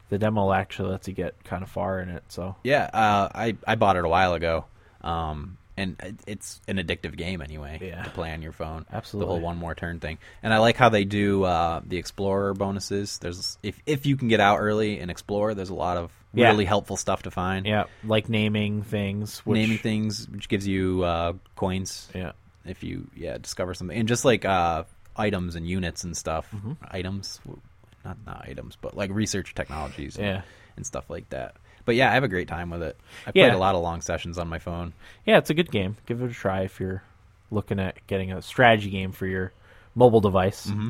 the demo actually lets you get kind of far in it. So Yeah, uh, I I bought it a while ago, um, and it- it's an addictive game anyway Yeah. to play on your phone. the Absolutely. whole one more turn thing. And I like how they do uh, the explorer bonuses. There's if if you can get out early and explore, there's a lot of Yeah. really helpful stuff to find. yeah, like naming things, which, naming things, which gives you uh, coins Yeah, if you yeah discover something, and just like uh, items and units and stuff. Mm-hmm. Items, not not items, but like research technologies. and- Yeah. and stuff like that. But yeah, I have a great time with it. I Yeah. played a lot of long sessions on my phone. yeah, it's a good game. Give it a try if you're looking at getting a strategy game for your mobile device. Mm-hmm.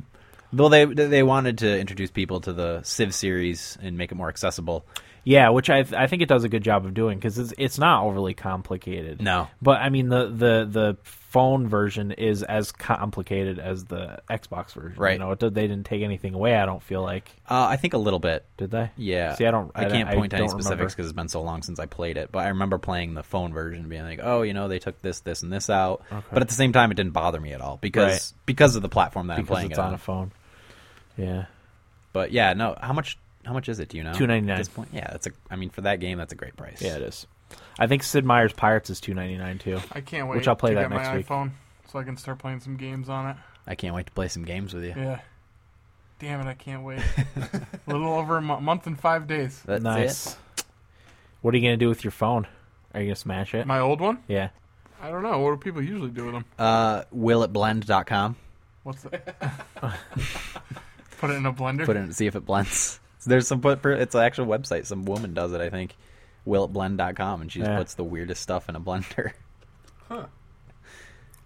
Well, they they wanted to introduce people to the Civ series and make it more accessible. Yeah, which I I think it does a good job of doing because it's it's not overly complicated. No. but I mean the the the phone version is as complicated as the Xbox version. Right. You know, it, did- they didn't take anything away. I don't feel like Uh, I think a little bit. did they? Yeah. See, I don't. I can't don't- point to any don't specifics remember. because it's been so long since I played it. But I remember playing the phone version, being like, "Oh, you know, they took this, this, and this out." But at the same time, it didn't bother me at all because Right. because of the platform that I'm because playing it's it on a phone. Yeah, But yeah, no. How much? How much is it? Do you know? $2.99. At this point, yeah. That's a. I mean, for that game, that's a great price. yeah, it is. I think Sid Meier's Pirates is two ninety nine too. I can't wait Which I'll play to that get my next week. iPhone so I can start playing some games on it. I can't wait to play some games with you. Yeah. Damn it, I can't wait. a little over a mo- month and five days. That's nice. What are you gonna do with your phone? Are you gonna smash it? My old one? yeah. I don't know. What do people usually do with them? it. Uh, willitblend.com. What's that? Put it in a blender. put it in see if it blends. There's some put it's an actual website. Some woman does it, I think. Willitblend.com and she just Yeah. puts the weirdest stuff in a blender.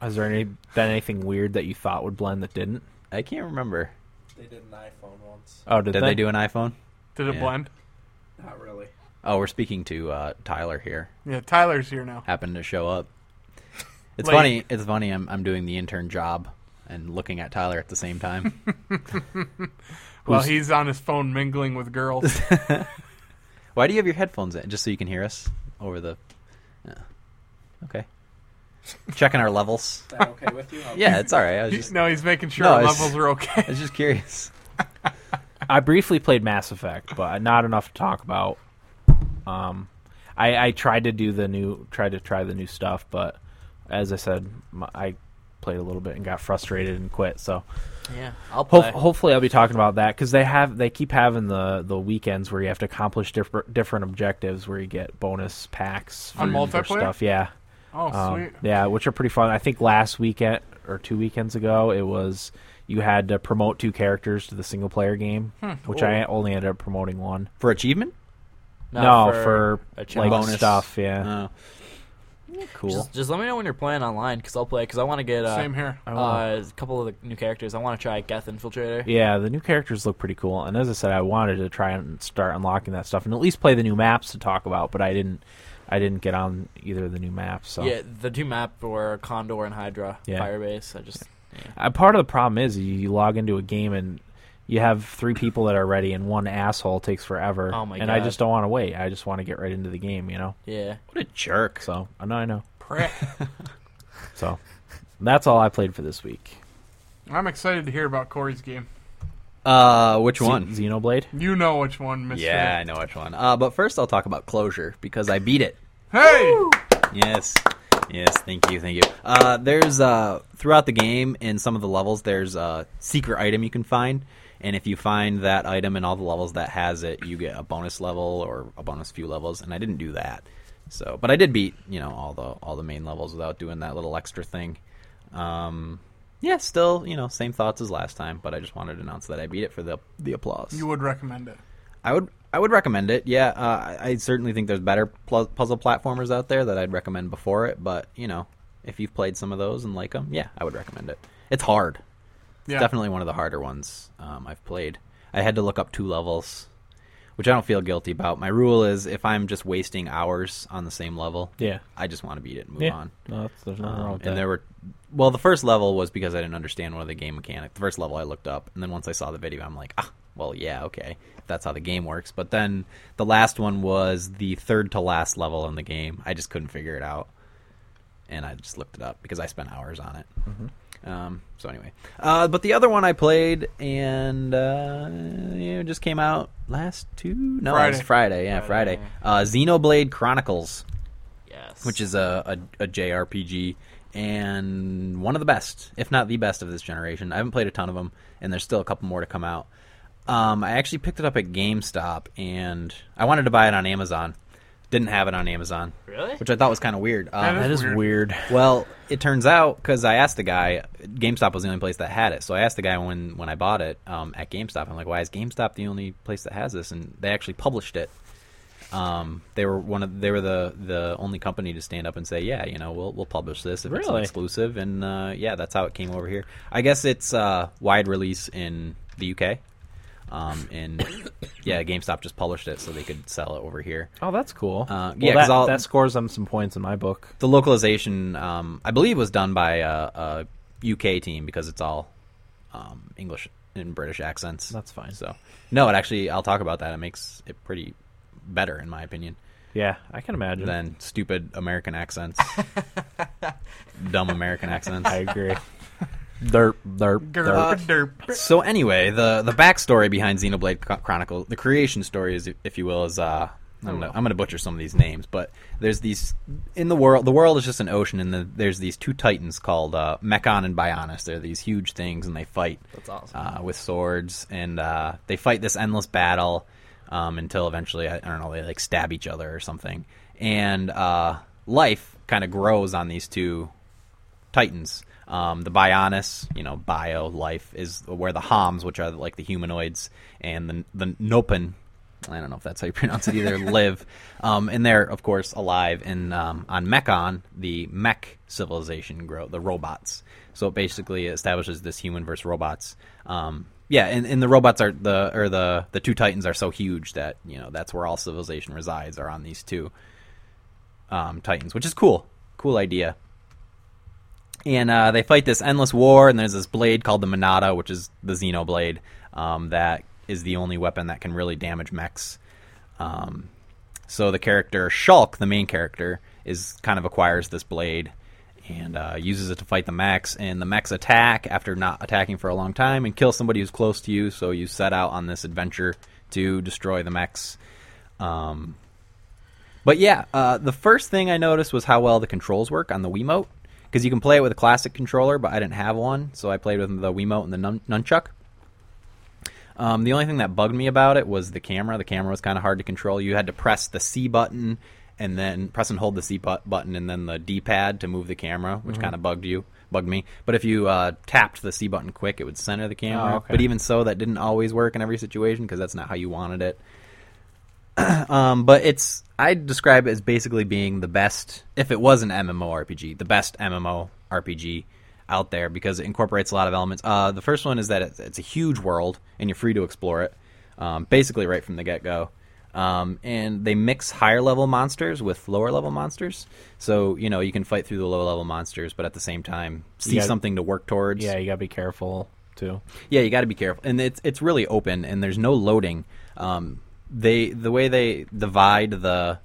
Has there any been anything weird that you thought would blend that didn't? I can't remember. They did an iPhone once. Oh, did, Did they do an iPhone? Did it Yeah. blend? Not really. Oh, we're speaking to uh, Tyler here. Yeah, Tyler's here now. Happened to show up. It's Like- funny. It's funny. I'm I'm doing the intern job and looking at Tyler at the same time. Well, Who's- he's on his phone mingling with girls. Why do you have your headphones in? Just so you can hear us over the. yeah. Okay. Checking our levels. Is that okay with you? I'll- Yeah, it's all right. I was He's- just no, he's making sure No, our it's- levels are I okay. was just curious. I briefly played Mass Effect, but not enough to talk about. Um, I, I tried to do the new, tried to try the new stuff, but as I said, my, I played a little bit and got frustrated and quit. So Yeah, I'll ho- play. hopefully, I'll be talking about that because they have they keep having the the weekends where you have to accomplish different different objectives where you get bonus packs On for- for multiplayer? stuff. Yeah, Oh, Um, sweet. Yeah, which are pretty fun. I think last weekend or two weekends ago, it was you had to promote two characters to the single player game, Hmm. which I only ended up promoting one. For achievement? No, for, a like challenge. bonus. stuff. Yeah, Oh. Cool. Just, just let me know when you're playing online because I'll play because I want to get uh, Same here. uh, a couple of the new characters. I want to try Geth Infiltrator. yeah. The new characters look pretty cool, and as I said, I wanted to try and start unlocking that stuff and at least play the new maps to talk about, but I didn't. I didn't get on either of the new maps. So Yeah, the two map were Condor and Hydra Yeah. Firebase. I just Uh, part of the problem is you, you log into a game and you have three people that are ready and one asshole takes forever. Oh my and I God. just don't want to wait. I just want to get right into the game, you know. yeah. What a jerk. So I know, I know. Prick. So that's all I played for this week. I'm excited to hear about Corey's game. Uh, which one? Ze- Xenoblade. You know which one, Mister. yeah, I know which one. Uh, but first I'll talk about Closure because I beat it. Hey. Yes. Yes, thank you, thank you. Uh, there's uh, throughout the game in some of the levels, there's a secret item you can find, and if you find that item in all the levels that has it, you get a bonus level or a bonus few levels. And I didn't do that, so but I did beat you know all the all the main levels without doing that little extra thing. Um, yeah, still, you know, same thoughts as last time, but I just wanted to announce that I beat it for the the applause. You would recommend it. I would I would recommend it. Yeah, uh, I- I certainly think there's better pl- puzzle platformers out there that I'd recommend before it. But you know, if you've played some of those and like them, yeah, I would recommend it. It's hard. It's Yeah. definitely one of the harder ones um, I've played. I had to look up two levels, which I don't feel guilty about. My rule is if I'm just wasting hours on the same level, Yeah. I just want to beat it and move Yeah. on. No, that's, there's nothing Um, wrong and with that. there were, well, the first level was because I didn't understand one of the game mechanics. The first level I looked up, and then once I saw the video, I'm like, ah, well, yeah, okay, that's how the game works. But then the last one was the third to last level in the game. I just couldn't figure it out, and I just looked it up because I spent hours on it. Mm-hmm. Um, so anyway, uh, but the other one I played and uh, you know, just came out last two. No, it was Friday. Friday. Yeah, Friday. Uh, Xenoblade Chronicles Yes. which is a, a, a JRPG and one of the best, if not the best of this generation. I haven't played a ton of them, and there's still a couple more to come out. Um, I actually picked it up at GameStop, and I wanted to buy it on Amazon. Didn't have it on Amazon, really. which I thought was kind of weird. Um, that is Weird. weird. well, it turns out because I asked the guy, GameStop was the only place that had it. So I asked the guy when when I bought it um, at GameStop, I'm like, why is GameStop the only place that has this? And they actually published it. Um, they were one of they were the the only company to stand up and say, yeah, you know, we'll we'll publish this if it's an Really? exclusive. And uh, yeah, that's how it came over here. I guess it's uh, wide release in the UK. Um, and yeah, GameStop just published it so they could sell it over here. Oh, that's cool. Uh, well, yeah, 'cause that, I'll- that scores them some points in my book. the localization um, I believe was done by uh, a UK team because it's all um, English and British accents. That's fine. So no, it actually I'll talk about that. It makes it pretty better in my opinion Yeah, I can imagine. than stupid American accents, dumb American accents. I agree. derp, derp, Derp, derp. derp. So anyway, the the backstory behind Xenoblade Chro- Chronicle, the creation story, is if you will, is uh, I'm Oh. gonna, I'm gonna butcher some of these names, but there's these in the world. The world is just an ocean, and the, there's these two titans called uh, Mechon and Bionis. They're these huge things, and they fight That's awesome. uh, with swords, and uh, they fight this endless battle um, until eventually, I, I don't know, they like stab each other or something. And uh, life kind of grows on these two titans. Um, the Bionis, you know, bio life is where the Homs, which are like the humanoids, and the the Nopin, I don't know if that's how you pronounce it either, live. Um, and they're of course alive. And um, on Mechon, the Mech civilization grow the robots. So it basically establishes this human versus robots. Um, yeah, and, and the robots are the or the the two titans are so huge that you know that's where all civilization resides are on these two um, titans, which is cool, cool idea and uh, they fight this endless war. And there's this blade called the Monada, which is the Xenoblade, um, that is the only weapon that can really damage mechs. Um, so the character Shulk, the main character, is kind of acquires this blade and uh, uses it to fight the mechs. And the mechs attack after not attacking for a long time and kill somebody who's close to you. So you set out on this adventure to destroy the mechs. Um, but yeah, uh, the first thing I noticed was how well the controls work on the Wiimote. Because you can play it with a classic controller, but I didn't have one, so I played with the Wiimote and the nun- Nunchuck. Um, the only thing that bugged me about it was the camera. The camera was kind of hard to control. You had to press the C button and then press and hold the C bu- button and then the D pad to move the camera, which kind of bugged you, bugged me. But if you uh, tapped the C button quick, it would center the camera. okay. But even so, that didn't always work in every situation because that's not how you wanted it. Um, but it's I describe it as basically being the best, if it was an MMORPG, the best MMORPG out there because it incorporates a lot of elements. Uh, the first one is that it's, it's a huge world and you're free to explore it, um, basically right from the get go. Um, and they mix higher level monsters with lower level monsters, so you know you can fight through the low level monsters, but at the same time see gotta- something to work towards Yeah, you gotta be careful too. yeah, you got to be careful, and it's it's really open, and there's no loading. Um, they the way they divide the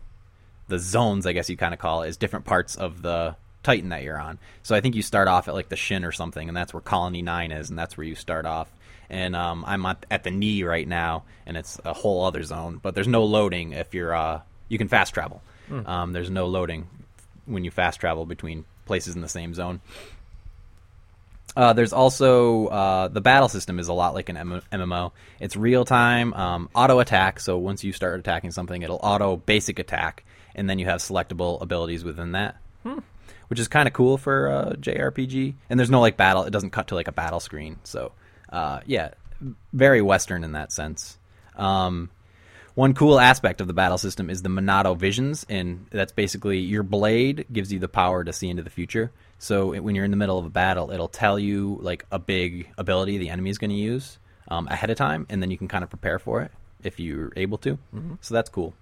the zones, I guess you kind of call it, is different parts of the Titan that you're on. So I think you start off at like the shin or something, and that's where Colony Nine is, and that's where you start off. And um, I'm at, at the knee right now, and it's a whole other zone. But there's no loading if you're uh, you can fast travel. Um, there's no loading when you fast travel between places in the same zone. Uh, there's also uh, the battle system is a lot like an M- MMO. It's real time um, auto attack. So once you start attacking something, it'll auto basic attack, and then you have selectable abilities within that. which is kind of cool for uh, a JRPG. And there's no like battle; it doesn't cut to like a battle screen. So, uh, yeah, very Western in that sense. Um, one cool aspect of the battle system is the Monado visions, and that's basically your blade gives you the power to see into the future. So it, when you're in the middle of a battle, it'll tell you like a big ability the enemy's going to use um, ahead of time, and then you can kind of prepare for it if you're able to. So that's cool.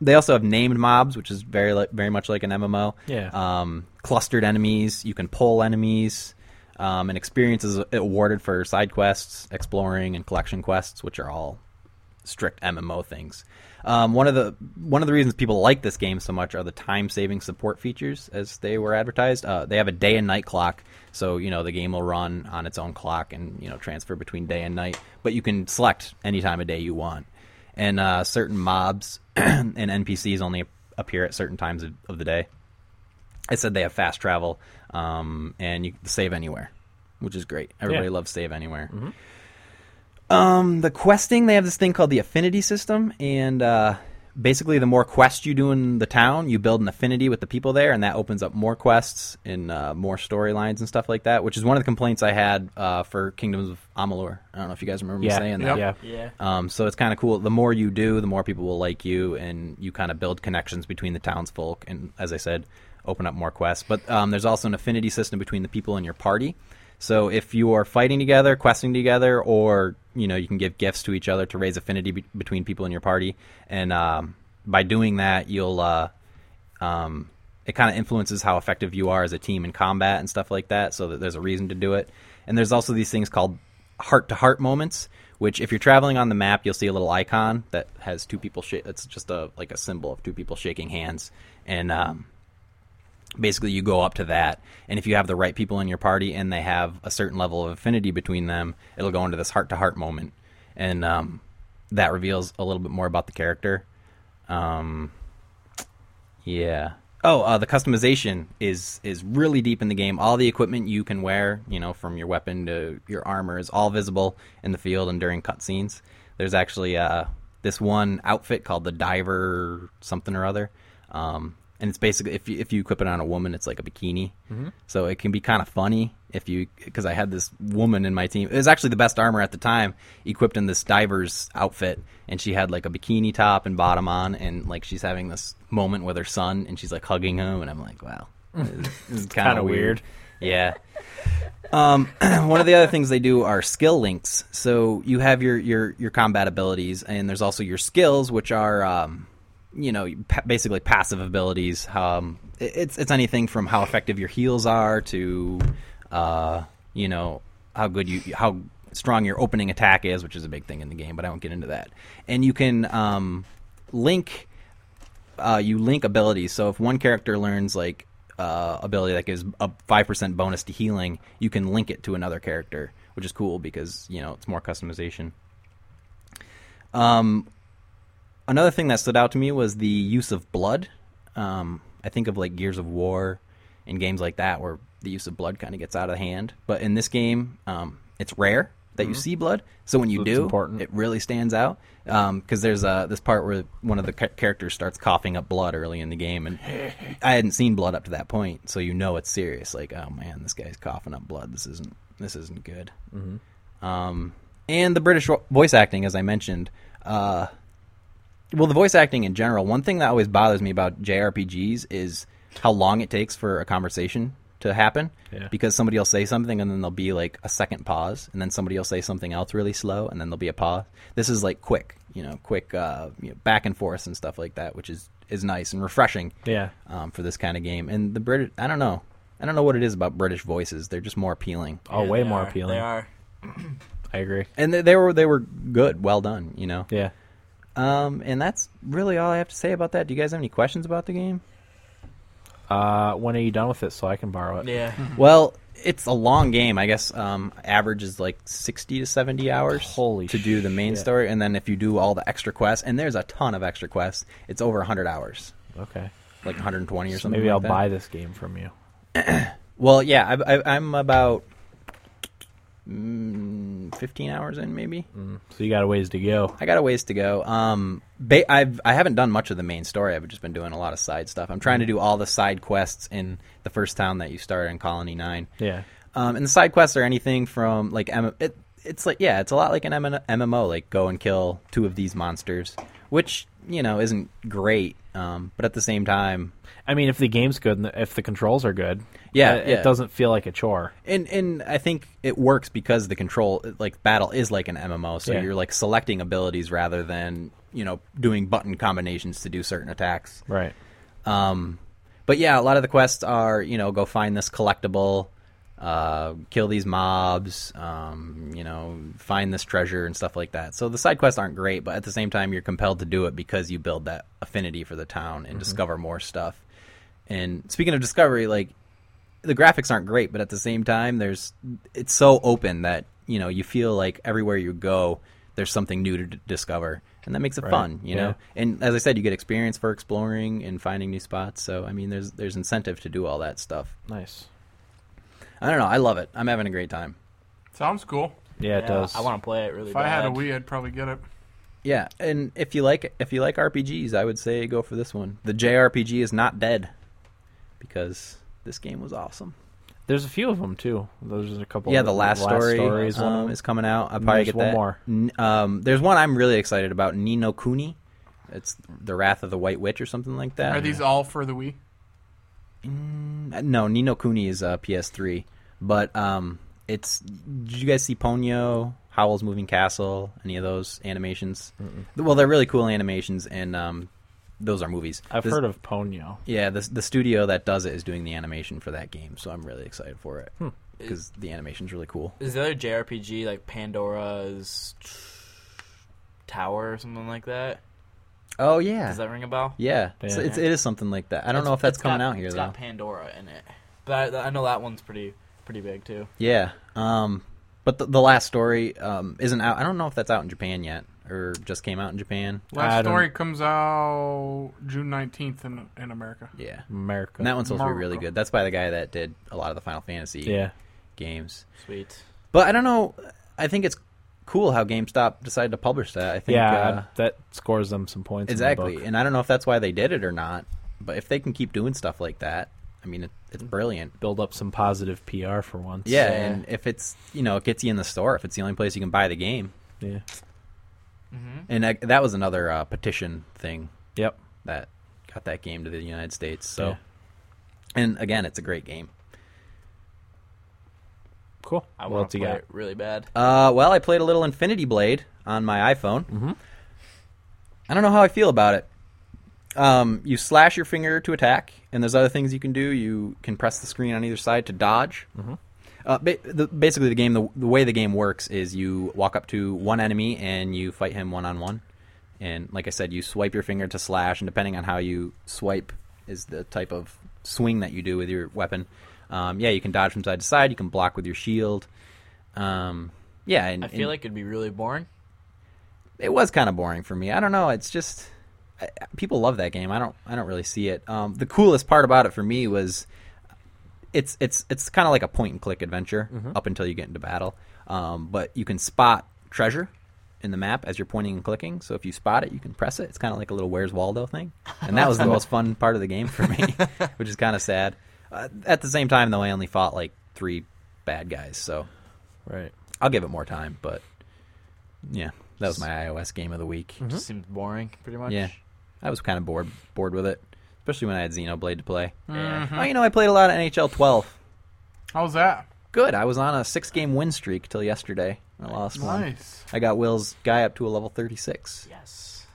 They also have named mobs, which is very li- very much like an MMO. Yeah. Um, clustered enemies. You can pull enemies. Um, and experience is awarded for side quests, exploring, and collection quests, which are all strict MMO things. Um, one of the one of the reasons people like this game so much are the time saving support features, as they were advertised. Uh, they have a day and night clock, so you know the game will run on its own clock and you know transfer between day and night. But you can select any time of day you want, and uh, certain mobs and NPCs only appear at certain times of, of the day. I said they have fast travel, um, and you can save anywhere, which is great. Everybody Yeah. loves save anywhere. Um, the questing, they have this thing called the affinity system, and uh, basically, the more quests you do in the town, you build an affinity with the people there, and that opens up more quests and uh, more storylines and stuff like that. Which is one of the complaints I had uh, for Kingdoms of Amalur. I don't know if you guys remember me Yeah. saying Yep. that. Yeah. Yeah. Um, so it's kind of cool. The more you do, the more people will like you, and you kind of build connections between the townsfolk. And as I said, open up more quests. But um, there's also an affinity system between the people in your party. So if you are fighting together, questing together, or you know, you can give gifts to each other to raise affinity be- between people in your party. And um, by doing that, you'll uh, um, it kind of influences how effective you are as a team in combat and stuff like that. So that there's a reason to do it. And there's also these things called heart to heart moments, which if you're traveling on the map, you'll see a little icon that has two people. Sh- it's just a like a symbol of two people shaking hands, and um, basically you go up to that. And if you have the right people in your party and they have a certain level of affinity between them, it'll go into this heart to heart moment, and um, that reveals a little bit more about the character. Um, yeah. Oh, uh, the customization is is really deep in the game. All the equipment you can wear, you know, from your weapon to your armor, is all visible in the field and during cutscenes. There's actually uh, this one outfit called the diver something or other, um, and it's basically if you, if you equip it on a woman, it's like a bikini. Mm-hmm. So it can be kind of funny if you because I had this woman in my team. It was actually the best armor at the time, equipped in this diver's outfit, and she had like a bikini top and bottom on, and like she's having this moment with her son, and she's like hugging him, and I'm like, wow, this is kind Kinda of weird. weird. Yeah. Um, one of the other things they do are skill links. So you have your your your combat abilities, and there's also your skills, which are um, you know pa- basically passive abilities. Um, it- it's it's anything from how effective your heals are to uh, you know how good you how strong your opening attack is, which is a big thing in the game. But I won't get into that. And you can um, link uh, you link abilities. So if one character learns like uh, ability that gives a five percent bonus to healing, you can link it to another character, which is cool because you know it's more customization. Um, another thing that stood out to me was the use of blood. Um, I think of like Gears of War and games like that where the use of blood kind of gets out of hand. But in this game, um, it's rare that you see blood. So when you That's do, important. it really stands out because there's uh, this part where one of the ca- characters starts coughing up blood early in the game, and I hadn't seen blood up to that point, so you know it's serious. Like, oh man, this guy's coughing up blood. This isn't this isn't good. Um, and the British vo- voice acting, as I mentioned, uh, well, the voice acting in general. One thing that always bothers me about JRPGs is how long it takes for a conversation to happen. Yeah. Because somebody will say something and then there'll be like a second pause, and then somebody will say something else really slow, and then there'll be a pause. This is like quick, you know, quick uh, you know, back and forth and stuff like that, which is is nice and refreshing Yeah. um, for this kind of game. And the British, I don't know, I don't know what it is about British voices. They're just more appealing. Oh, Yeah, way they more are. appealing. They are. I agree. and they, they were they were good, well done, you know. Yeah. Um, and that's really all I have to say about that. Do you guys have any questions about the game? Uh, when are you done with it so I can borrow it? Yeah. Well, it's a long game. I guess um, average is like sixty to seventy hours Holy to do the main shit. story, and then if you do all the extra quests, and there's a ton of extra quests, it's over hundred hours, Okay. like one hundred and twenty or So something. maybe like I'll that. buy this game from you. Well, yeah, I, I, I'm about mm, 15 hours in, maybe. So you got a ways to go. I got a ways to go. Um, ba- I've I haven't done much of the main story. I've just been doing a lot of side stuff. I'm trying to do all the side quests in the first town that you start in Colony Nine. Yeah. Um, and the side quests are anything from like M- it, it's like yeah, it's a lot like an M- MMO. Like go and kill two of these monsters, which you know isn't great, um, but at the same time, I mean, if the game's good, and the- if the controls are good, uh, Yeah, it, yeah. it doesn't feel like a chore. and and I think it works because the control like battle is like an MMO, so Yeah. you're like selecting abilities rather than you know doing button combinations to do certain attacks. Right. Um, but yeah, a lot of the quests are you know go find this collectible, uh, kill these mobs, um, you know find this treasure and stuff like that. So the side quests aren't great, but at the same time you're compelled to do it because you build that affinity for the town and discover more stuff. And speaking of discovery, like the graphics aren't great, but at the same time there's it's so open that you know you feel like everywhere you go there's something new to d- discover. And that makes it Right. fun, you Yeah. know and as I said, you get experience for exploring and finding new spots. So I mean, there's there's incentive to do all that stuff. Nice. I don't know. I love it. I'm having a great time. Sounds cool. Yeah, it does. I want to play it really If bad. I had a Wii, I'd probably get it. Yeah, and if you like if you like RPGs, I would say go for this one. The JRPG is not dead because this game was awesome. There's a few of them too. There's a couple. yeah, of the last, story Stories. one of um, 'em. is coming out. I'll And probably there's get one that. more. N- um, there's one I'm really excited about, Nino Kuni. It's the Wrath of the White Witch or something like that. Are these all for the Wii? Uh, No, Nino Kuni is uh, PS3, but um, it's. Did you guys see Ponyo, Howl's Moving Castle, any of those animations? Well, they're really cool animations, and um, those are movies. I've This- heard of Ponyo. Yeah, the the studio that does it is doing the animation for that game, so I'm really excited for it Hmm. because the animation's really cool. Is the other JRPG like Pandora's Tower or something like that? Oh yeah, Does that ring a bell? yeah. It's, Yeah. it's, it is something like that. I don't know if It's- that's it's coming got- out here it's though. got Pandora in it, but I, I know that one's pretty pretty big too. Yeah. Um, but the, the last story um, isn't out. I don't know if that's out in Japan yet or just came out in Japan. Last I don't- Story comes out June 19th in, in America. Yeah. America. And that one's supposed to be really Marvel. good. That's by the guy that did a lot of the Final Fantasy yeah. games. Sweet. But I don't know. I think it's cool how GameStop decided to publish that. I think yeah, uh, that scores them some points. in the exactly. book. And I don't know if that's why they did it or not. But if they can keep doing stuff like that, I mean, it, it's brilliant. Build up some positive PR for once. Yeah, Yeah. and if it's you know it gets you in the store, if it's the only place you can buy the game, Yeah. Mm-hmm. and I, that was another uh, petition thing Yep. that got that game to the United States. So, Yeah. and again, it's a great game. Cool. I what want else to you play got? it really bad. Uh, well, I played a little Infinity Blade on my iPhone. Mhm. I don't know how I feel about it. Um, you slash your finger to attack, and there's other things you can do. You can press the screen on either side to dodge. Mm-hmm. Uh, ba- the, basically, the game the, the way the game works is you walk up to one enemy and you fight him one on one. And like I said, you swipe your finger to slash, and depending on how you swipe is the type of swing that you do with your weapon. Um, yeah, you can dodge from side to side. You can block with your shield. Um, yeah, and, I and- feel like it'd be really boring. it was kind of boring for me. I don't know. It's just I, people love that game. I don't. I don't really see it. Um, the coolest part about it for me was it's it's it's kind of like a point and click adventure up until you get into battle. Um, but you can spot treasure in the map as you're pointing and clicking. So if you spot it, you can press it. It's kind of like a little Where's Waldo thing. And that was the most fun part of the game for me, which is kind of sad. Uh, at the same time, though, I only fought like three bad guys, so Right. I'll give it more time. But yeah, that was my iOS game of the week. Mm-hmm. Just seems boring, pretty much. Yeah, I was kind of bored bored with it, especially when I had Xenoblade to play. Yeah. Hmm. Oh, you know, I played a lot of NHL 12. Mm-hmm. How's that? Good. I was on a six game win streak till yesterday. I lost one. Nice. I got Will's guy up to a level 36. Yes.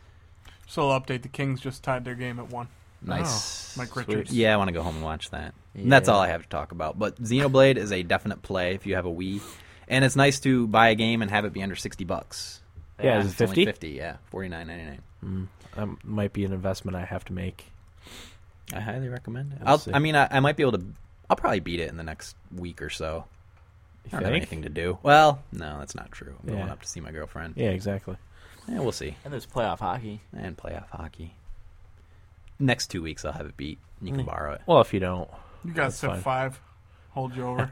So I'll update. The Kings just tied their game at one. Nice. Oh, Mike Richards. Yeah, I want to go home and watch that. And that's Yeah. all I have to talk about. But Xenoblade is a definite play if you have a Wii, and it's nice to buy a game and have it be under 60 bucks. Yeah, is it It's 50? only 50, yeah, 49.99. Mm, That might be an investment I have to make. I highly recommend it. We'll I'll, see. I mean, I, I might be able to. I'll probably beat it in the next week or so. I don't have think? anything to do. Well, no, that's not true. I'm going Yeah. up to see my girlfriend. Yeah. Yeah, exactly. we'll see. And there's playoff hockey. And playoff hockey. Next two weeks, I'll have it beat. and You can Mm. borrow it. Well, if you don't, You got That's Civ fine. five. hold you over.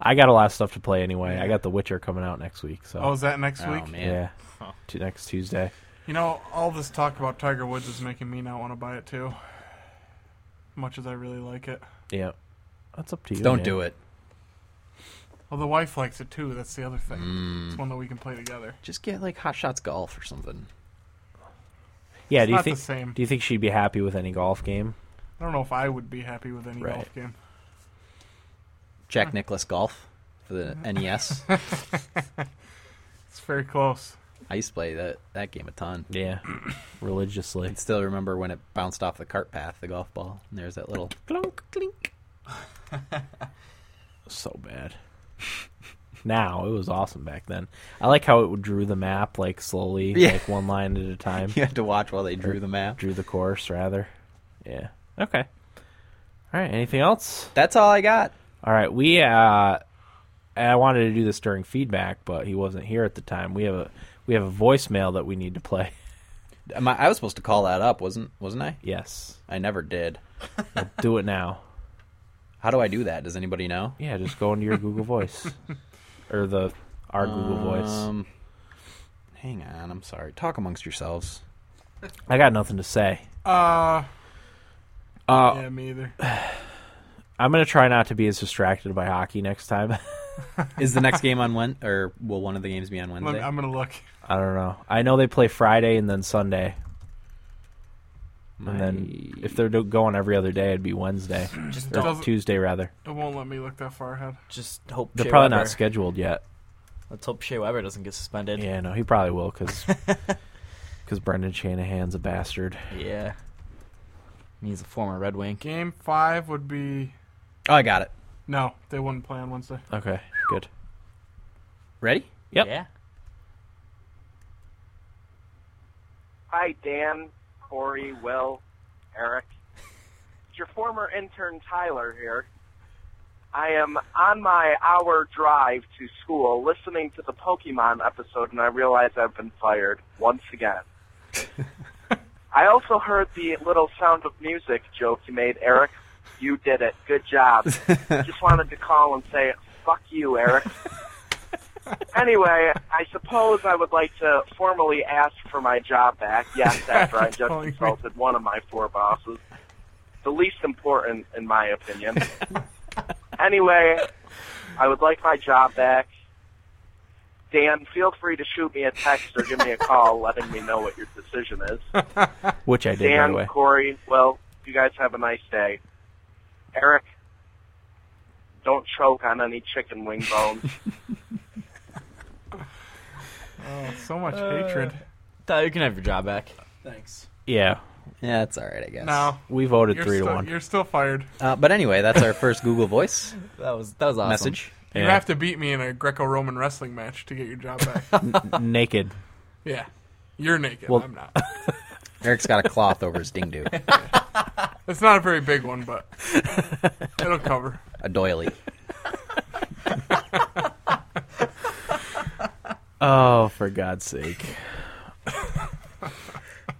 I got a lot of stuff to play anyway. I got The Witcher coming out next week, so oh, is that next week? Oh man, yeah, Huh. Tu- next Tuesday. You know, all this talk about Tiger Woods is making me not want to buy it too. Much as I really like it. Yeah, that's up to you. don't man. do it. Well, the wife likes it too. That's the other thing. It's Mm. one that we can play together. Just get like Hot Shots Golf or something. Yeah, it's do you not think? the same. Do you think she'd be happy with any golf game? I don't know if I would be happy with any Right. golf game. Jack Nicholas Golf for the E NES. It's very close. I used to play that that game a ton. Yeah, I religiously. can still remember when it bounced off the cart path, the golf ball, and there's that little Clunk, clink. so bad. Now it was awesome back then. I like how it drew the map like slowly, Yeah. like one line at a time. you had to watch while they drew the map. Drew the course rather. Yeah. Okay. All right. Anything else? That's all I got. All right, we uh, and I wanted to do this during feedback, but he wasn't here at the time. We have a we have a voicemail that we need to play. Am I, I was supposed to call that up, wasn't wasn't I? Yes, I never did. do it now. How do I do that? Does anybody know? Yeah, just go into your Google Voice or the our Google Voice. Um, Hang on, I'm sorry. Talk amongst yourselves. I got nothing to say. Uh, Uh, yeah, me either. I'm gonna try not to be as distracted by hockey next time. Is the next game on when or will one of the games be on Let me- Wednesday? I'm gonna look. I don't know. I know they play Friday and then Sunday, My- and then if they're do- going every other day, it'd be Wednesday Just or Doesn't- Tuesday rather. It won't let me look that far ahead. Just hope They're Shea probably Weber, not scheduled yet. Let's hope Shea Weber doesn't get suspended. Yeah, no, he probably will because Brendan Shanahan's a bastard. Yeah. He's a former Red Wing. Game five would be Oh, I got it. no. They wouldn't play on Wednesday. Okay, good. Ready? Yep. Yeah. Hi, Dan, Corey, Will, Eric. It's your former intern Tyler here. I am on my hour drive to school listening to the Pokemon episode, and I realize I've been fired once again. I also heard the little sound of music joke you made, Eric. You did it. Good job. Just wanted to call and say, fuck you, Eric. Anyway, I suppose I would like to formally ask for my job back. Yes, after I just Calling me. insulted one of my four bosses. The least important, in my opinion. anyway, I would like my job back. Dan, feel free to shoot me a text or give me a call letting me know what your decision is. Which I did, by Dan, the way. Corey, well, you guys have a nice day. Eric, don't choke on any chicken wing bones. Oh, so much hatred. Tyler, you can have your job back. Thanks. Yeah, Yeah, that's all right, I guess. No, we voted you're three still, to one. you're still fired. Uh, but anyway, that's our first Google Voice That was that was awesome. message. You Yeah. have to beat me in a Greco-Roman wrestling match to get your job back. Naked. yeah, you're naked. Well- I'm not. Eric's got a cloth over his ding doo, It's not a very big one, but it'll cover. a doily. Oh, for God's sake.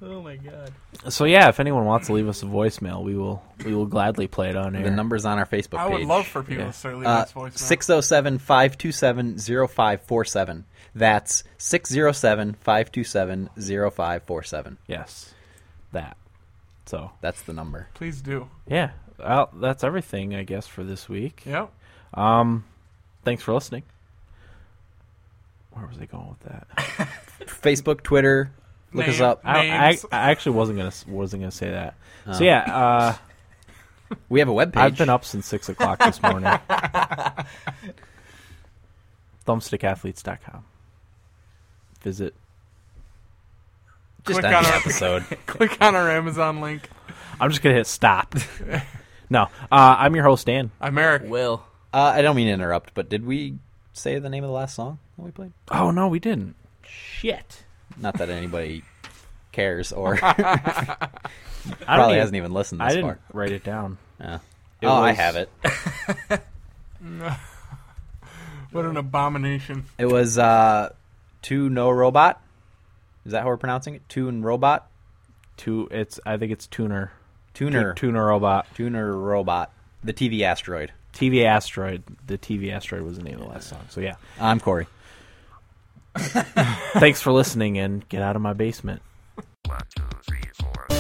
Oh my god. So yeah, if anyone wants to leave us a voicemail, we will we will gladly play it on air. The numbers on our Facebook I page. would love for people Yeah. to start leaving Uh, us voicemail. 607-527-0547. That's 607-527-0547. yes, that. So That's the number. Please do. yeah, well, that's everything I guess for this week. Yep. Um, thanks for listening. Where was I going with that? Facebook, Twitter, look us Name. up. I, I, Names. I actually wasn't gonna s- wasn't gonna say that. So yeah, uh, We have a webpage. I've been up since six o'clock this morning. Thumbstickathletes.com. Visit. just Click on on the our- episode. Click on our Amazon link. I'm just gonna hit stop. no, uh, I'm your host Dan. I'm Eric. Will. Uh, I don't mean to interrupt, but did we say the name of the last song that we played? Oh no, we didn't. Shit. Not that anybody cares or I don't probably even, hasn't even listened I this didn't far. write it down. Yeah. It oh, I was- have it. What an abomination. It was uh, Two No Robot. Is that how we're pronouncing it? Tune Robot? Two. It's. I think it's tuner. Tuner. Tu- tuner robot. Tuner Robot. The TV Asteroid. TV Asteroid. The TV Asteroid was the name of the last song. So yeah. I'm Corey. Thanks for listening and get out of my basement. One, two, three, four.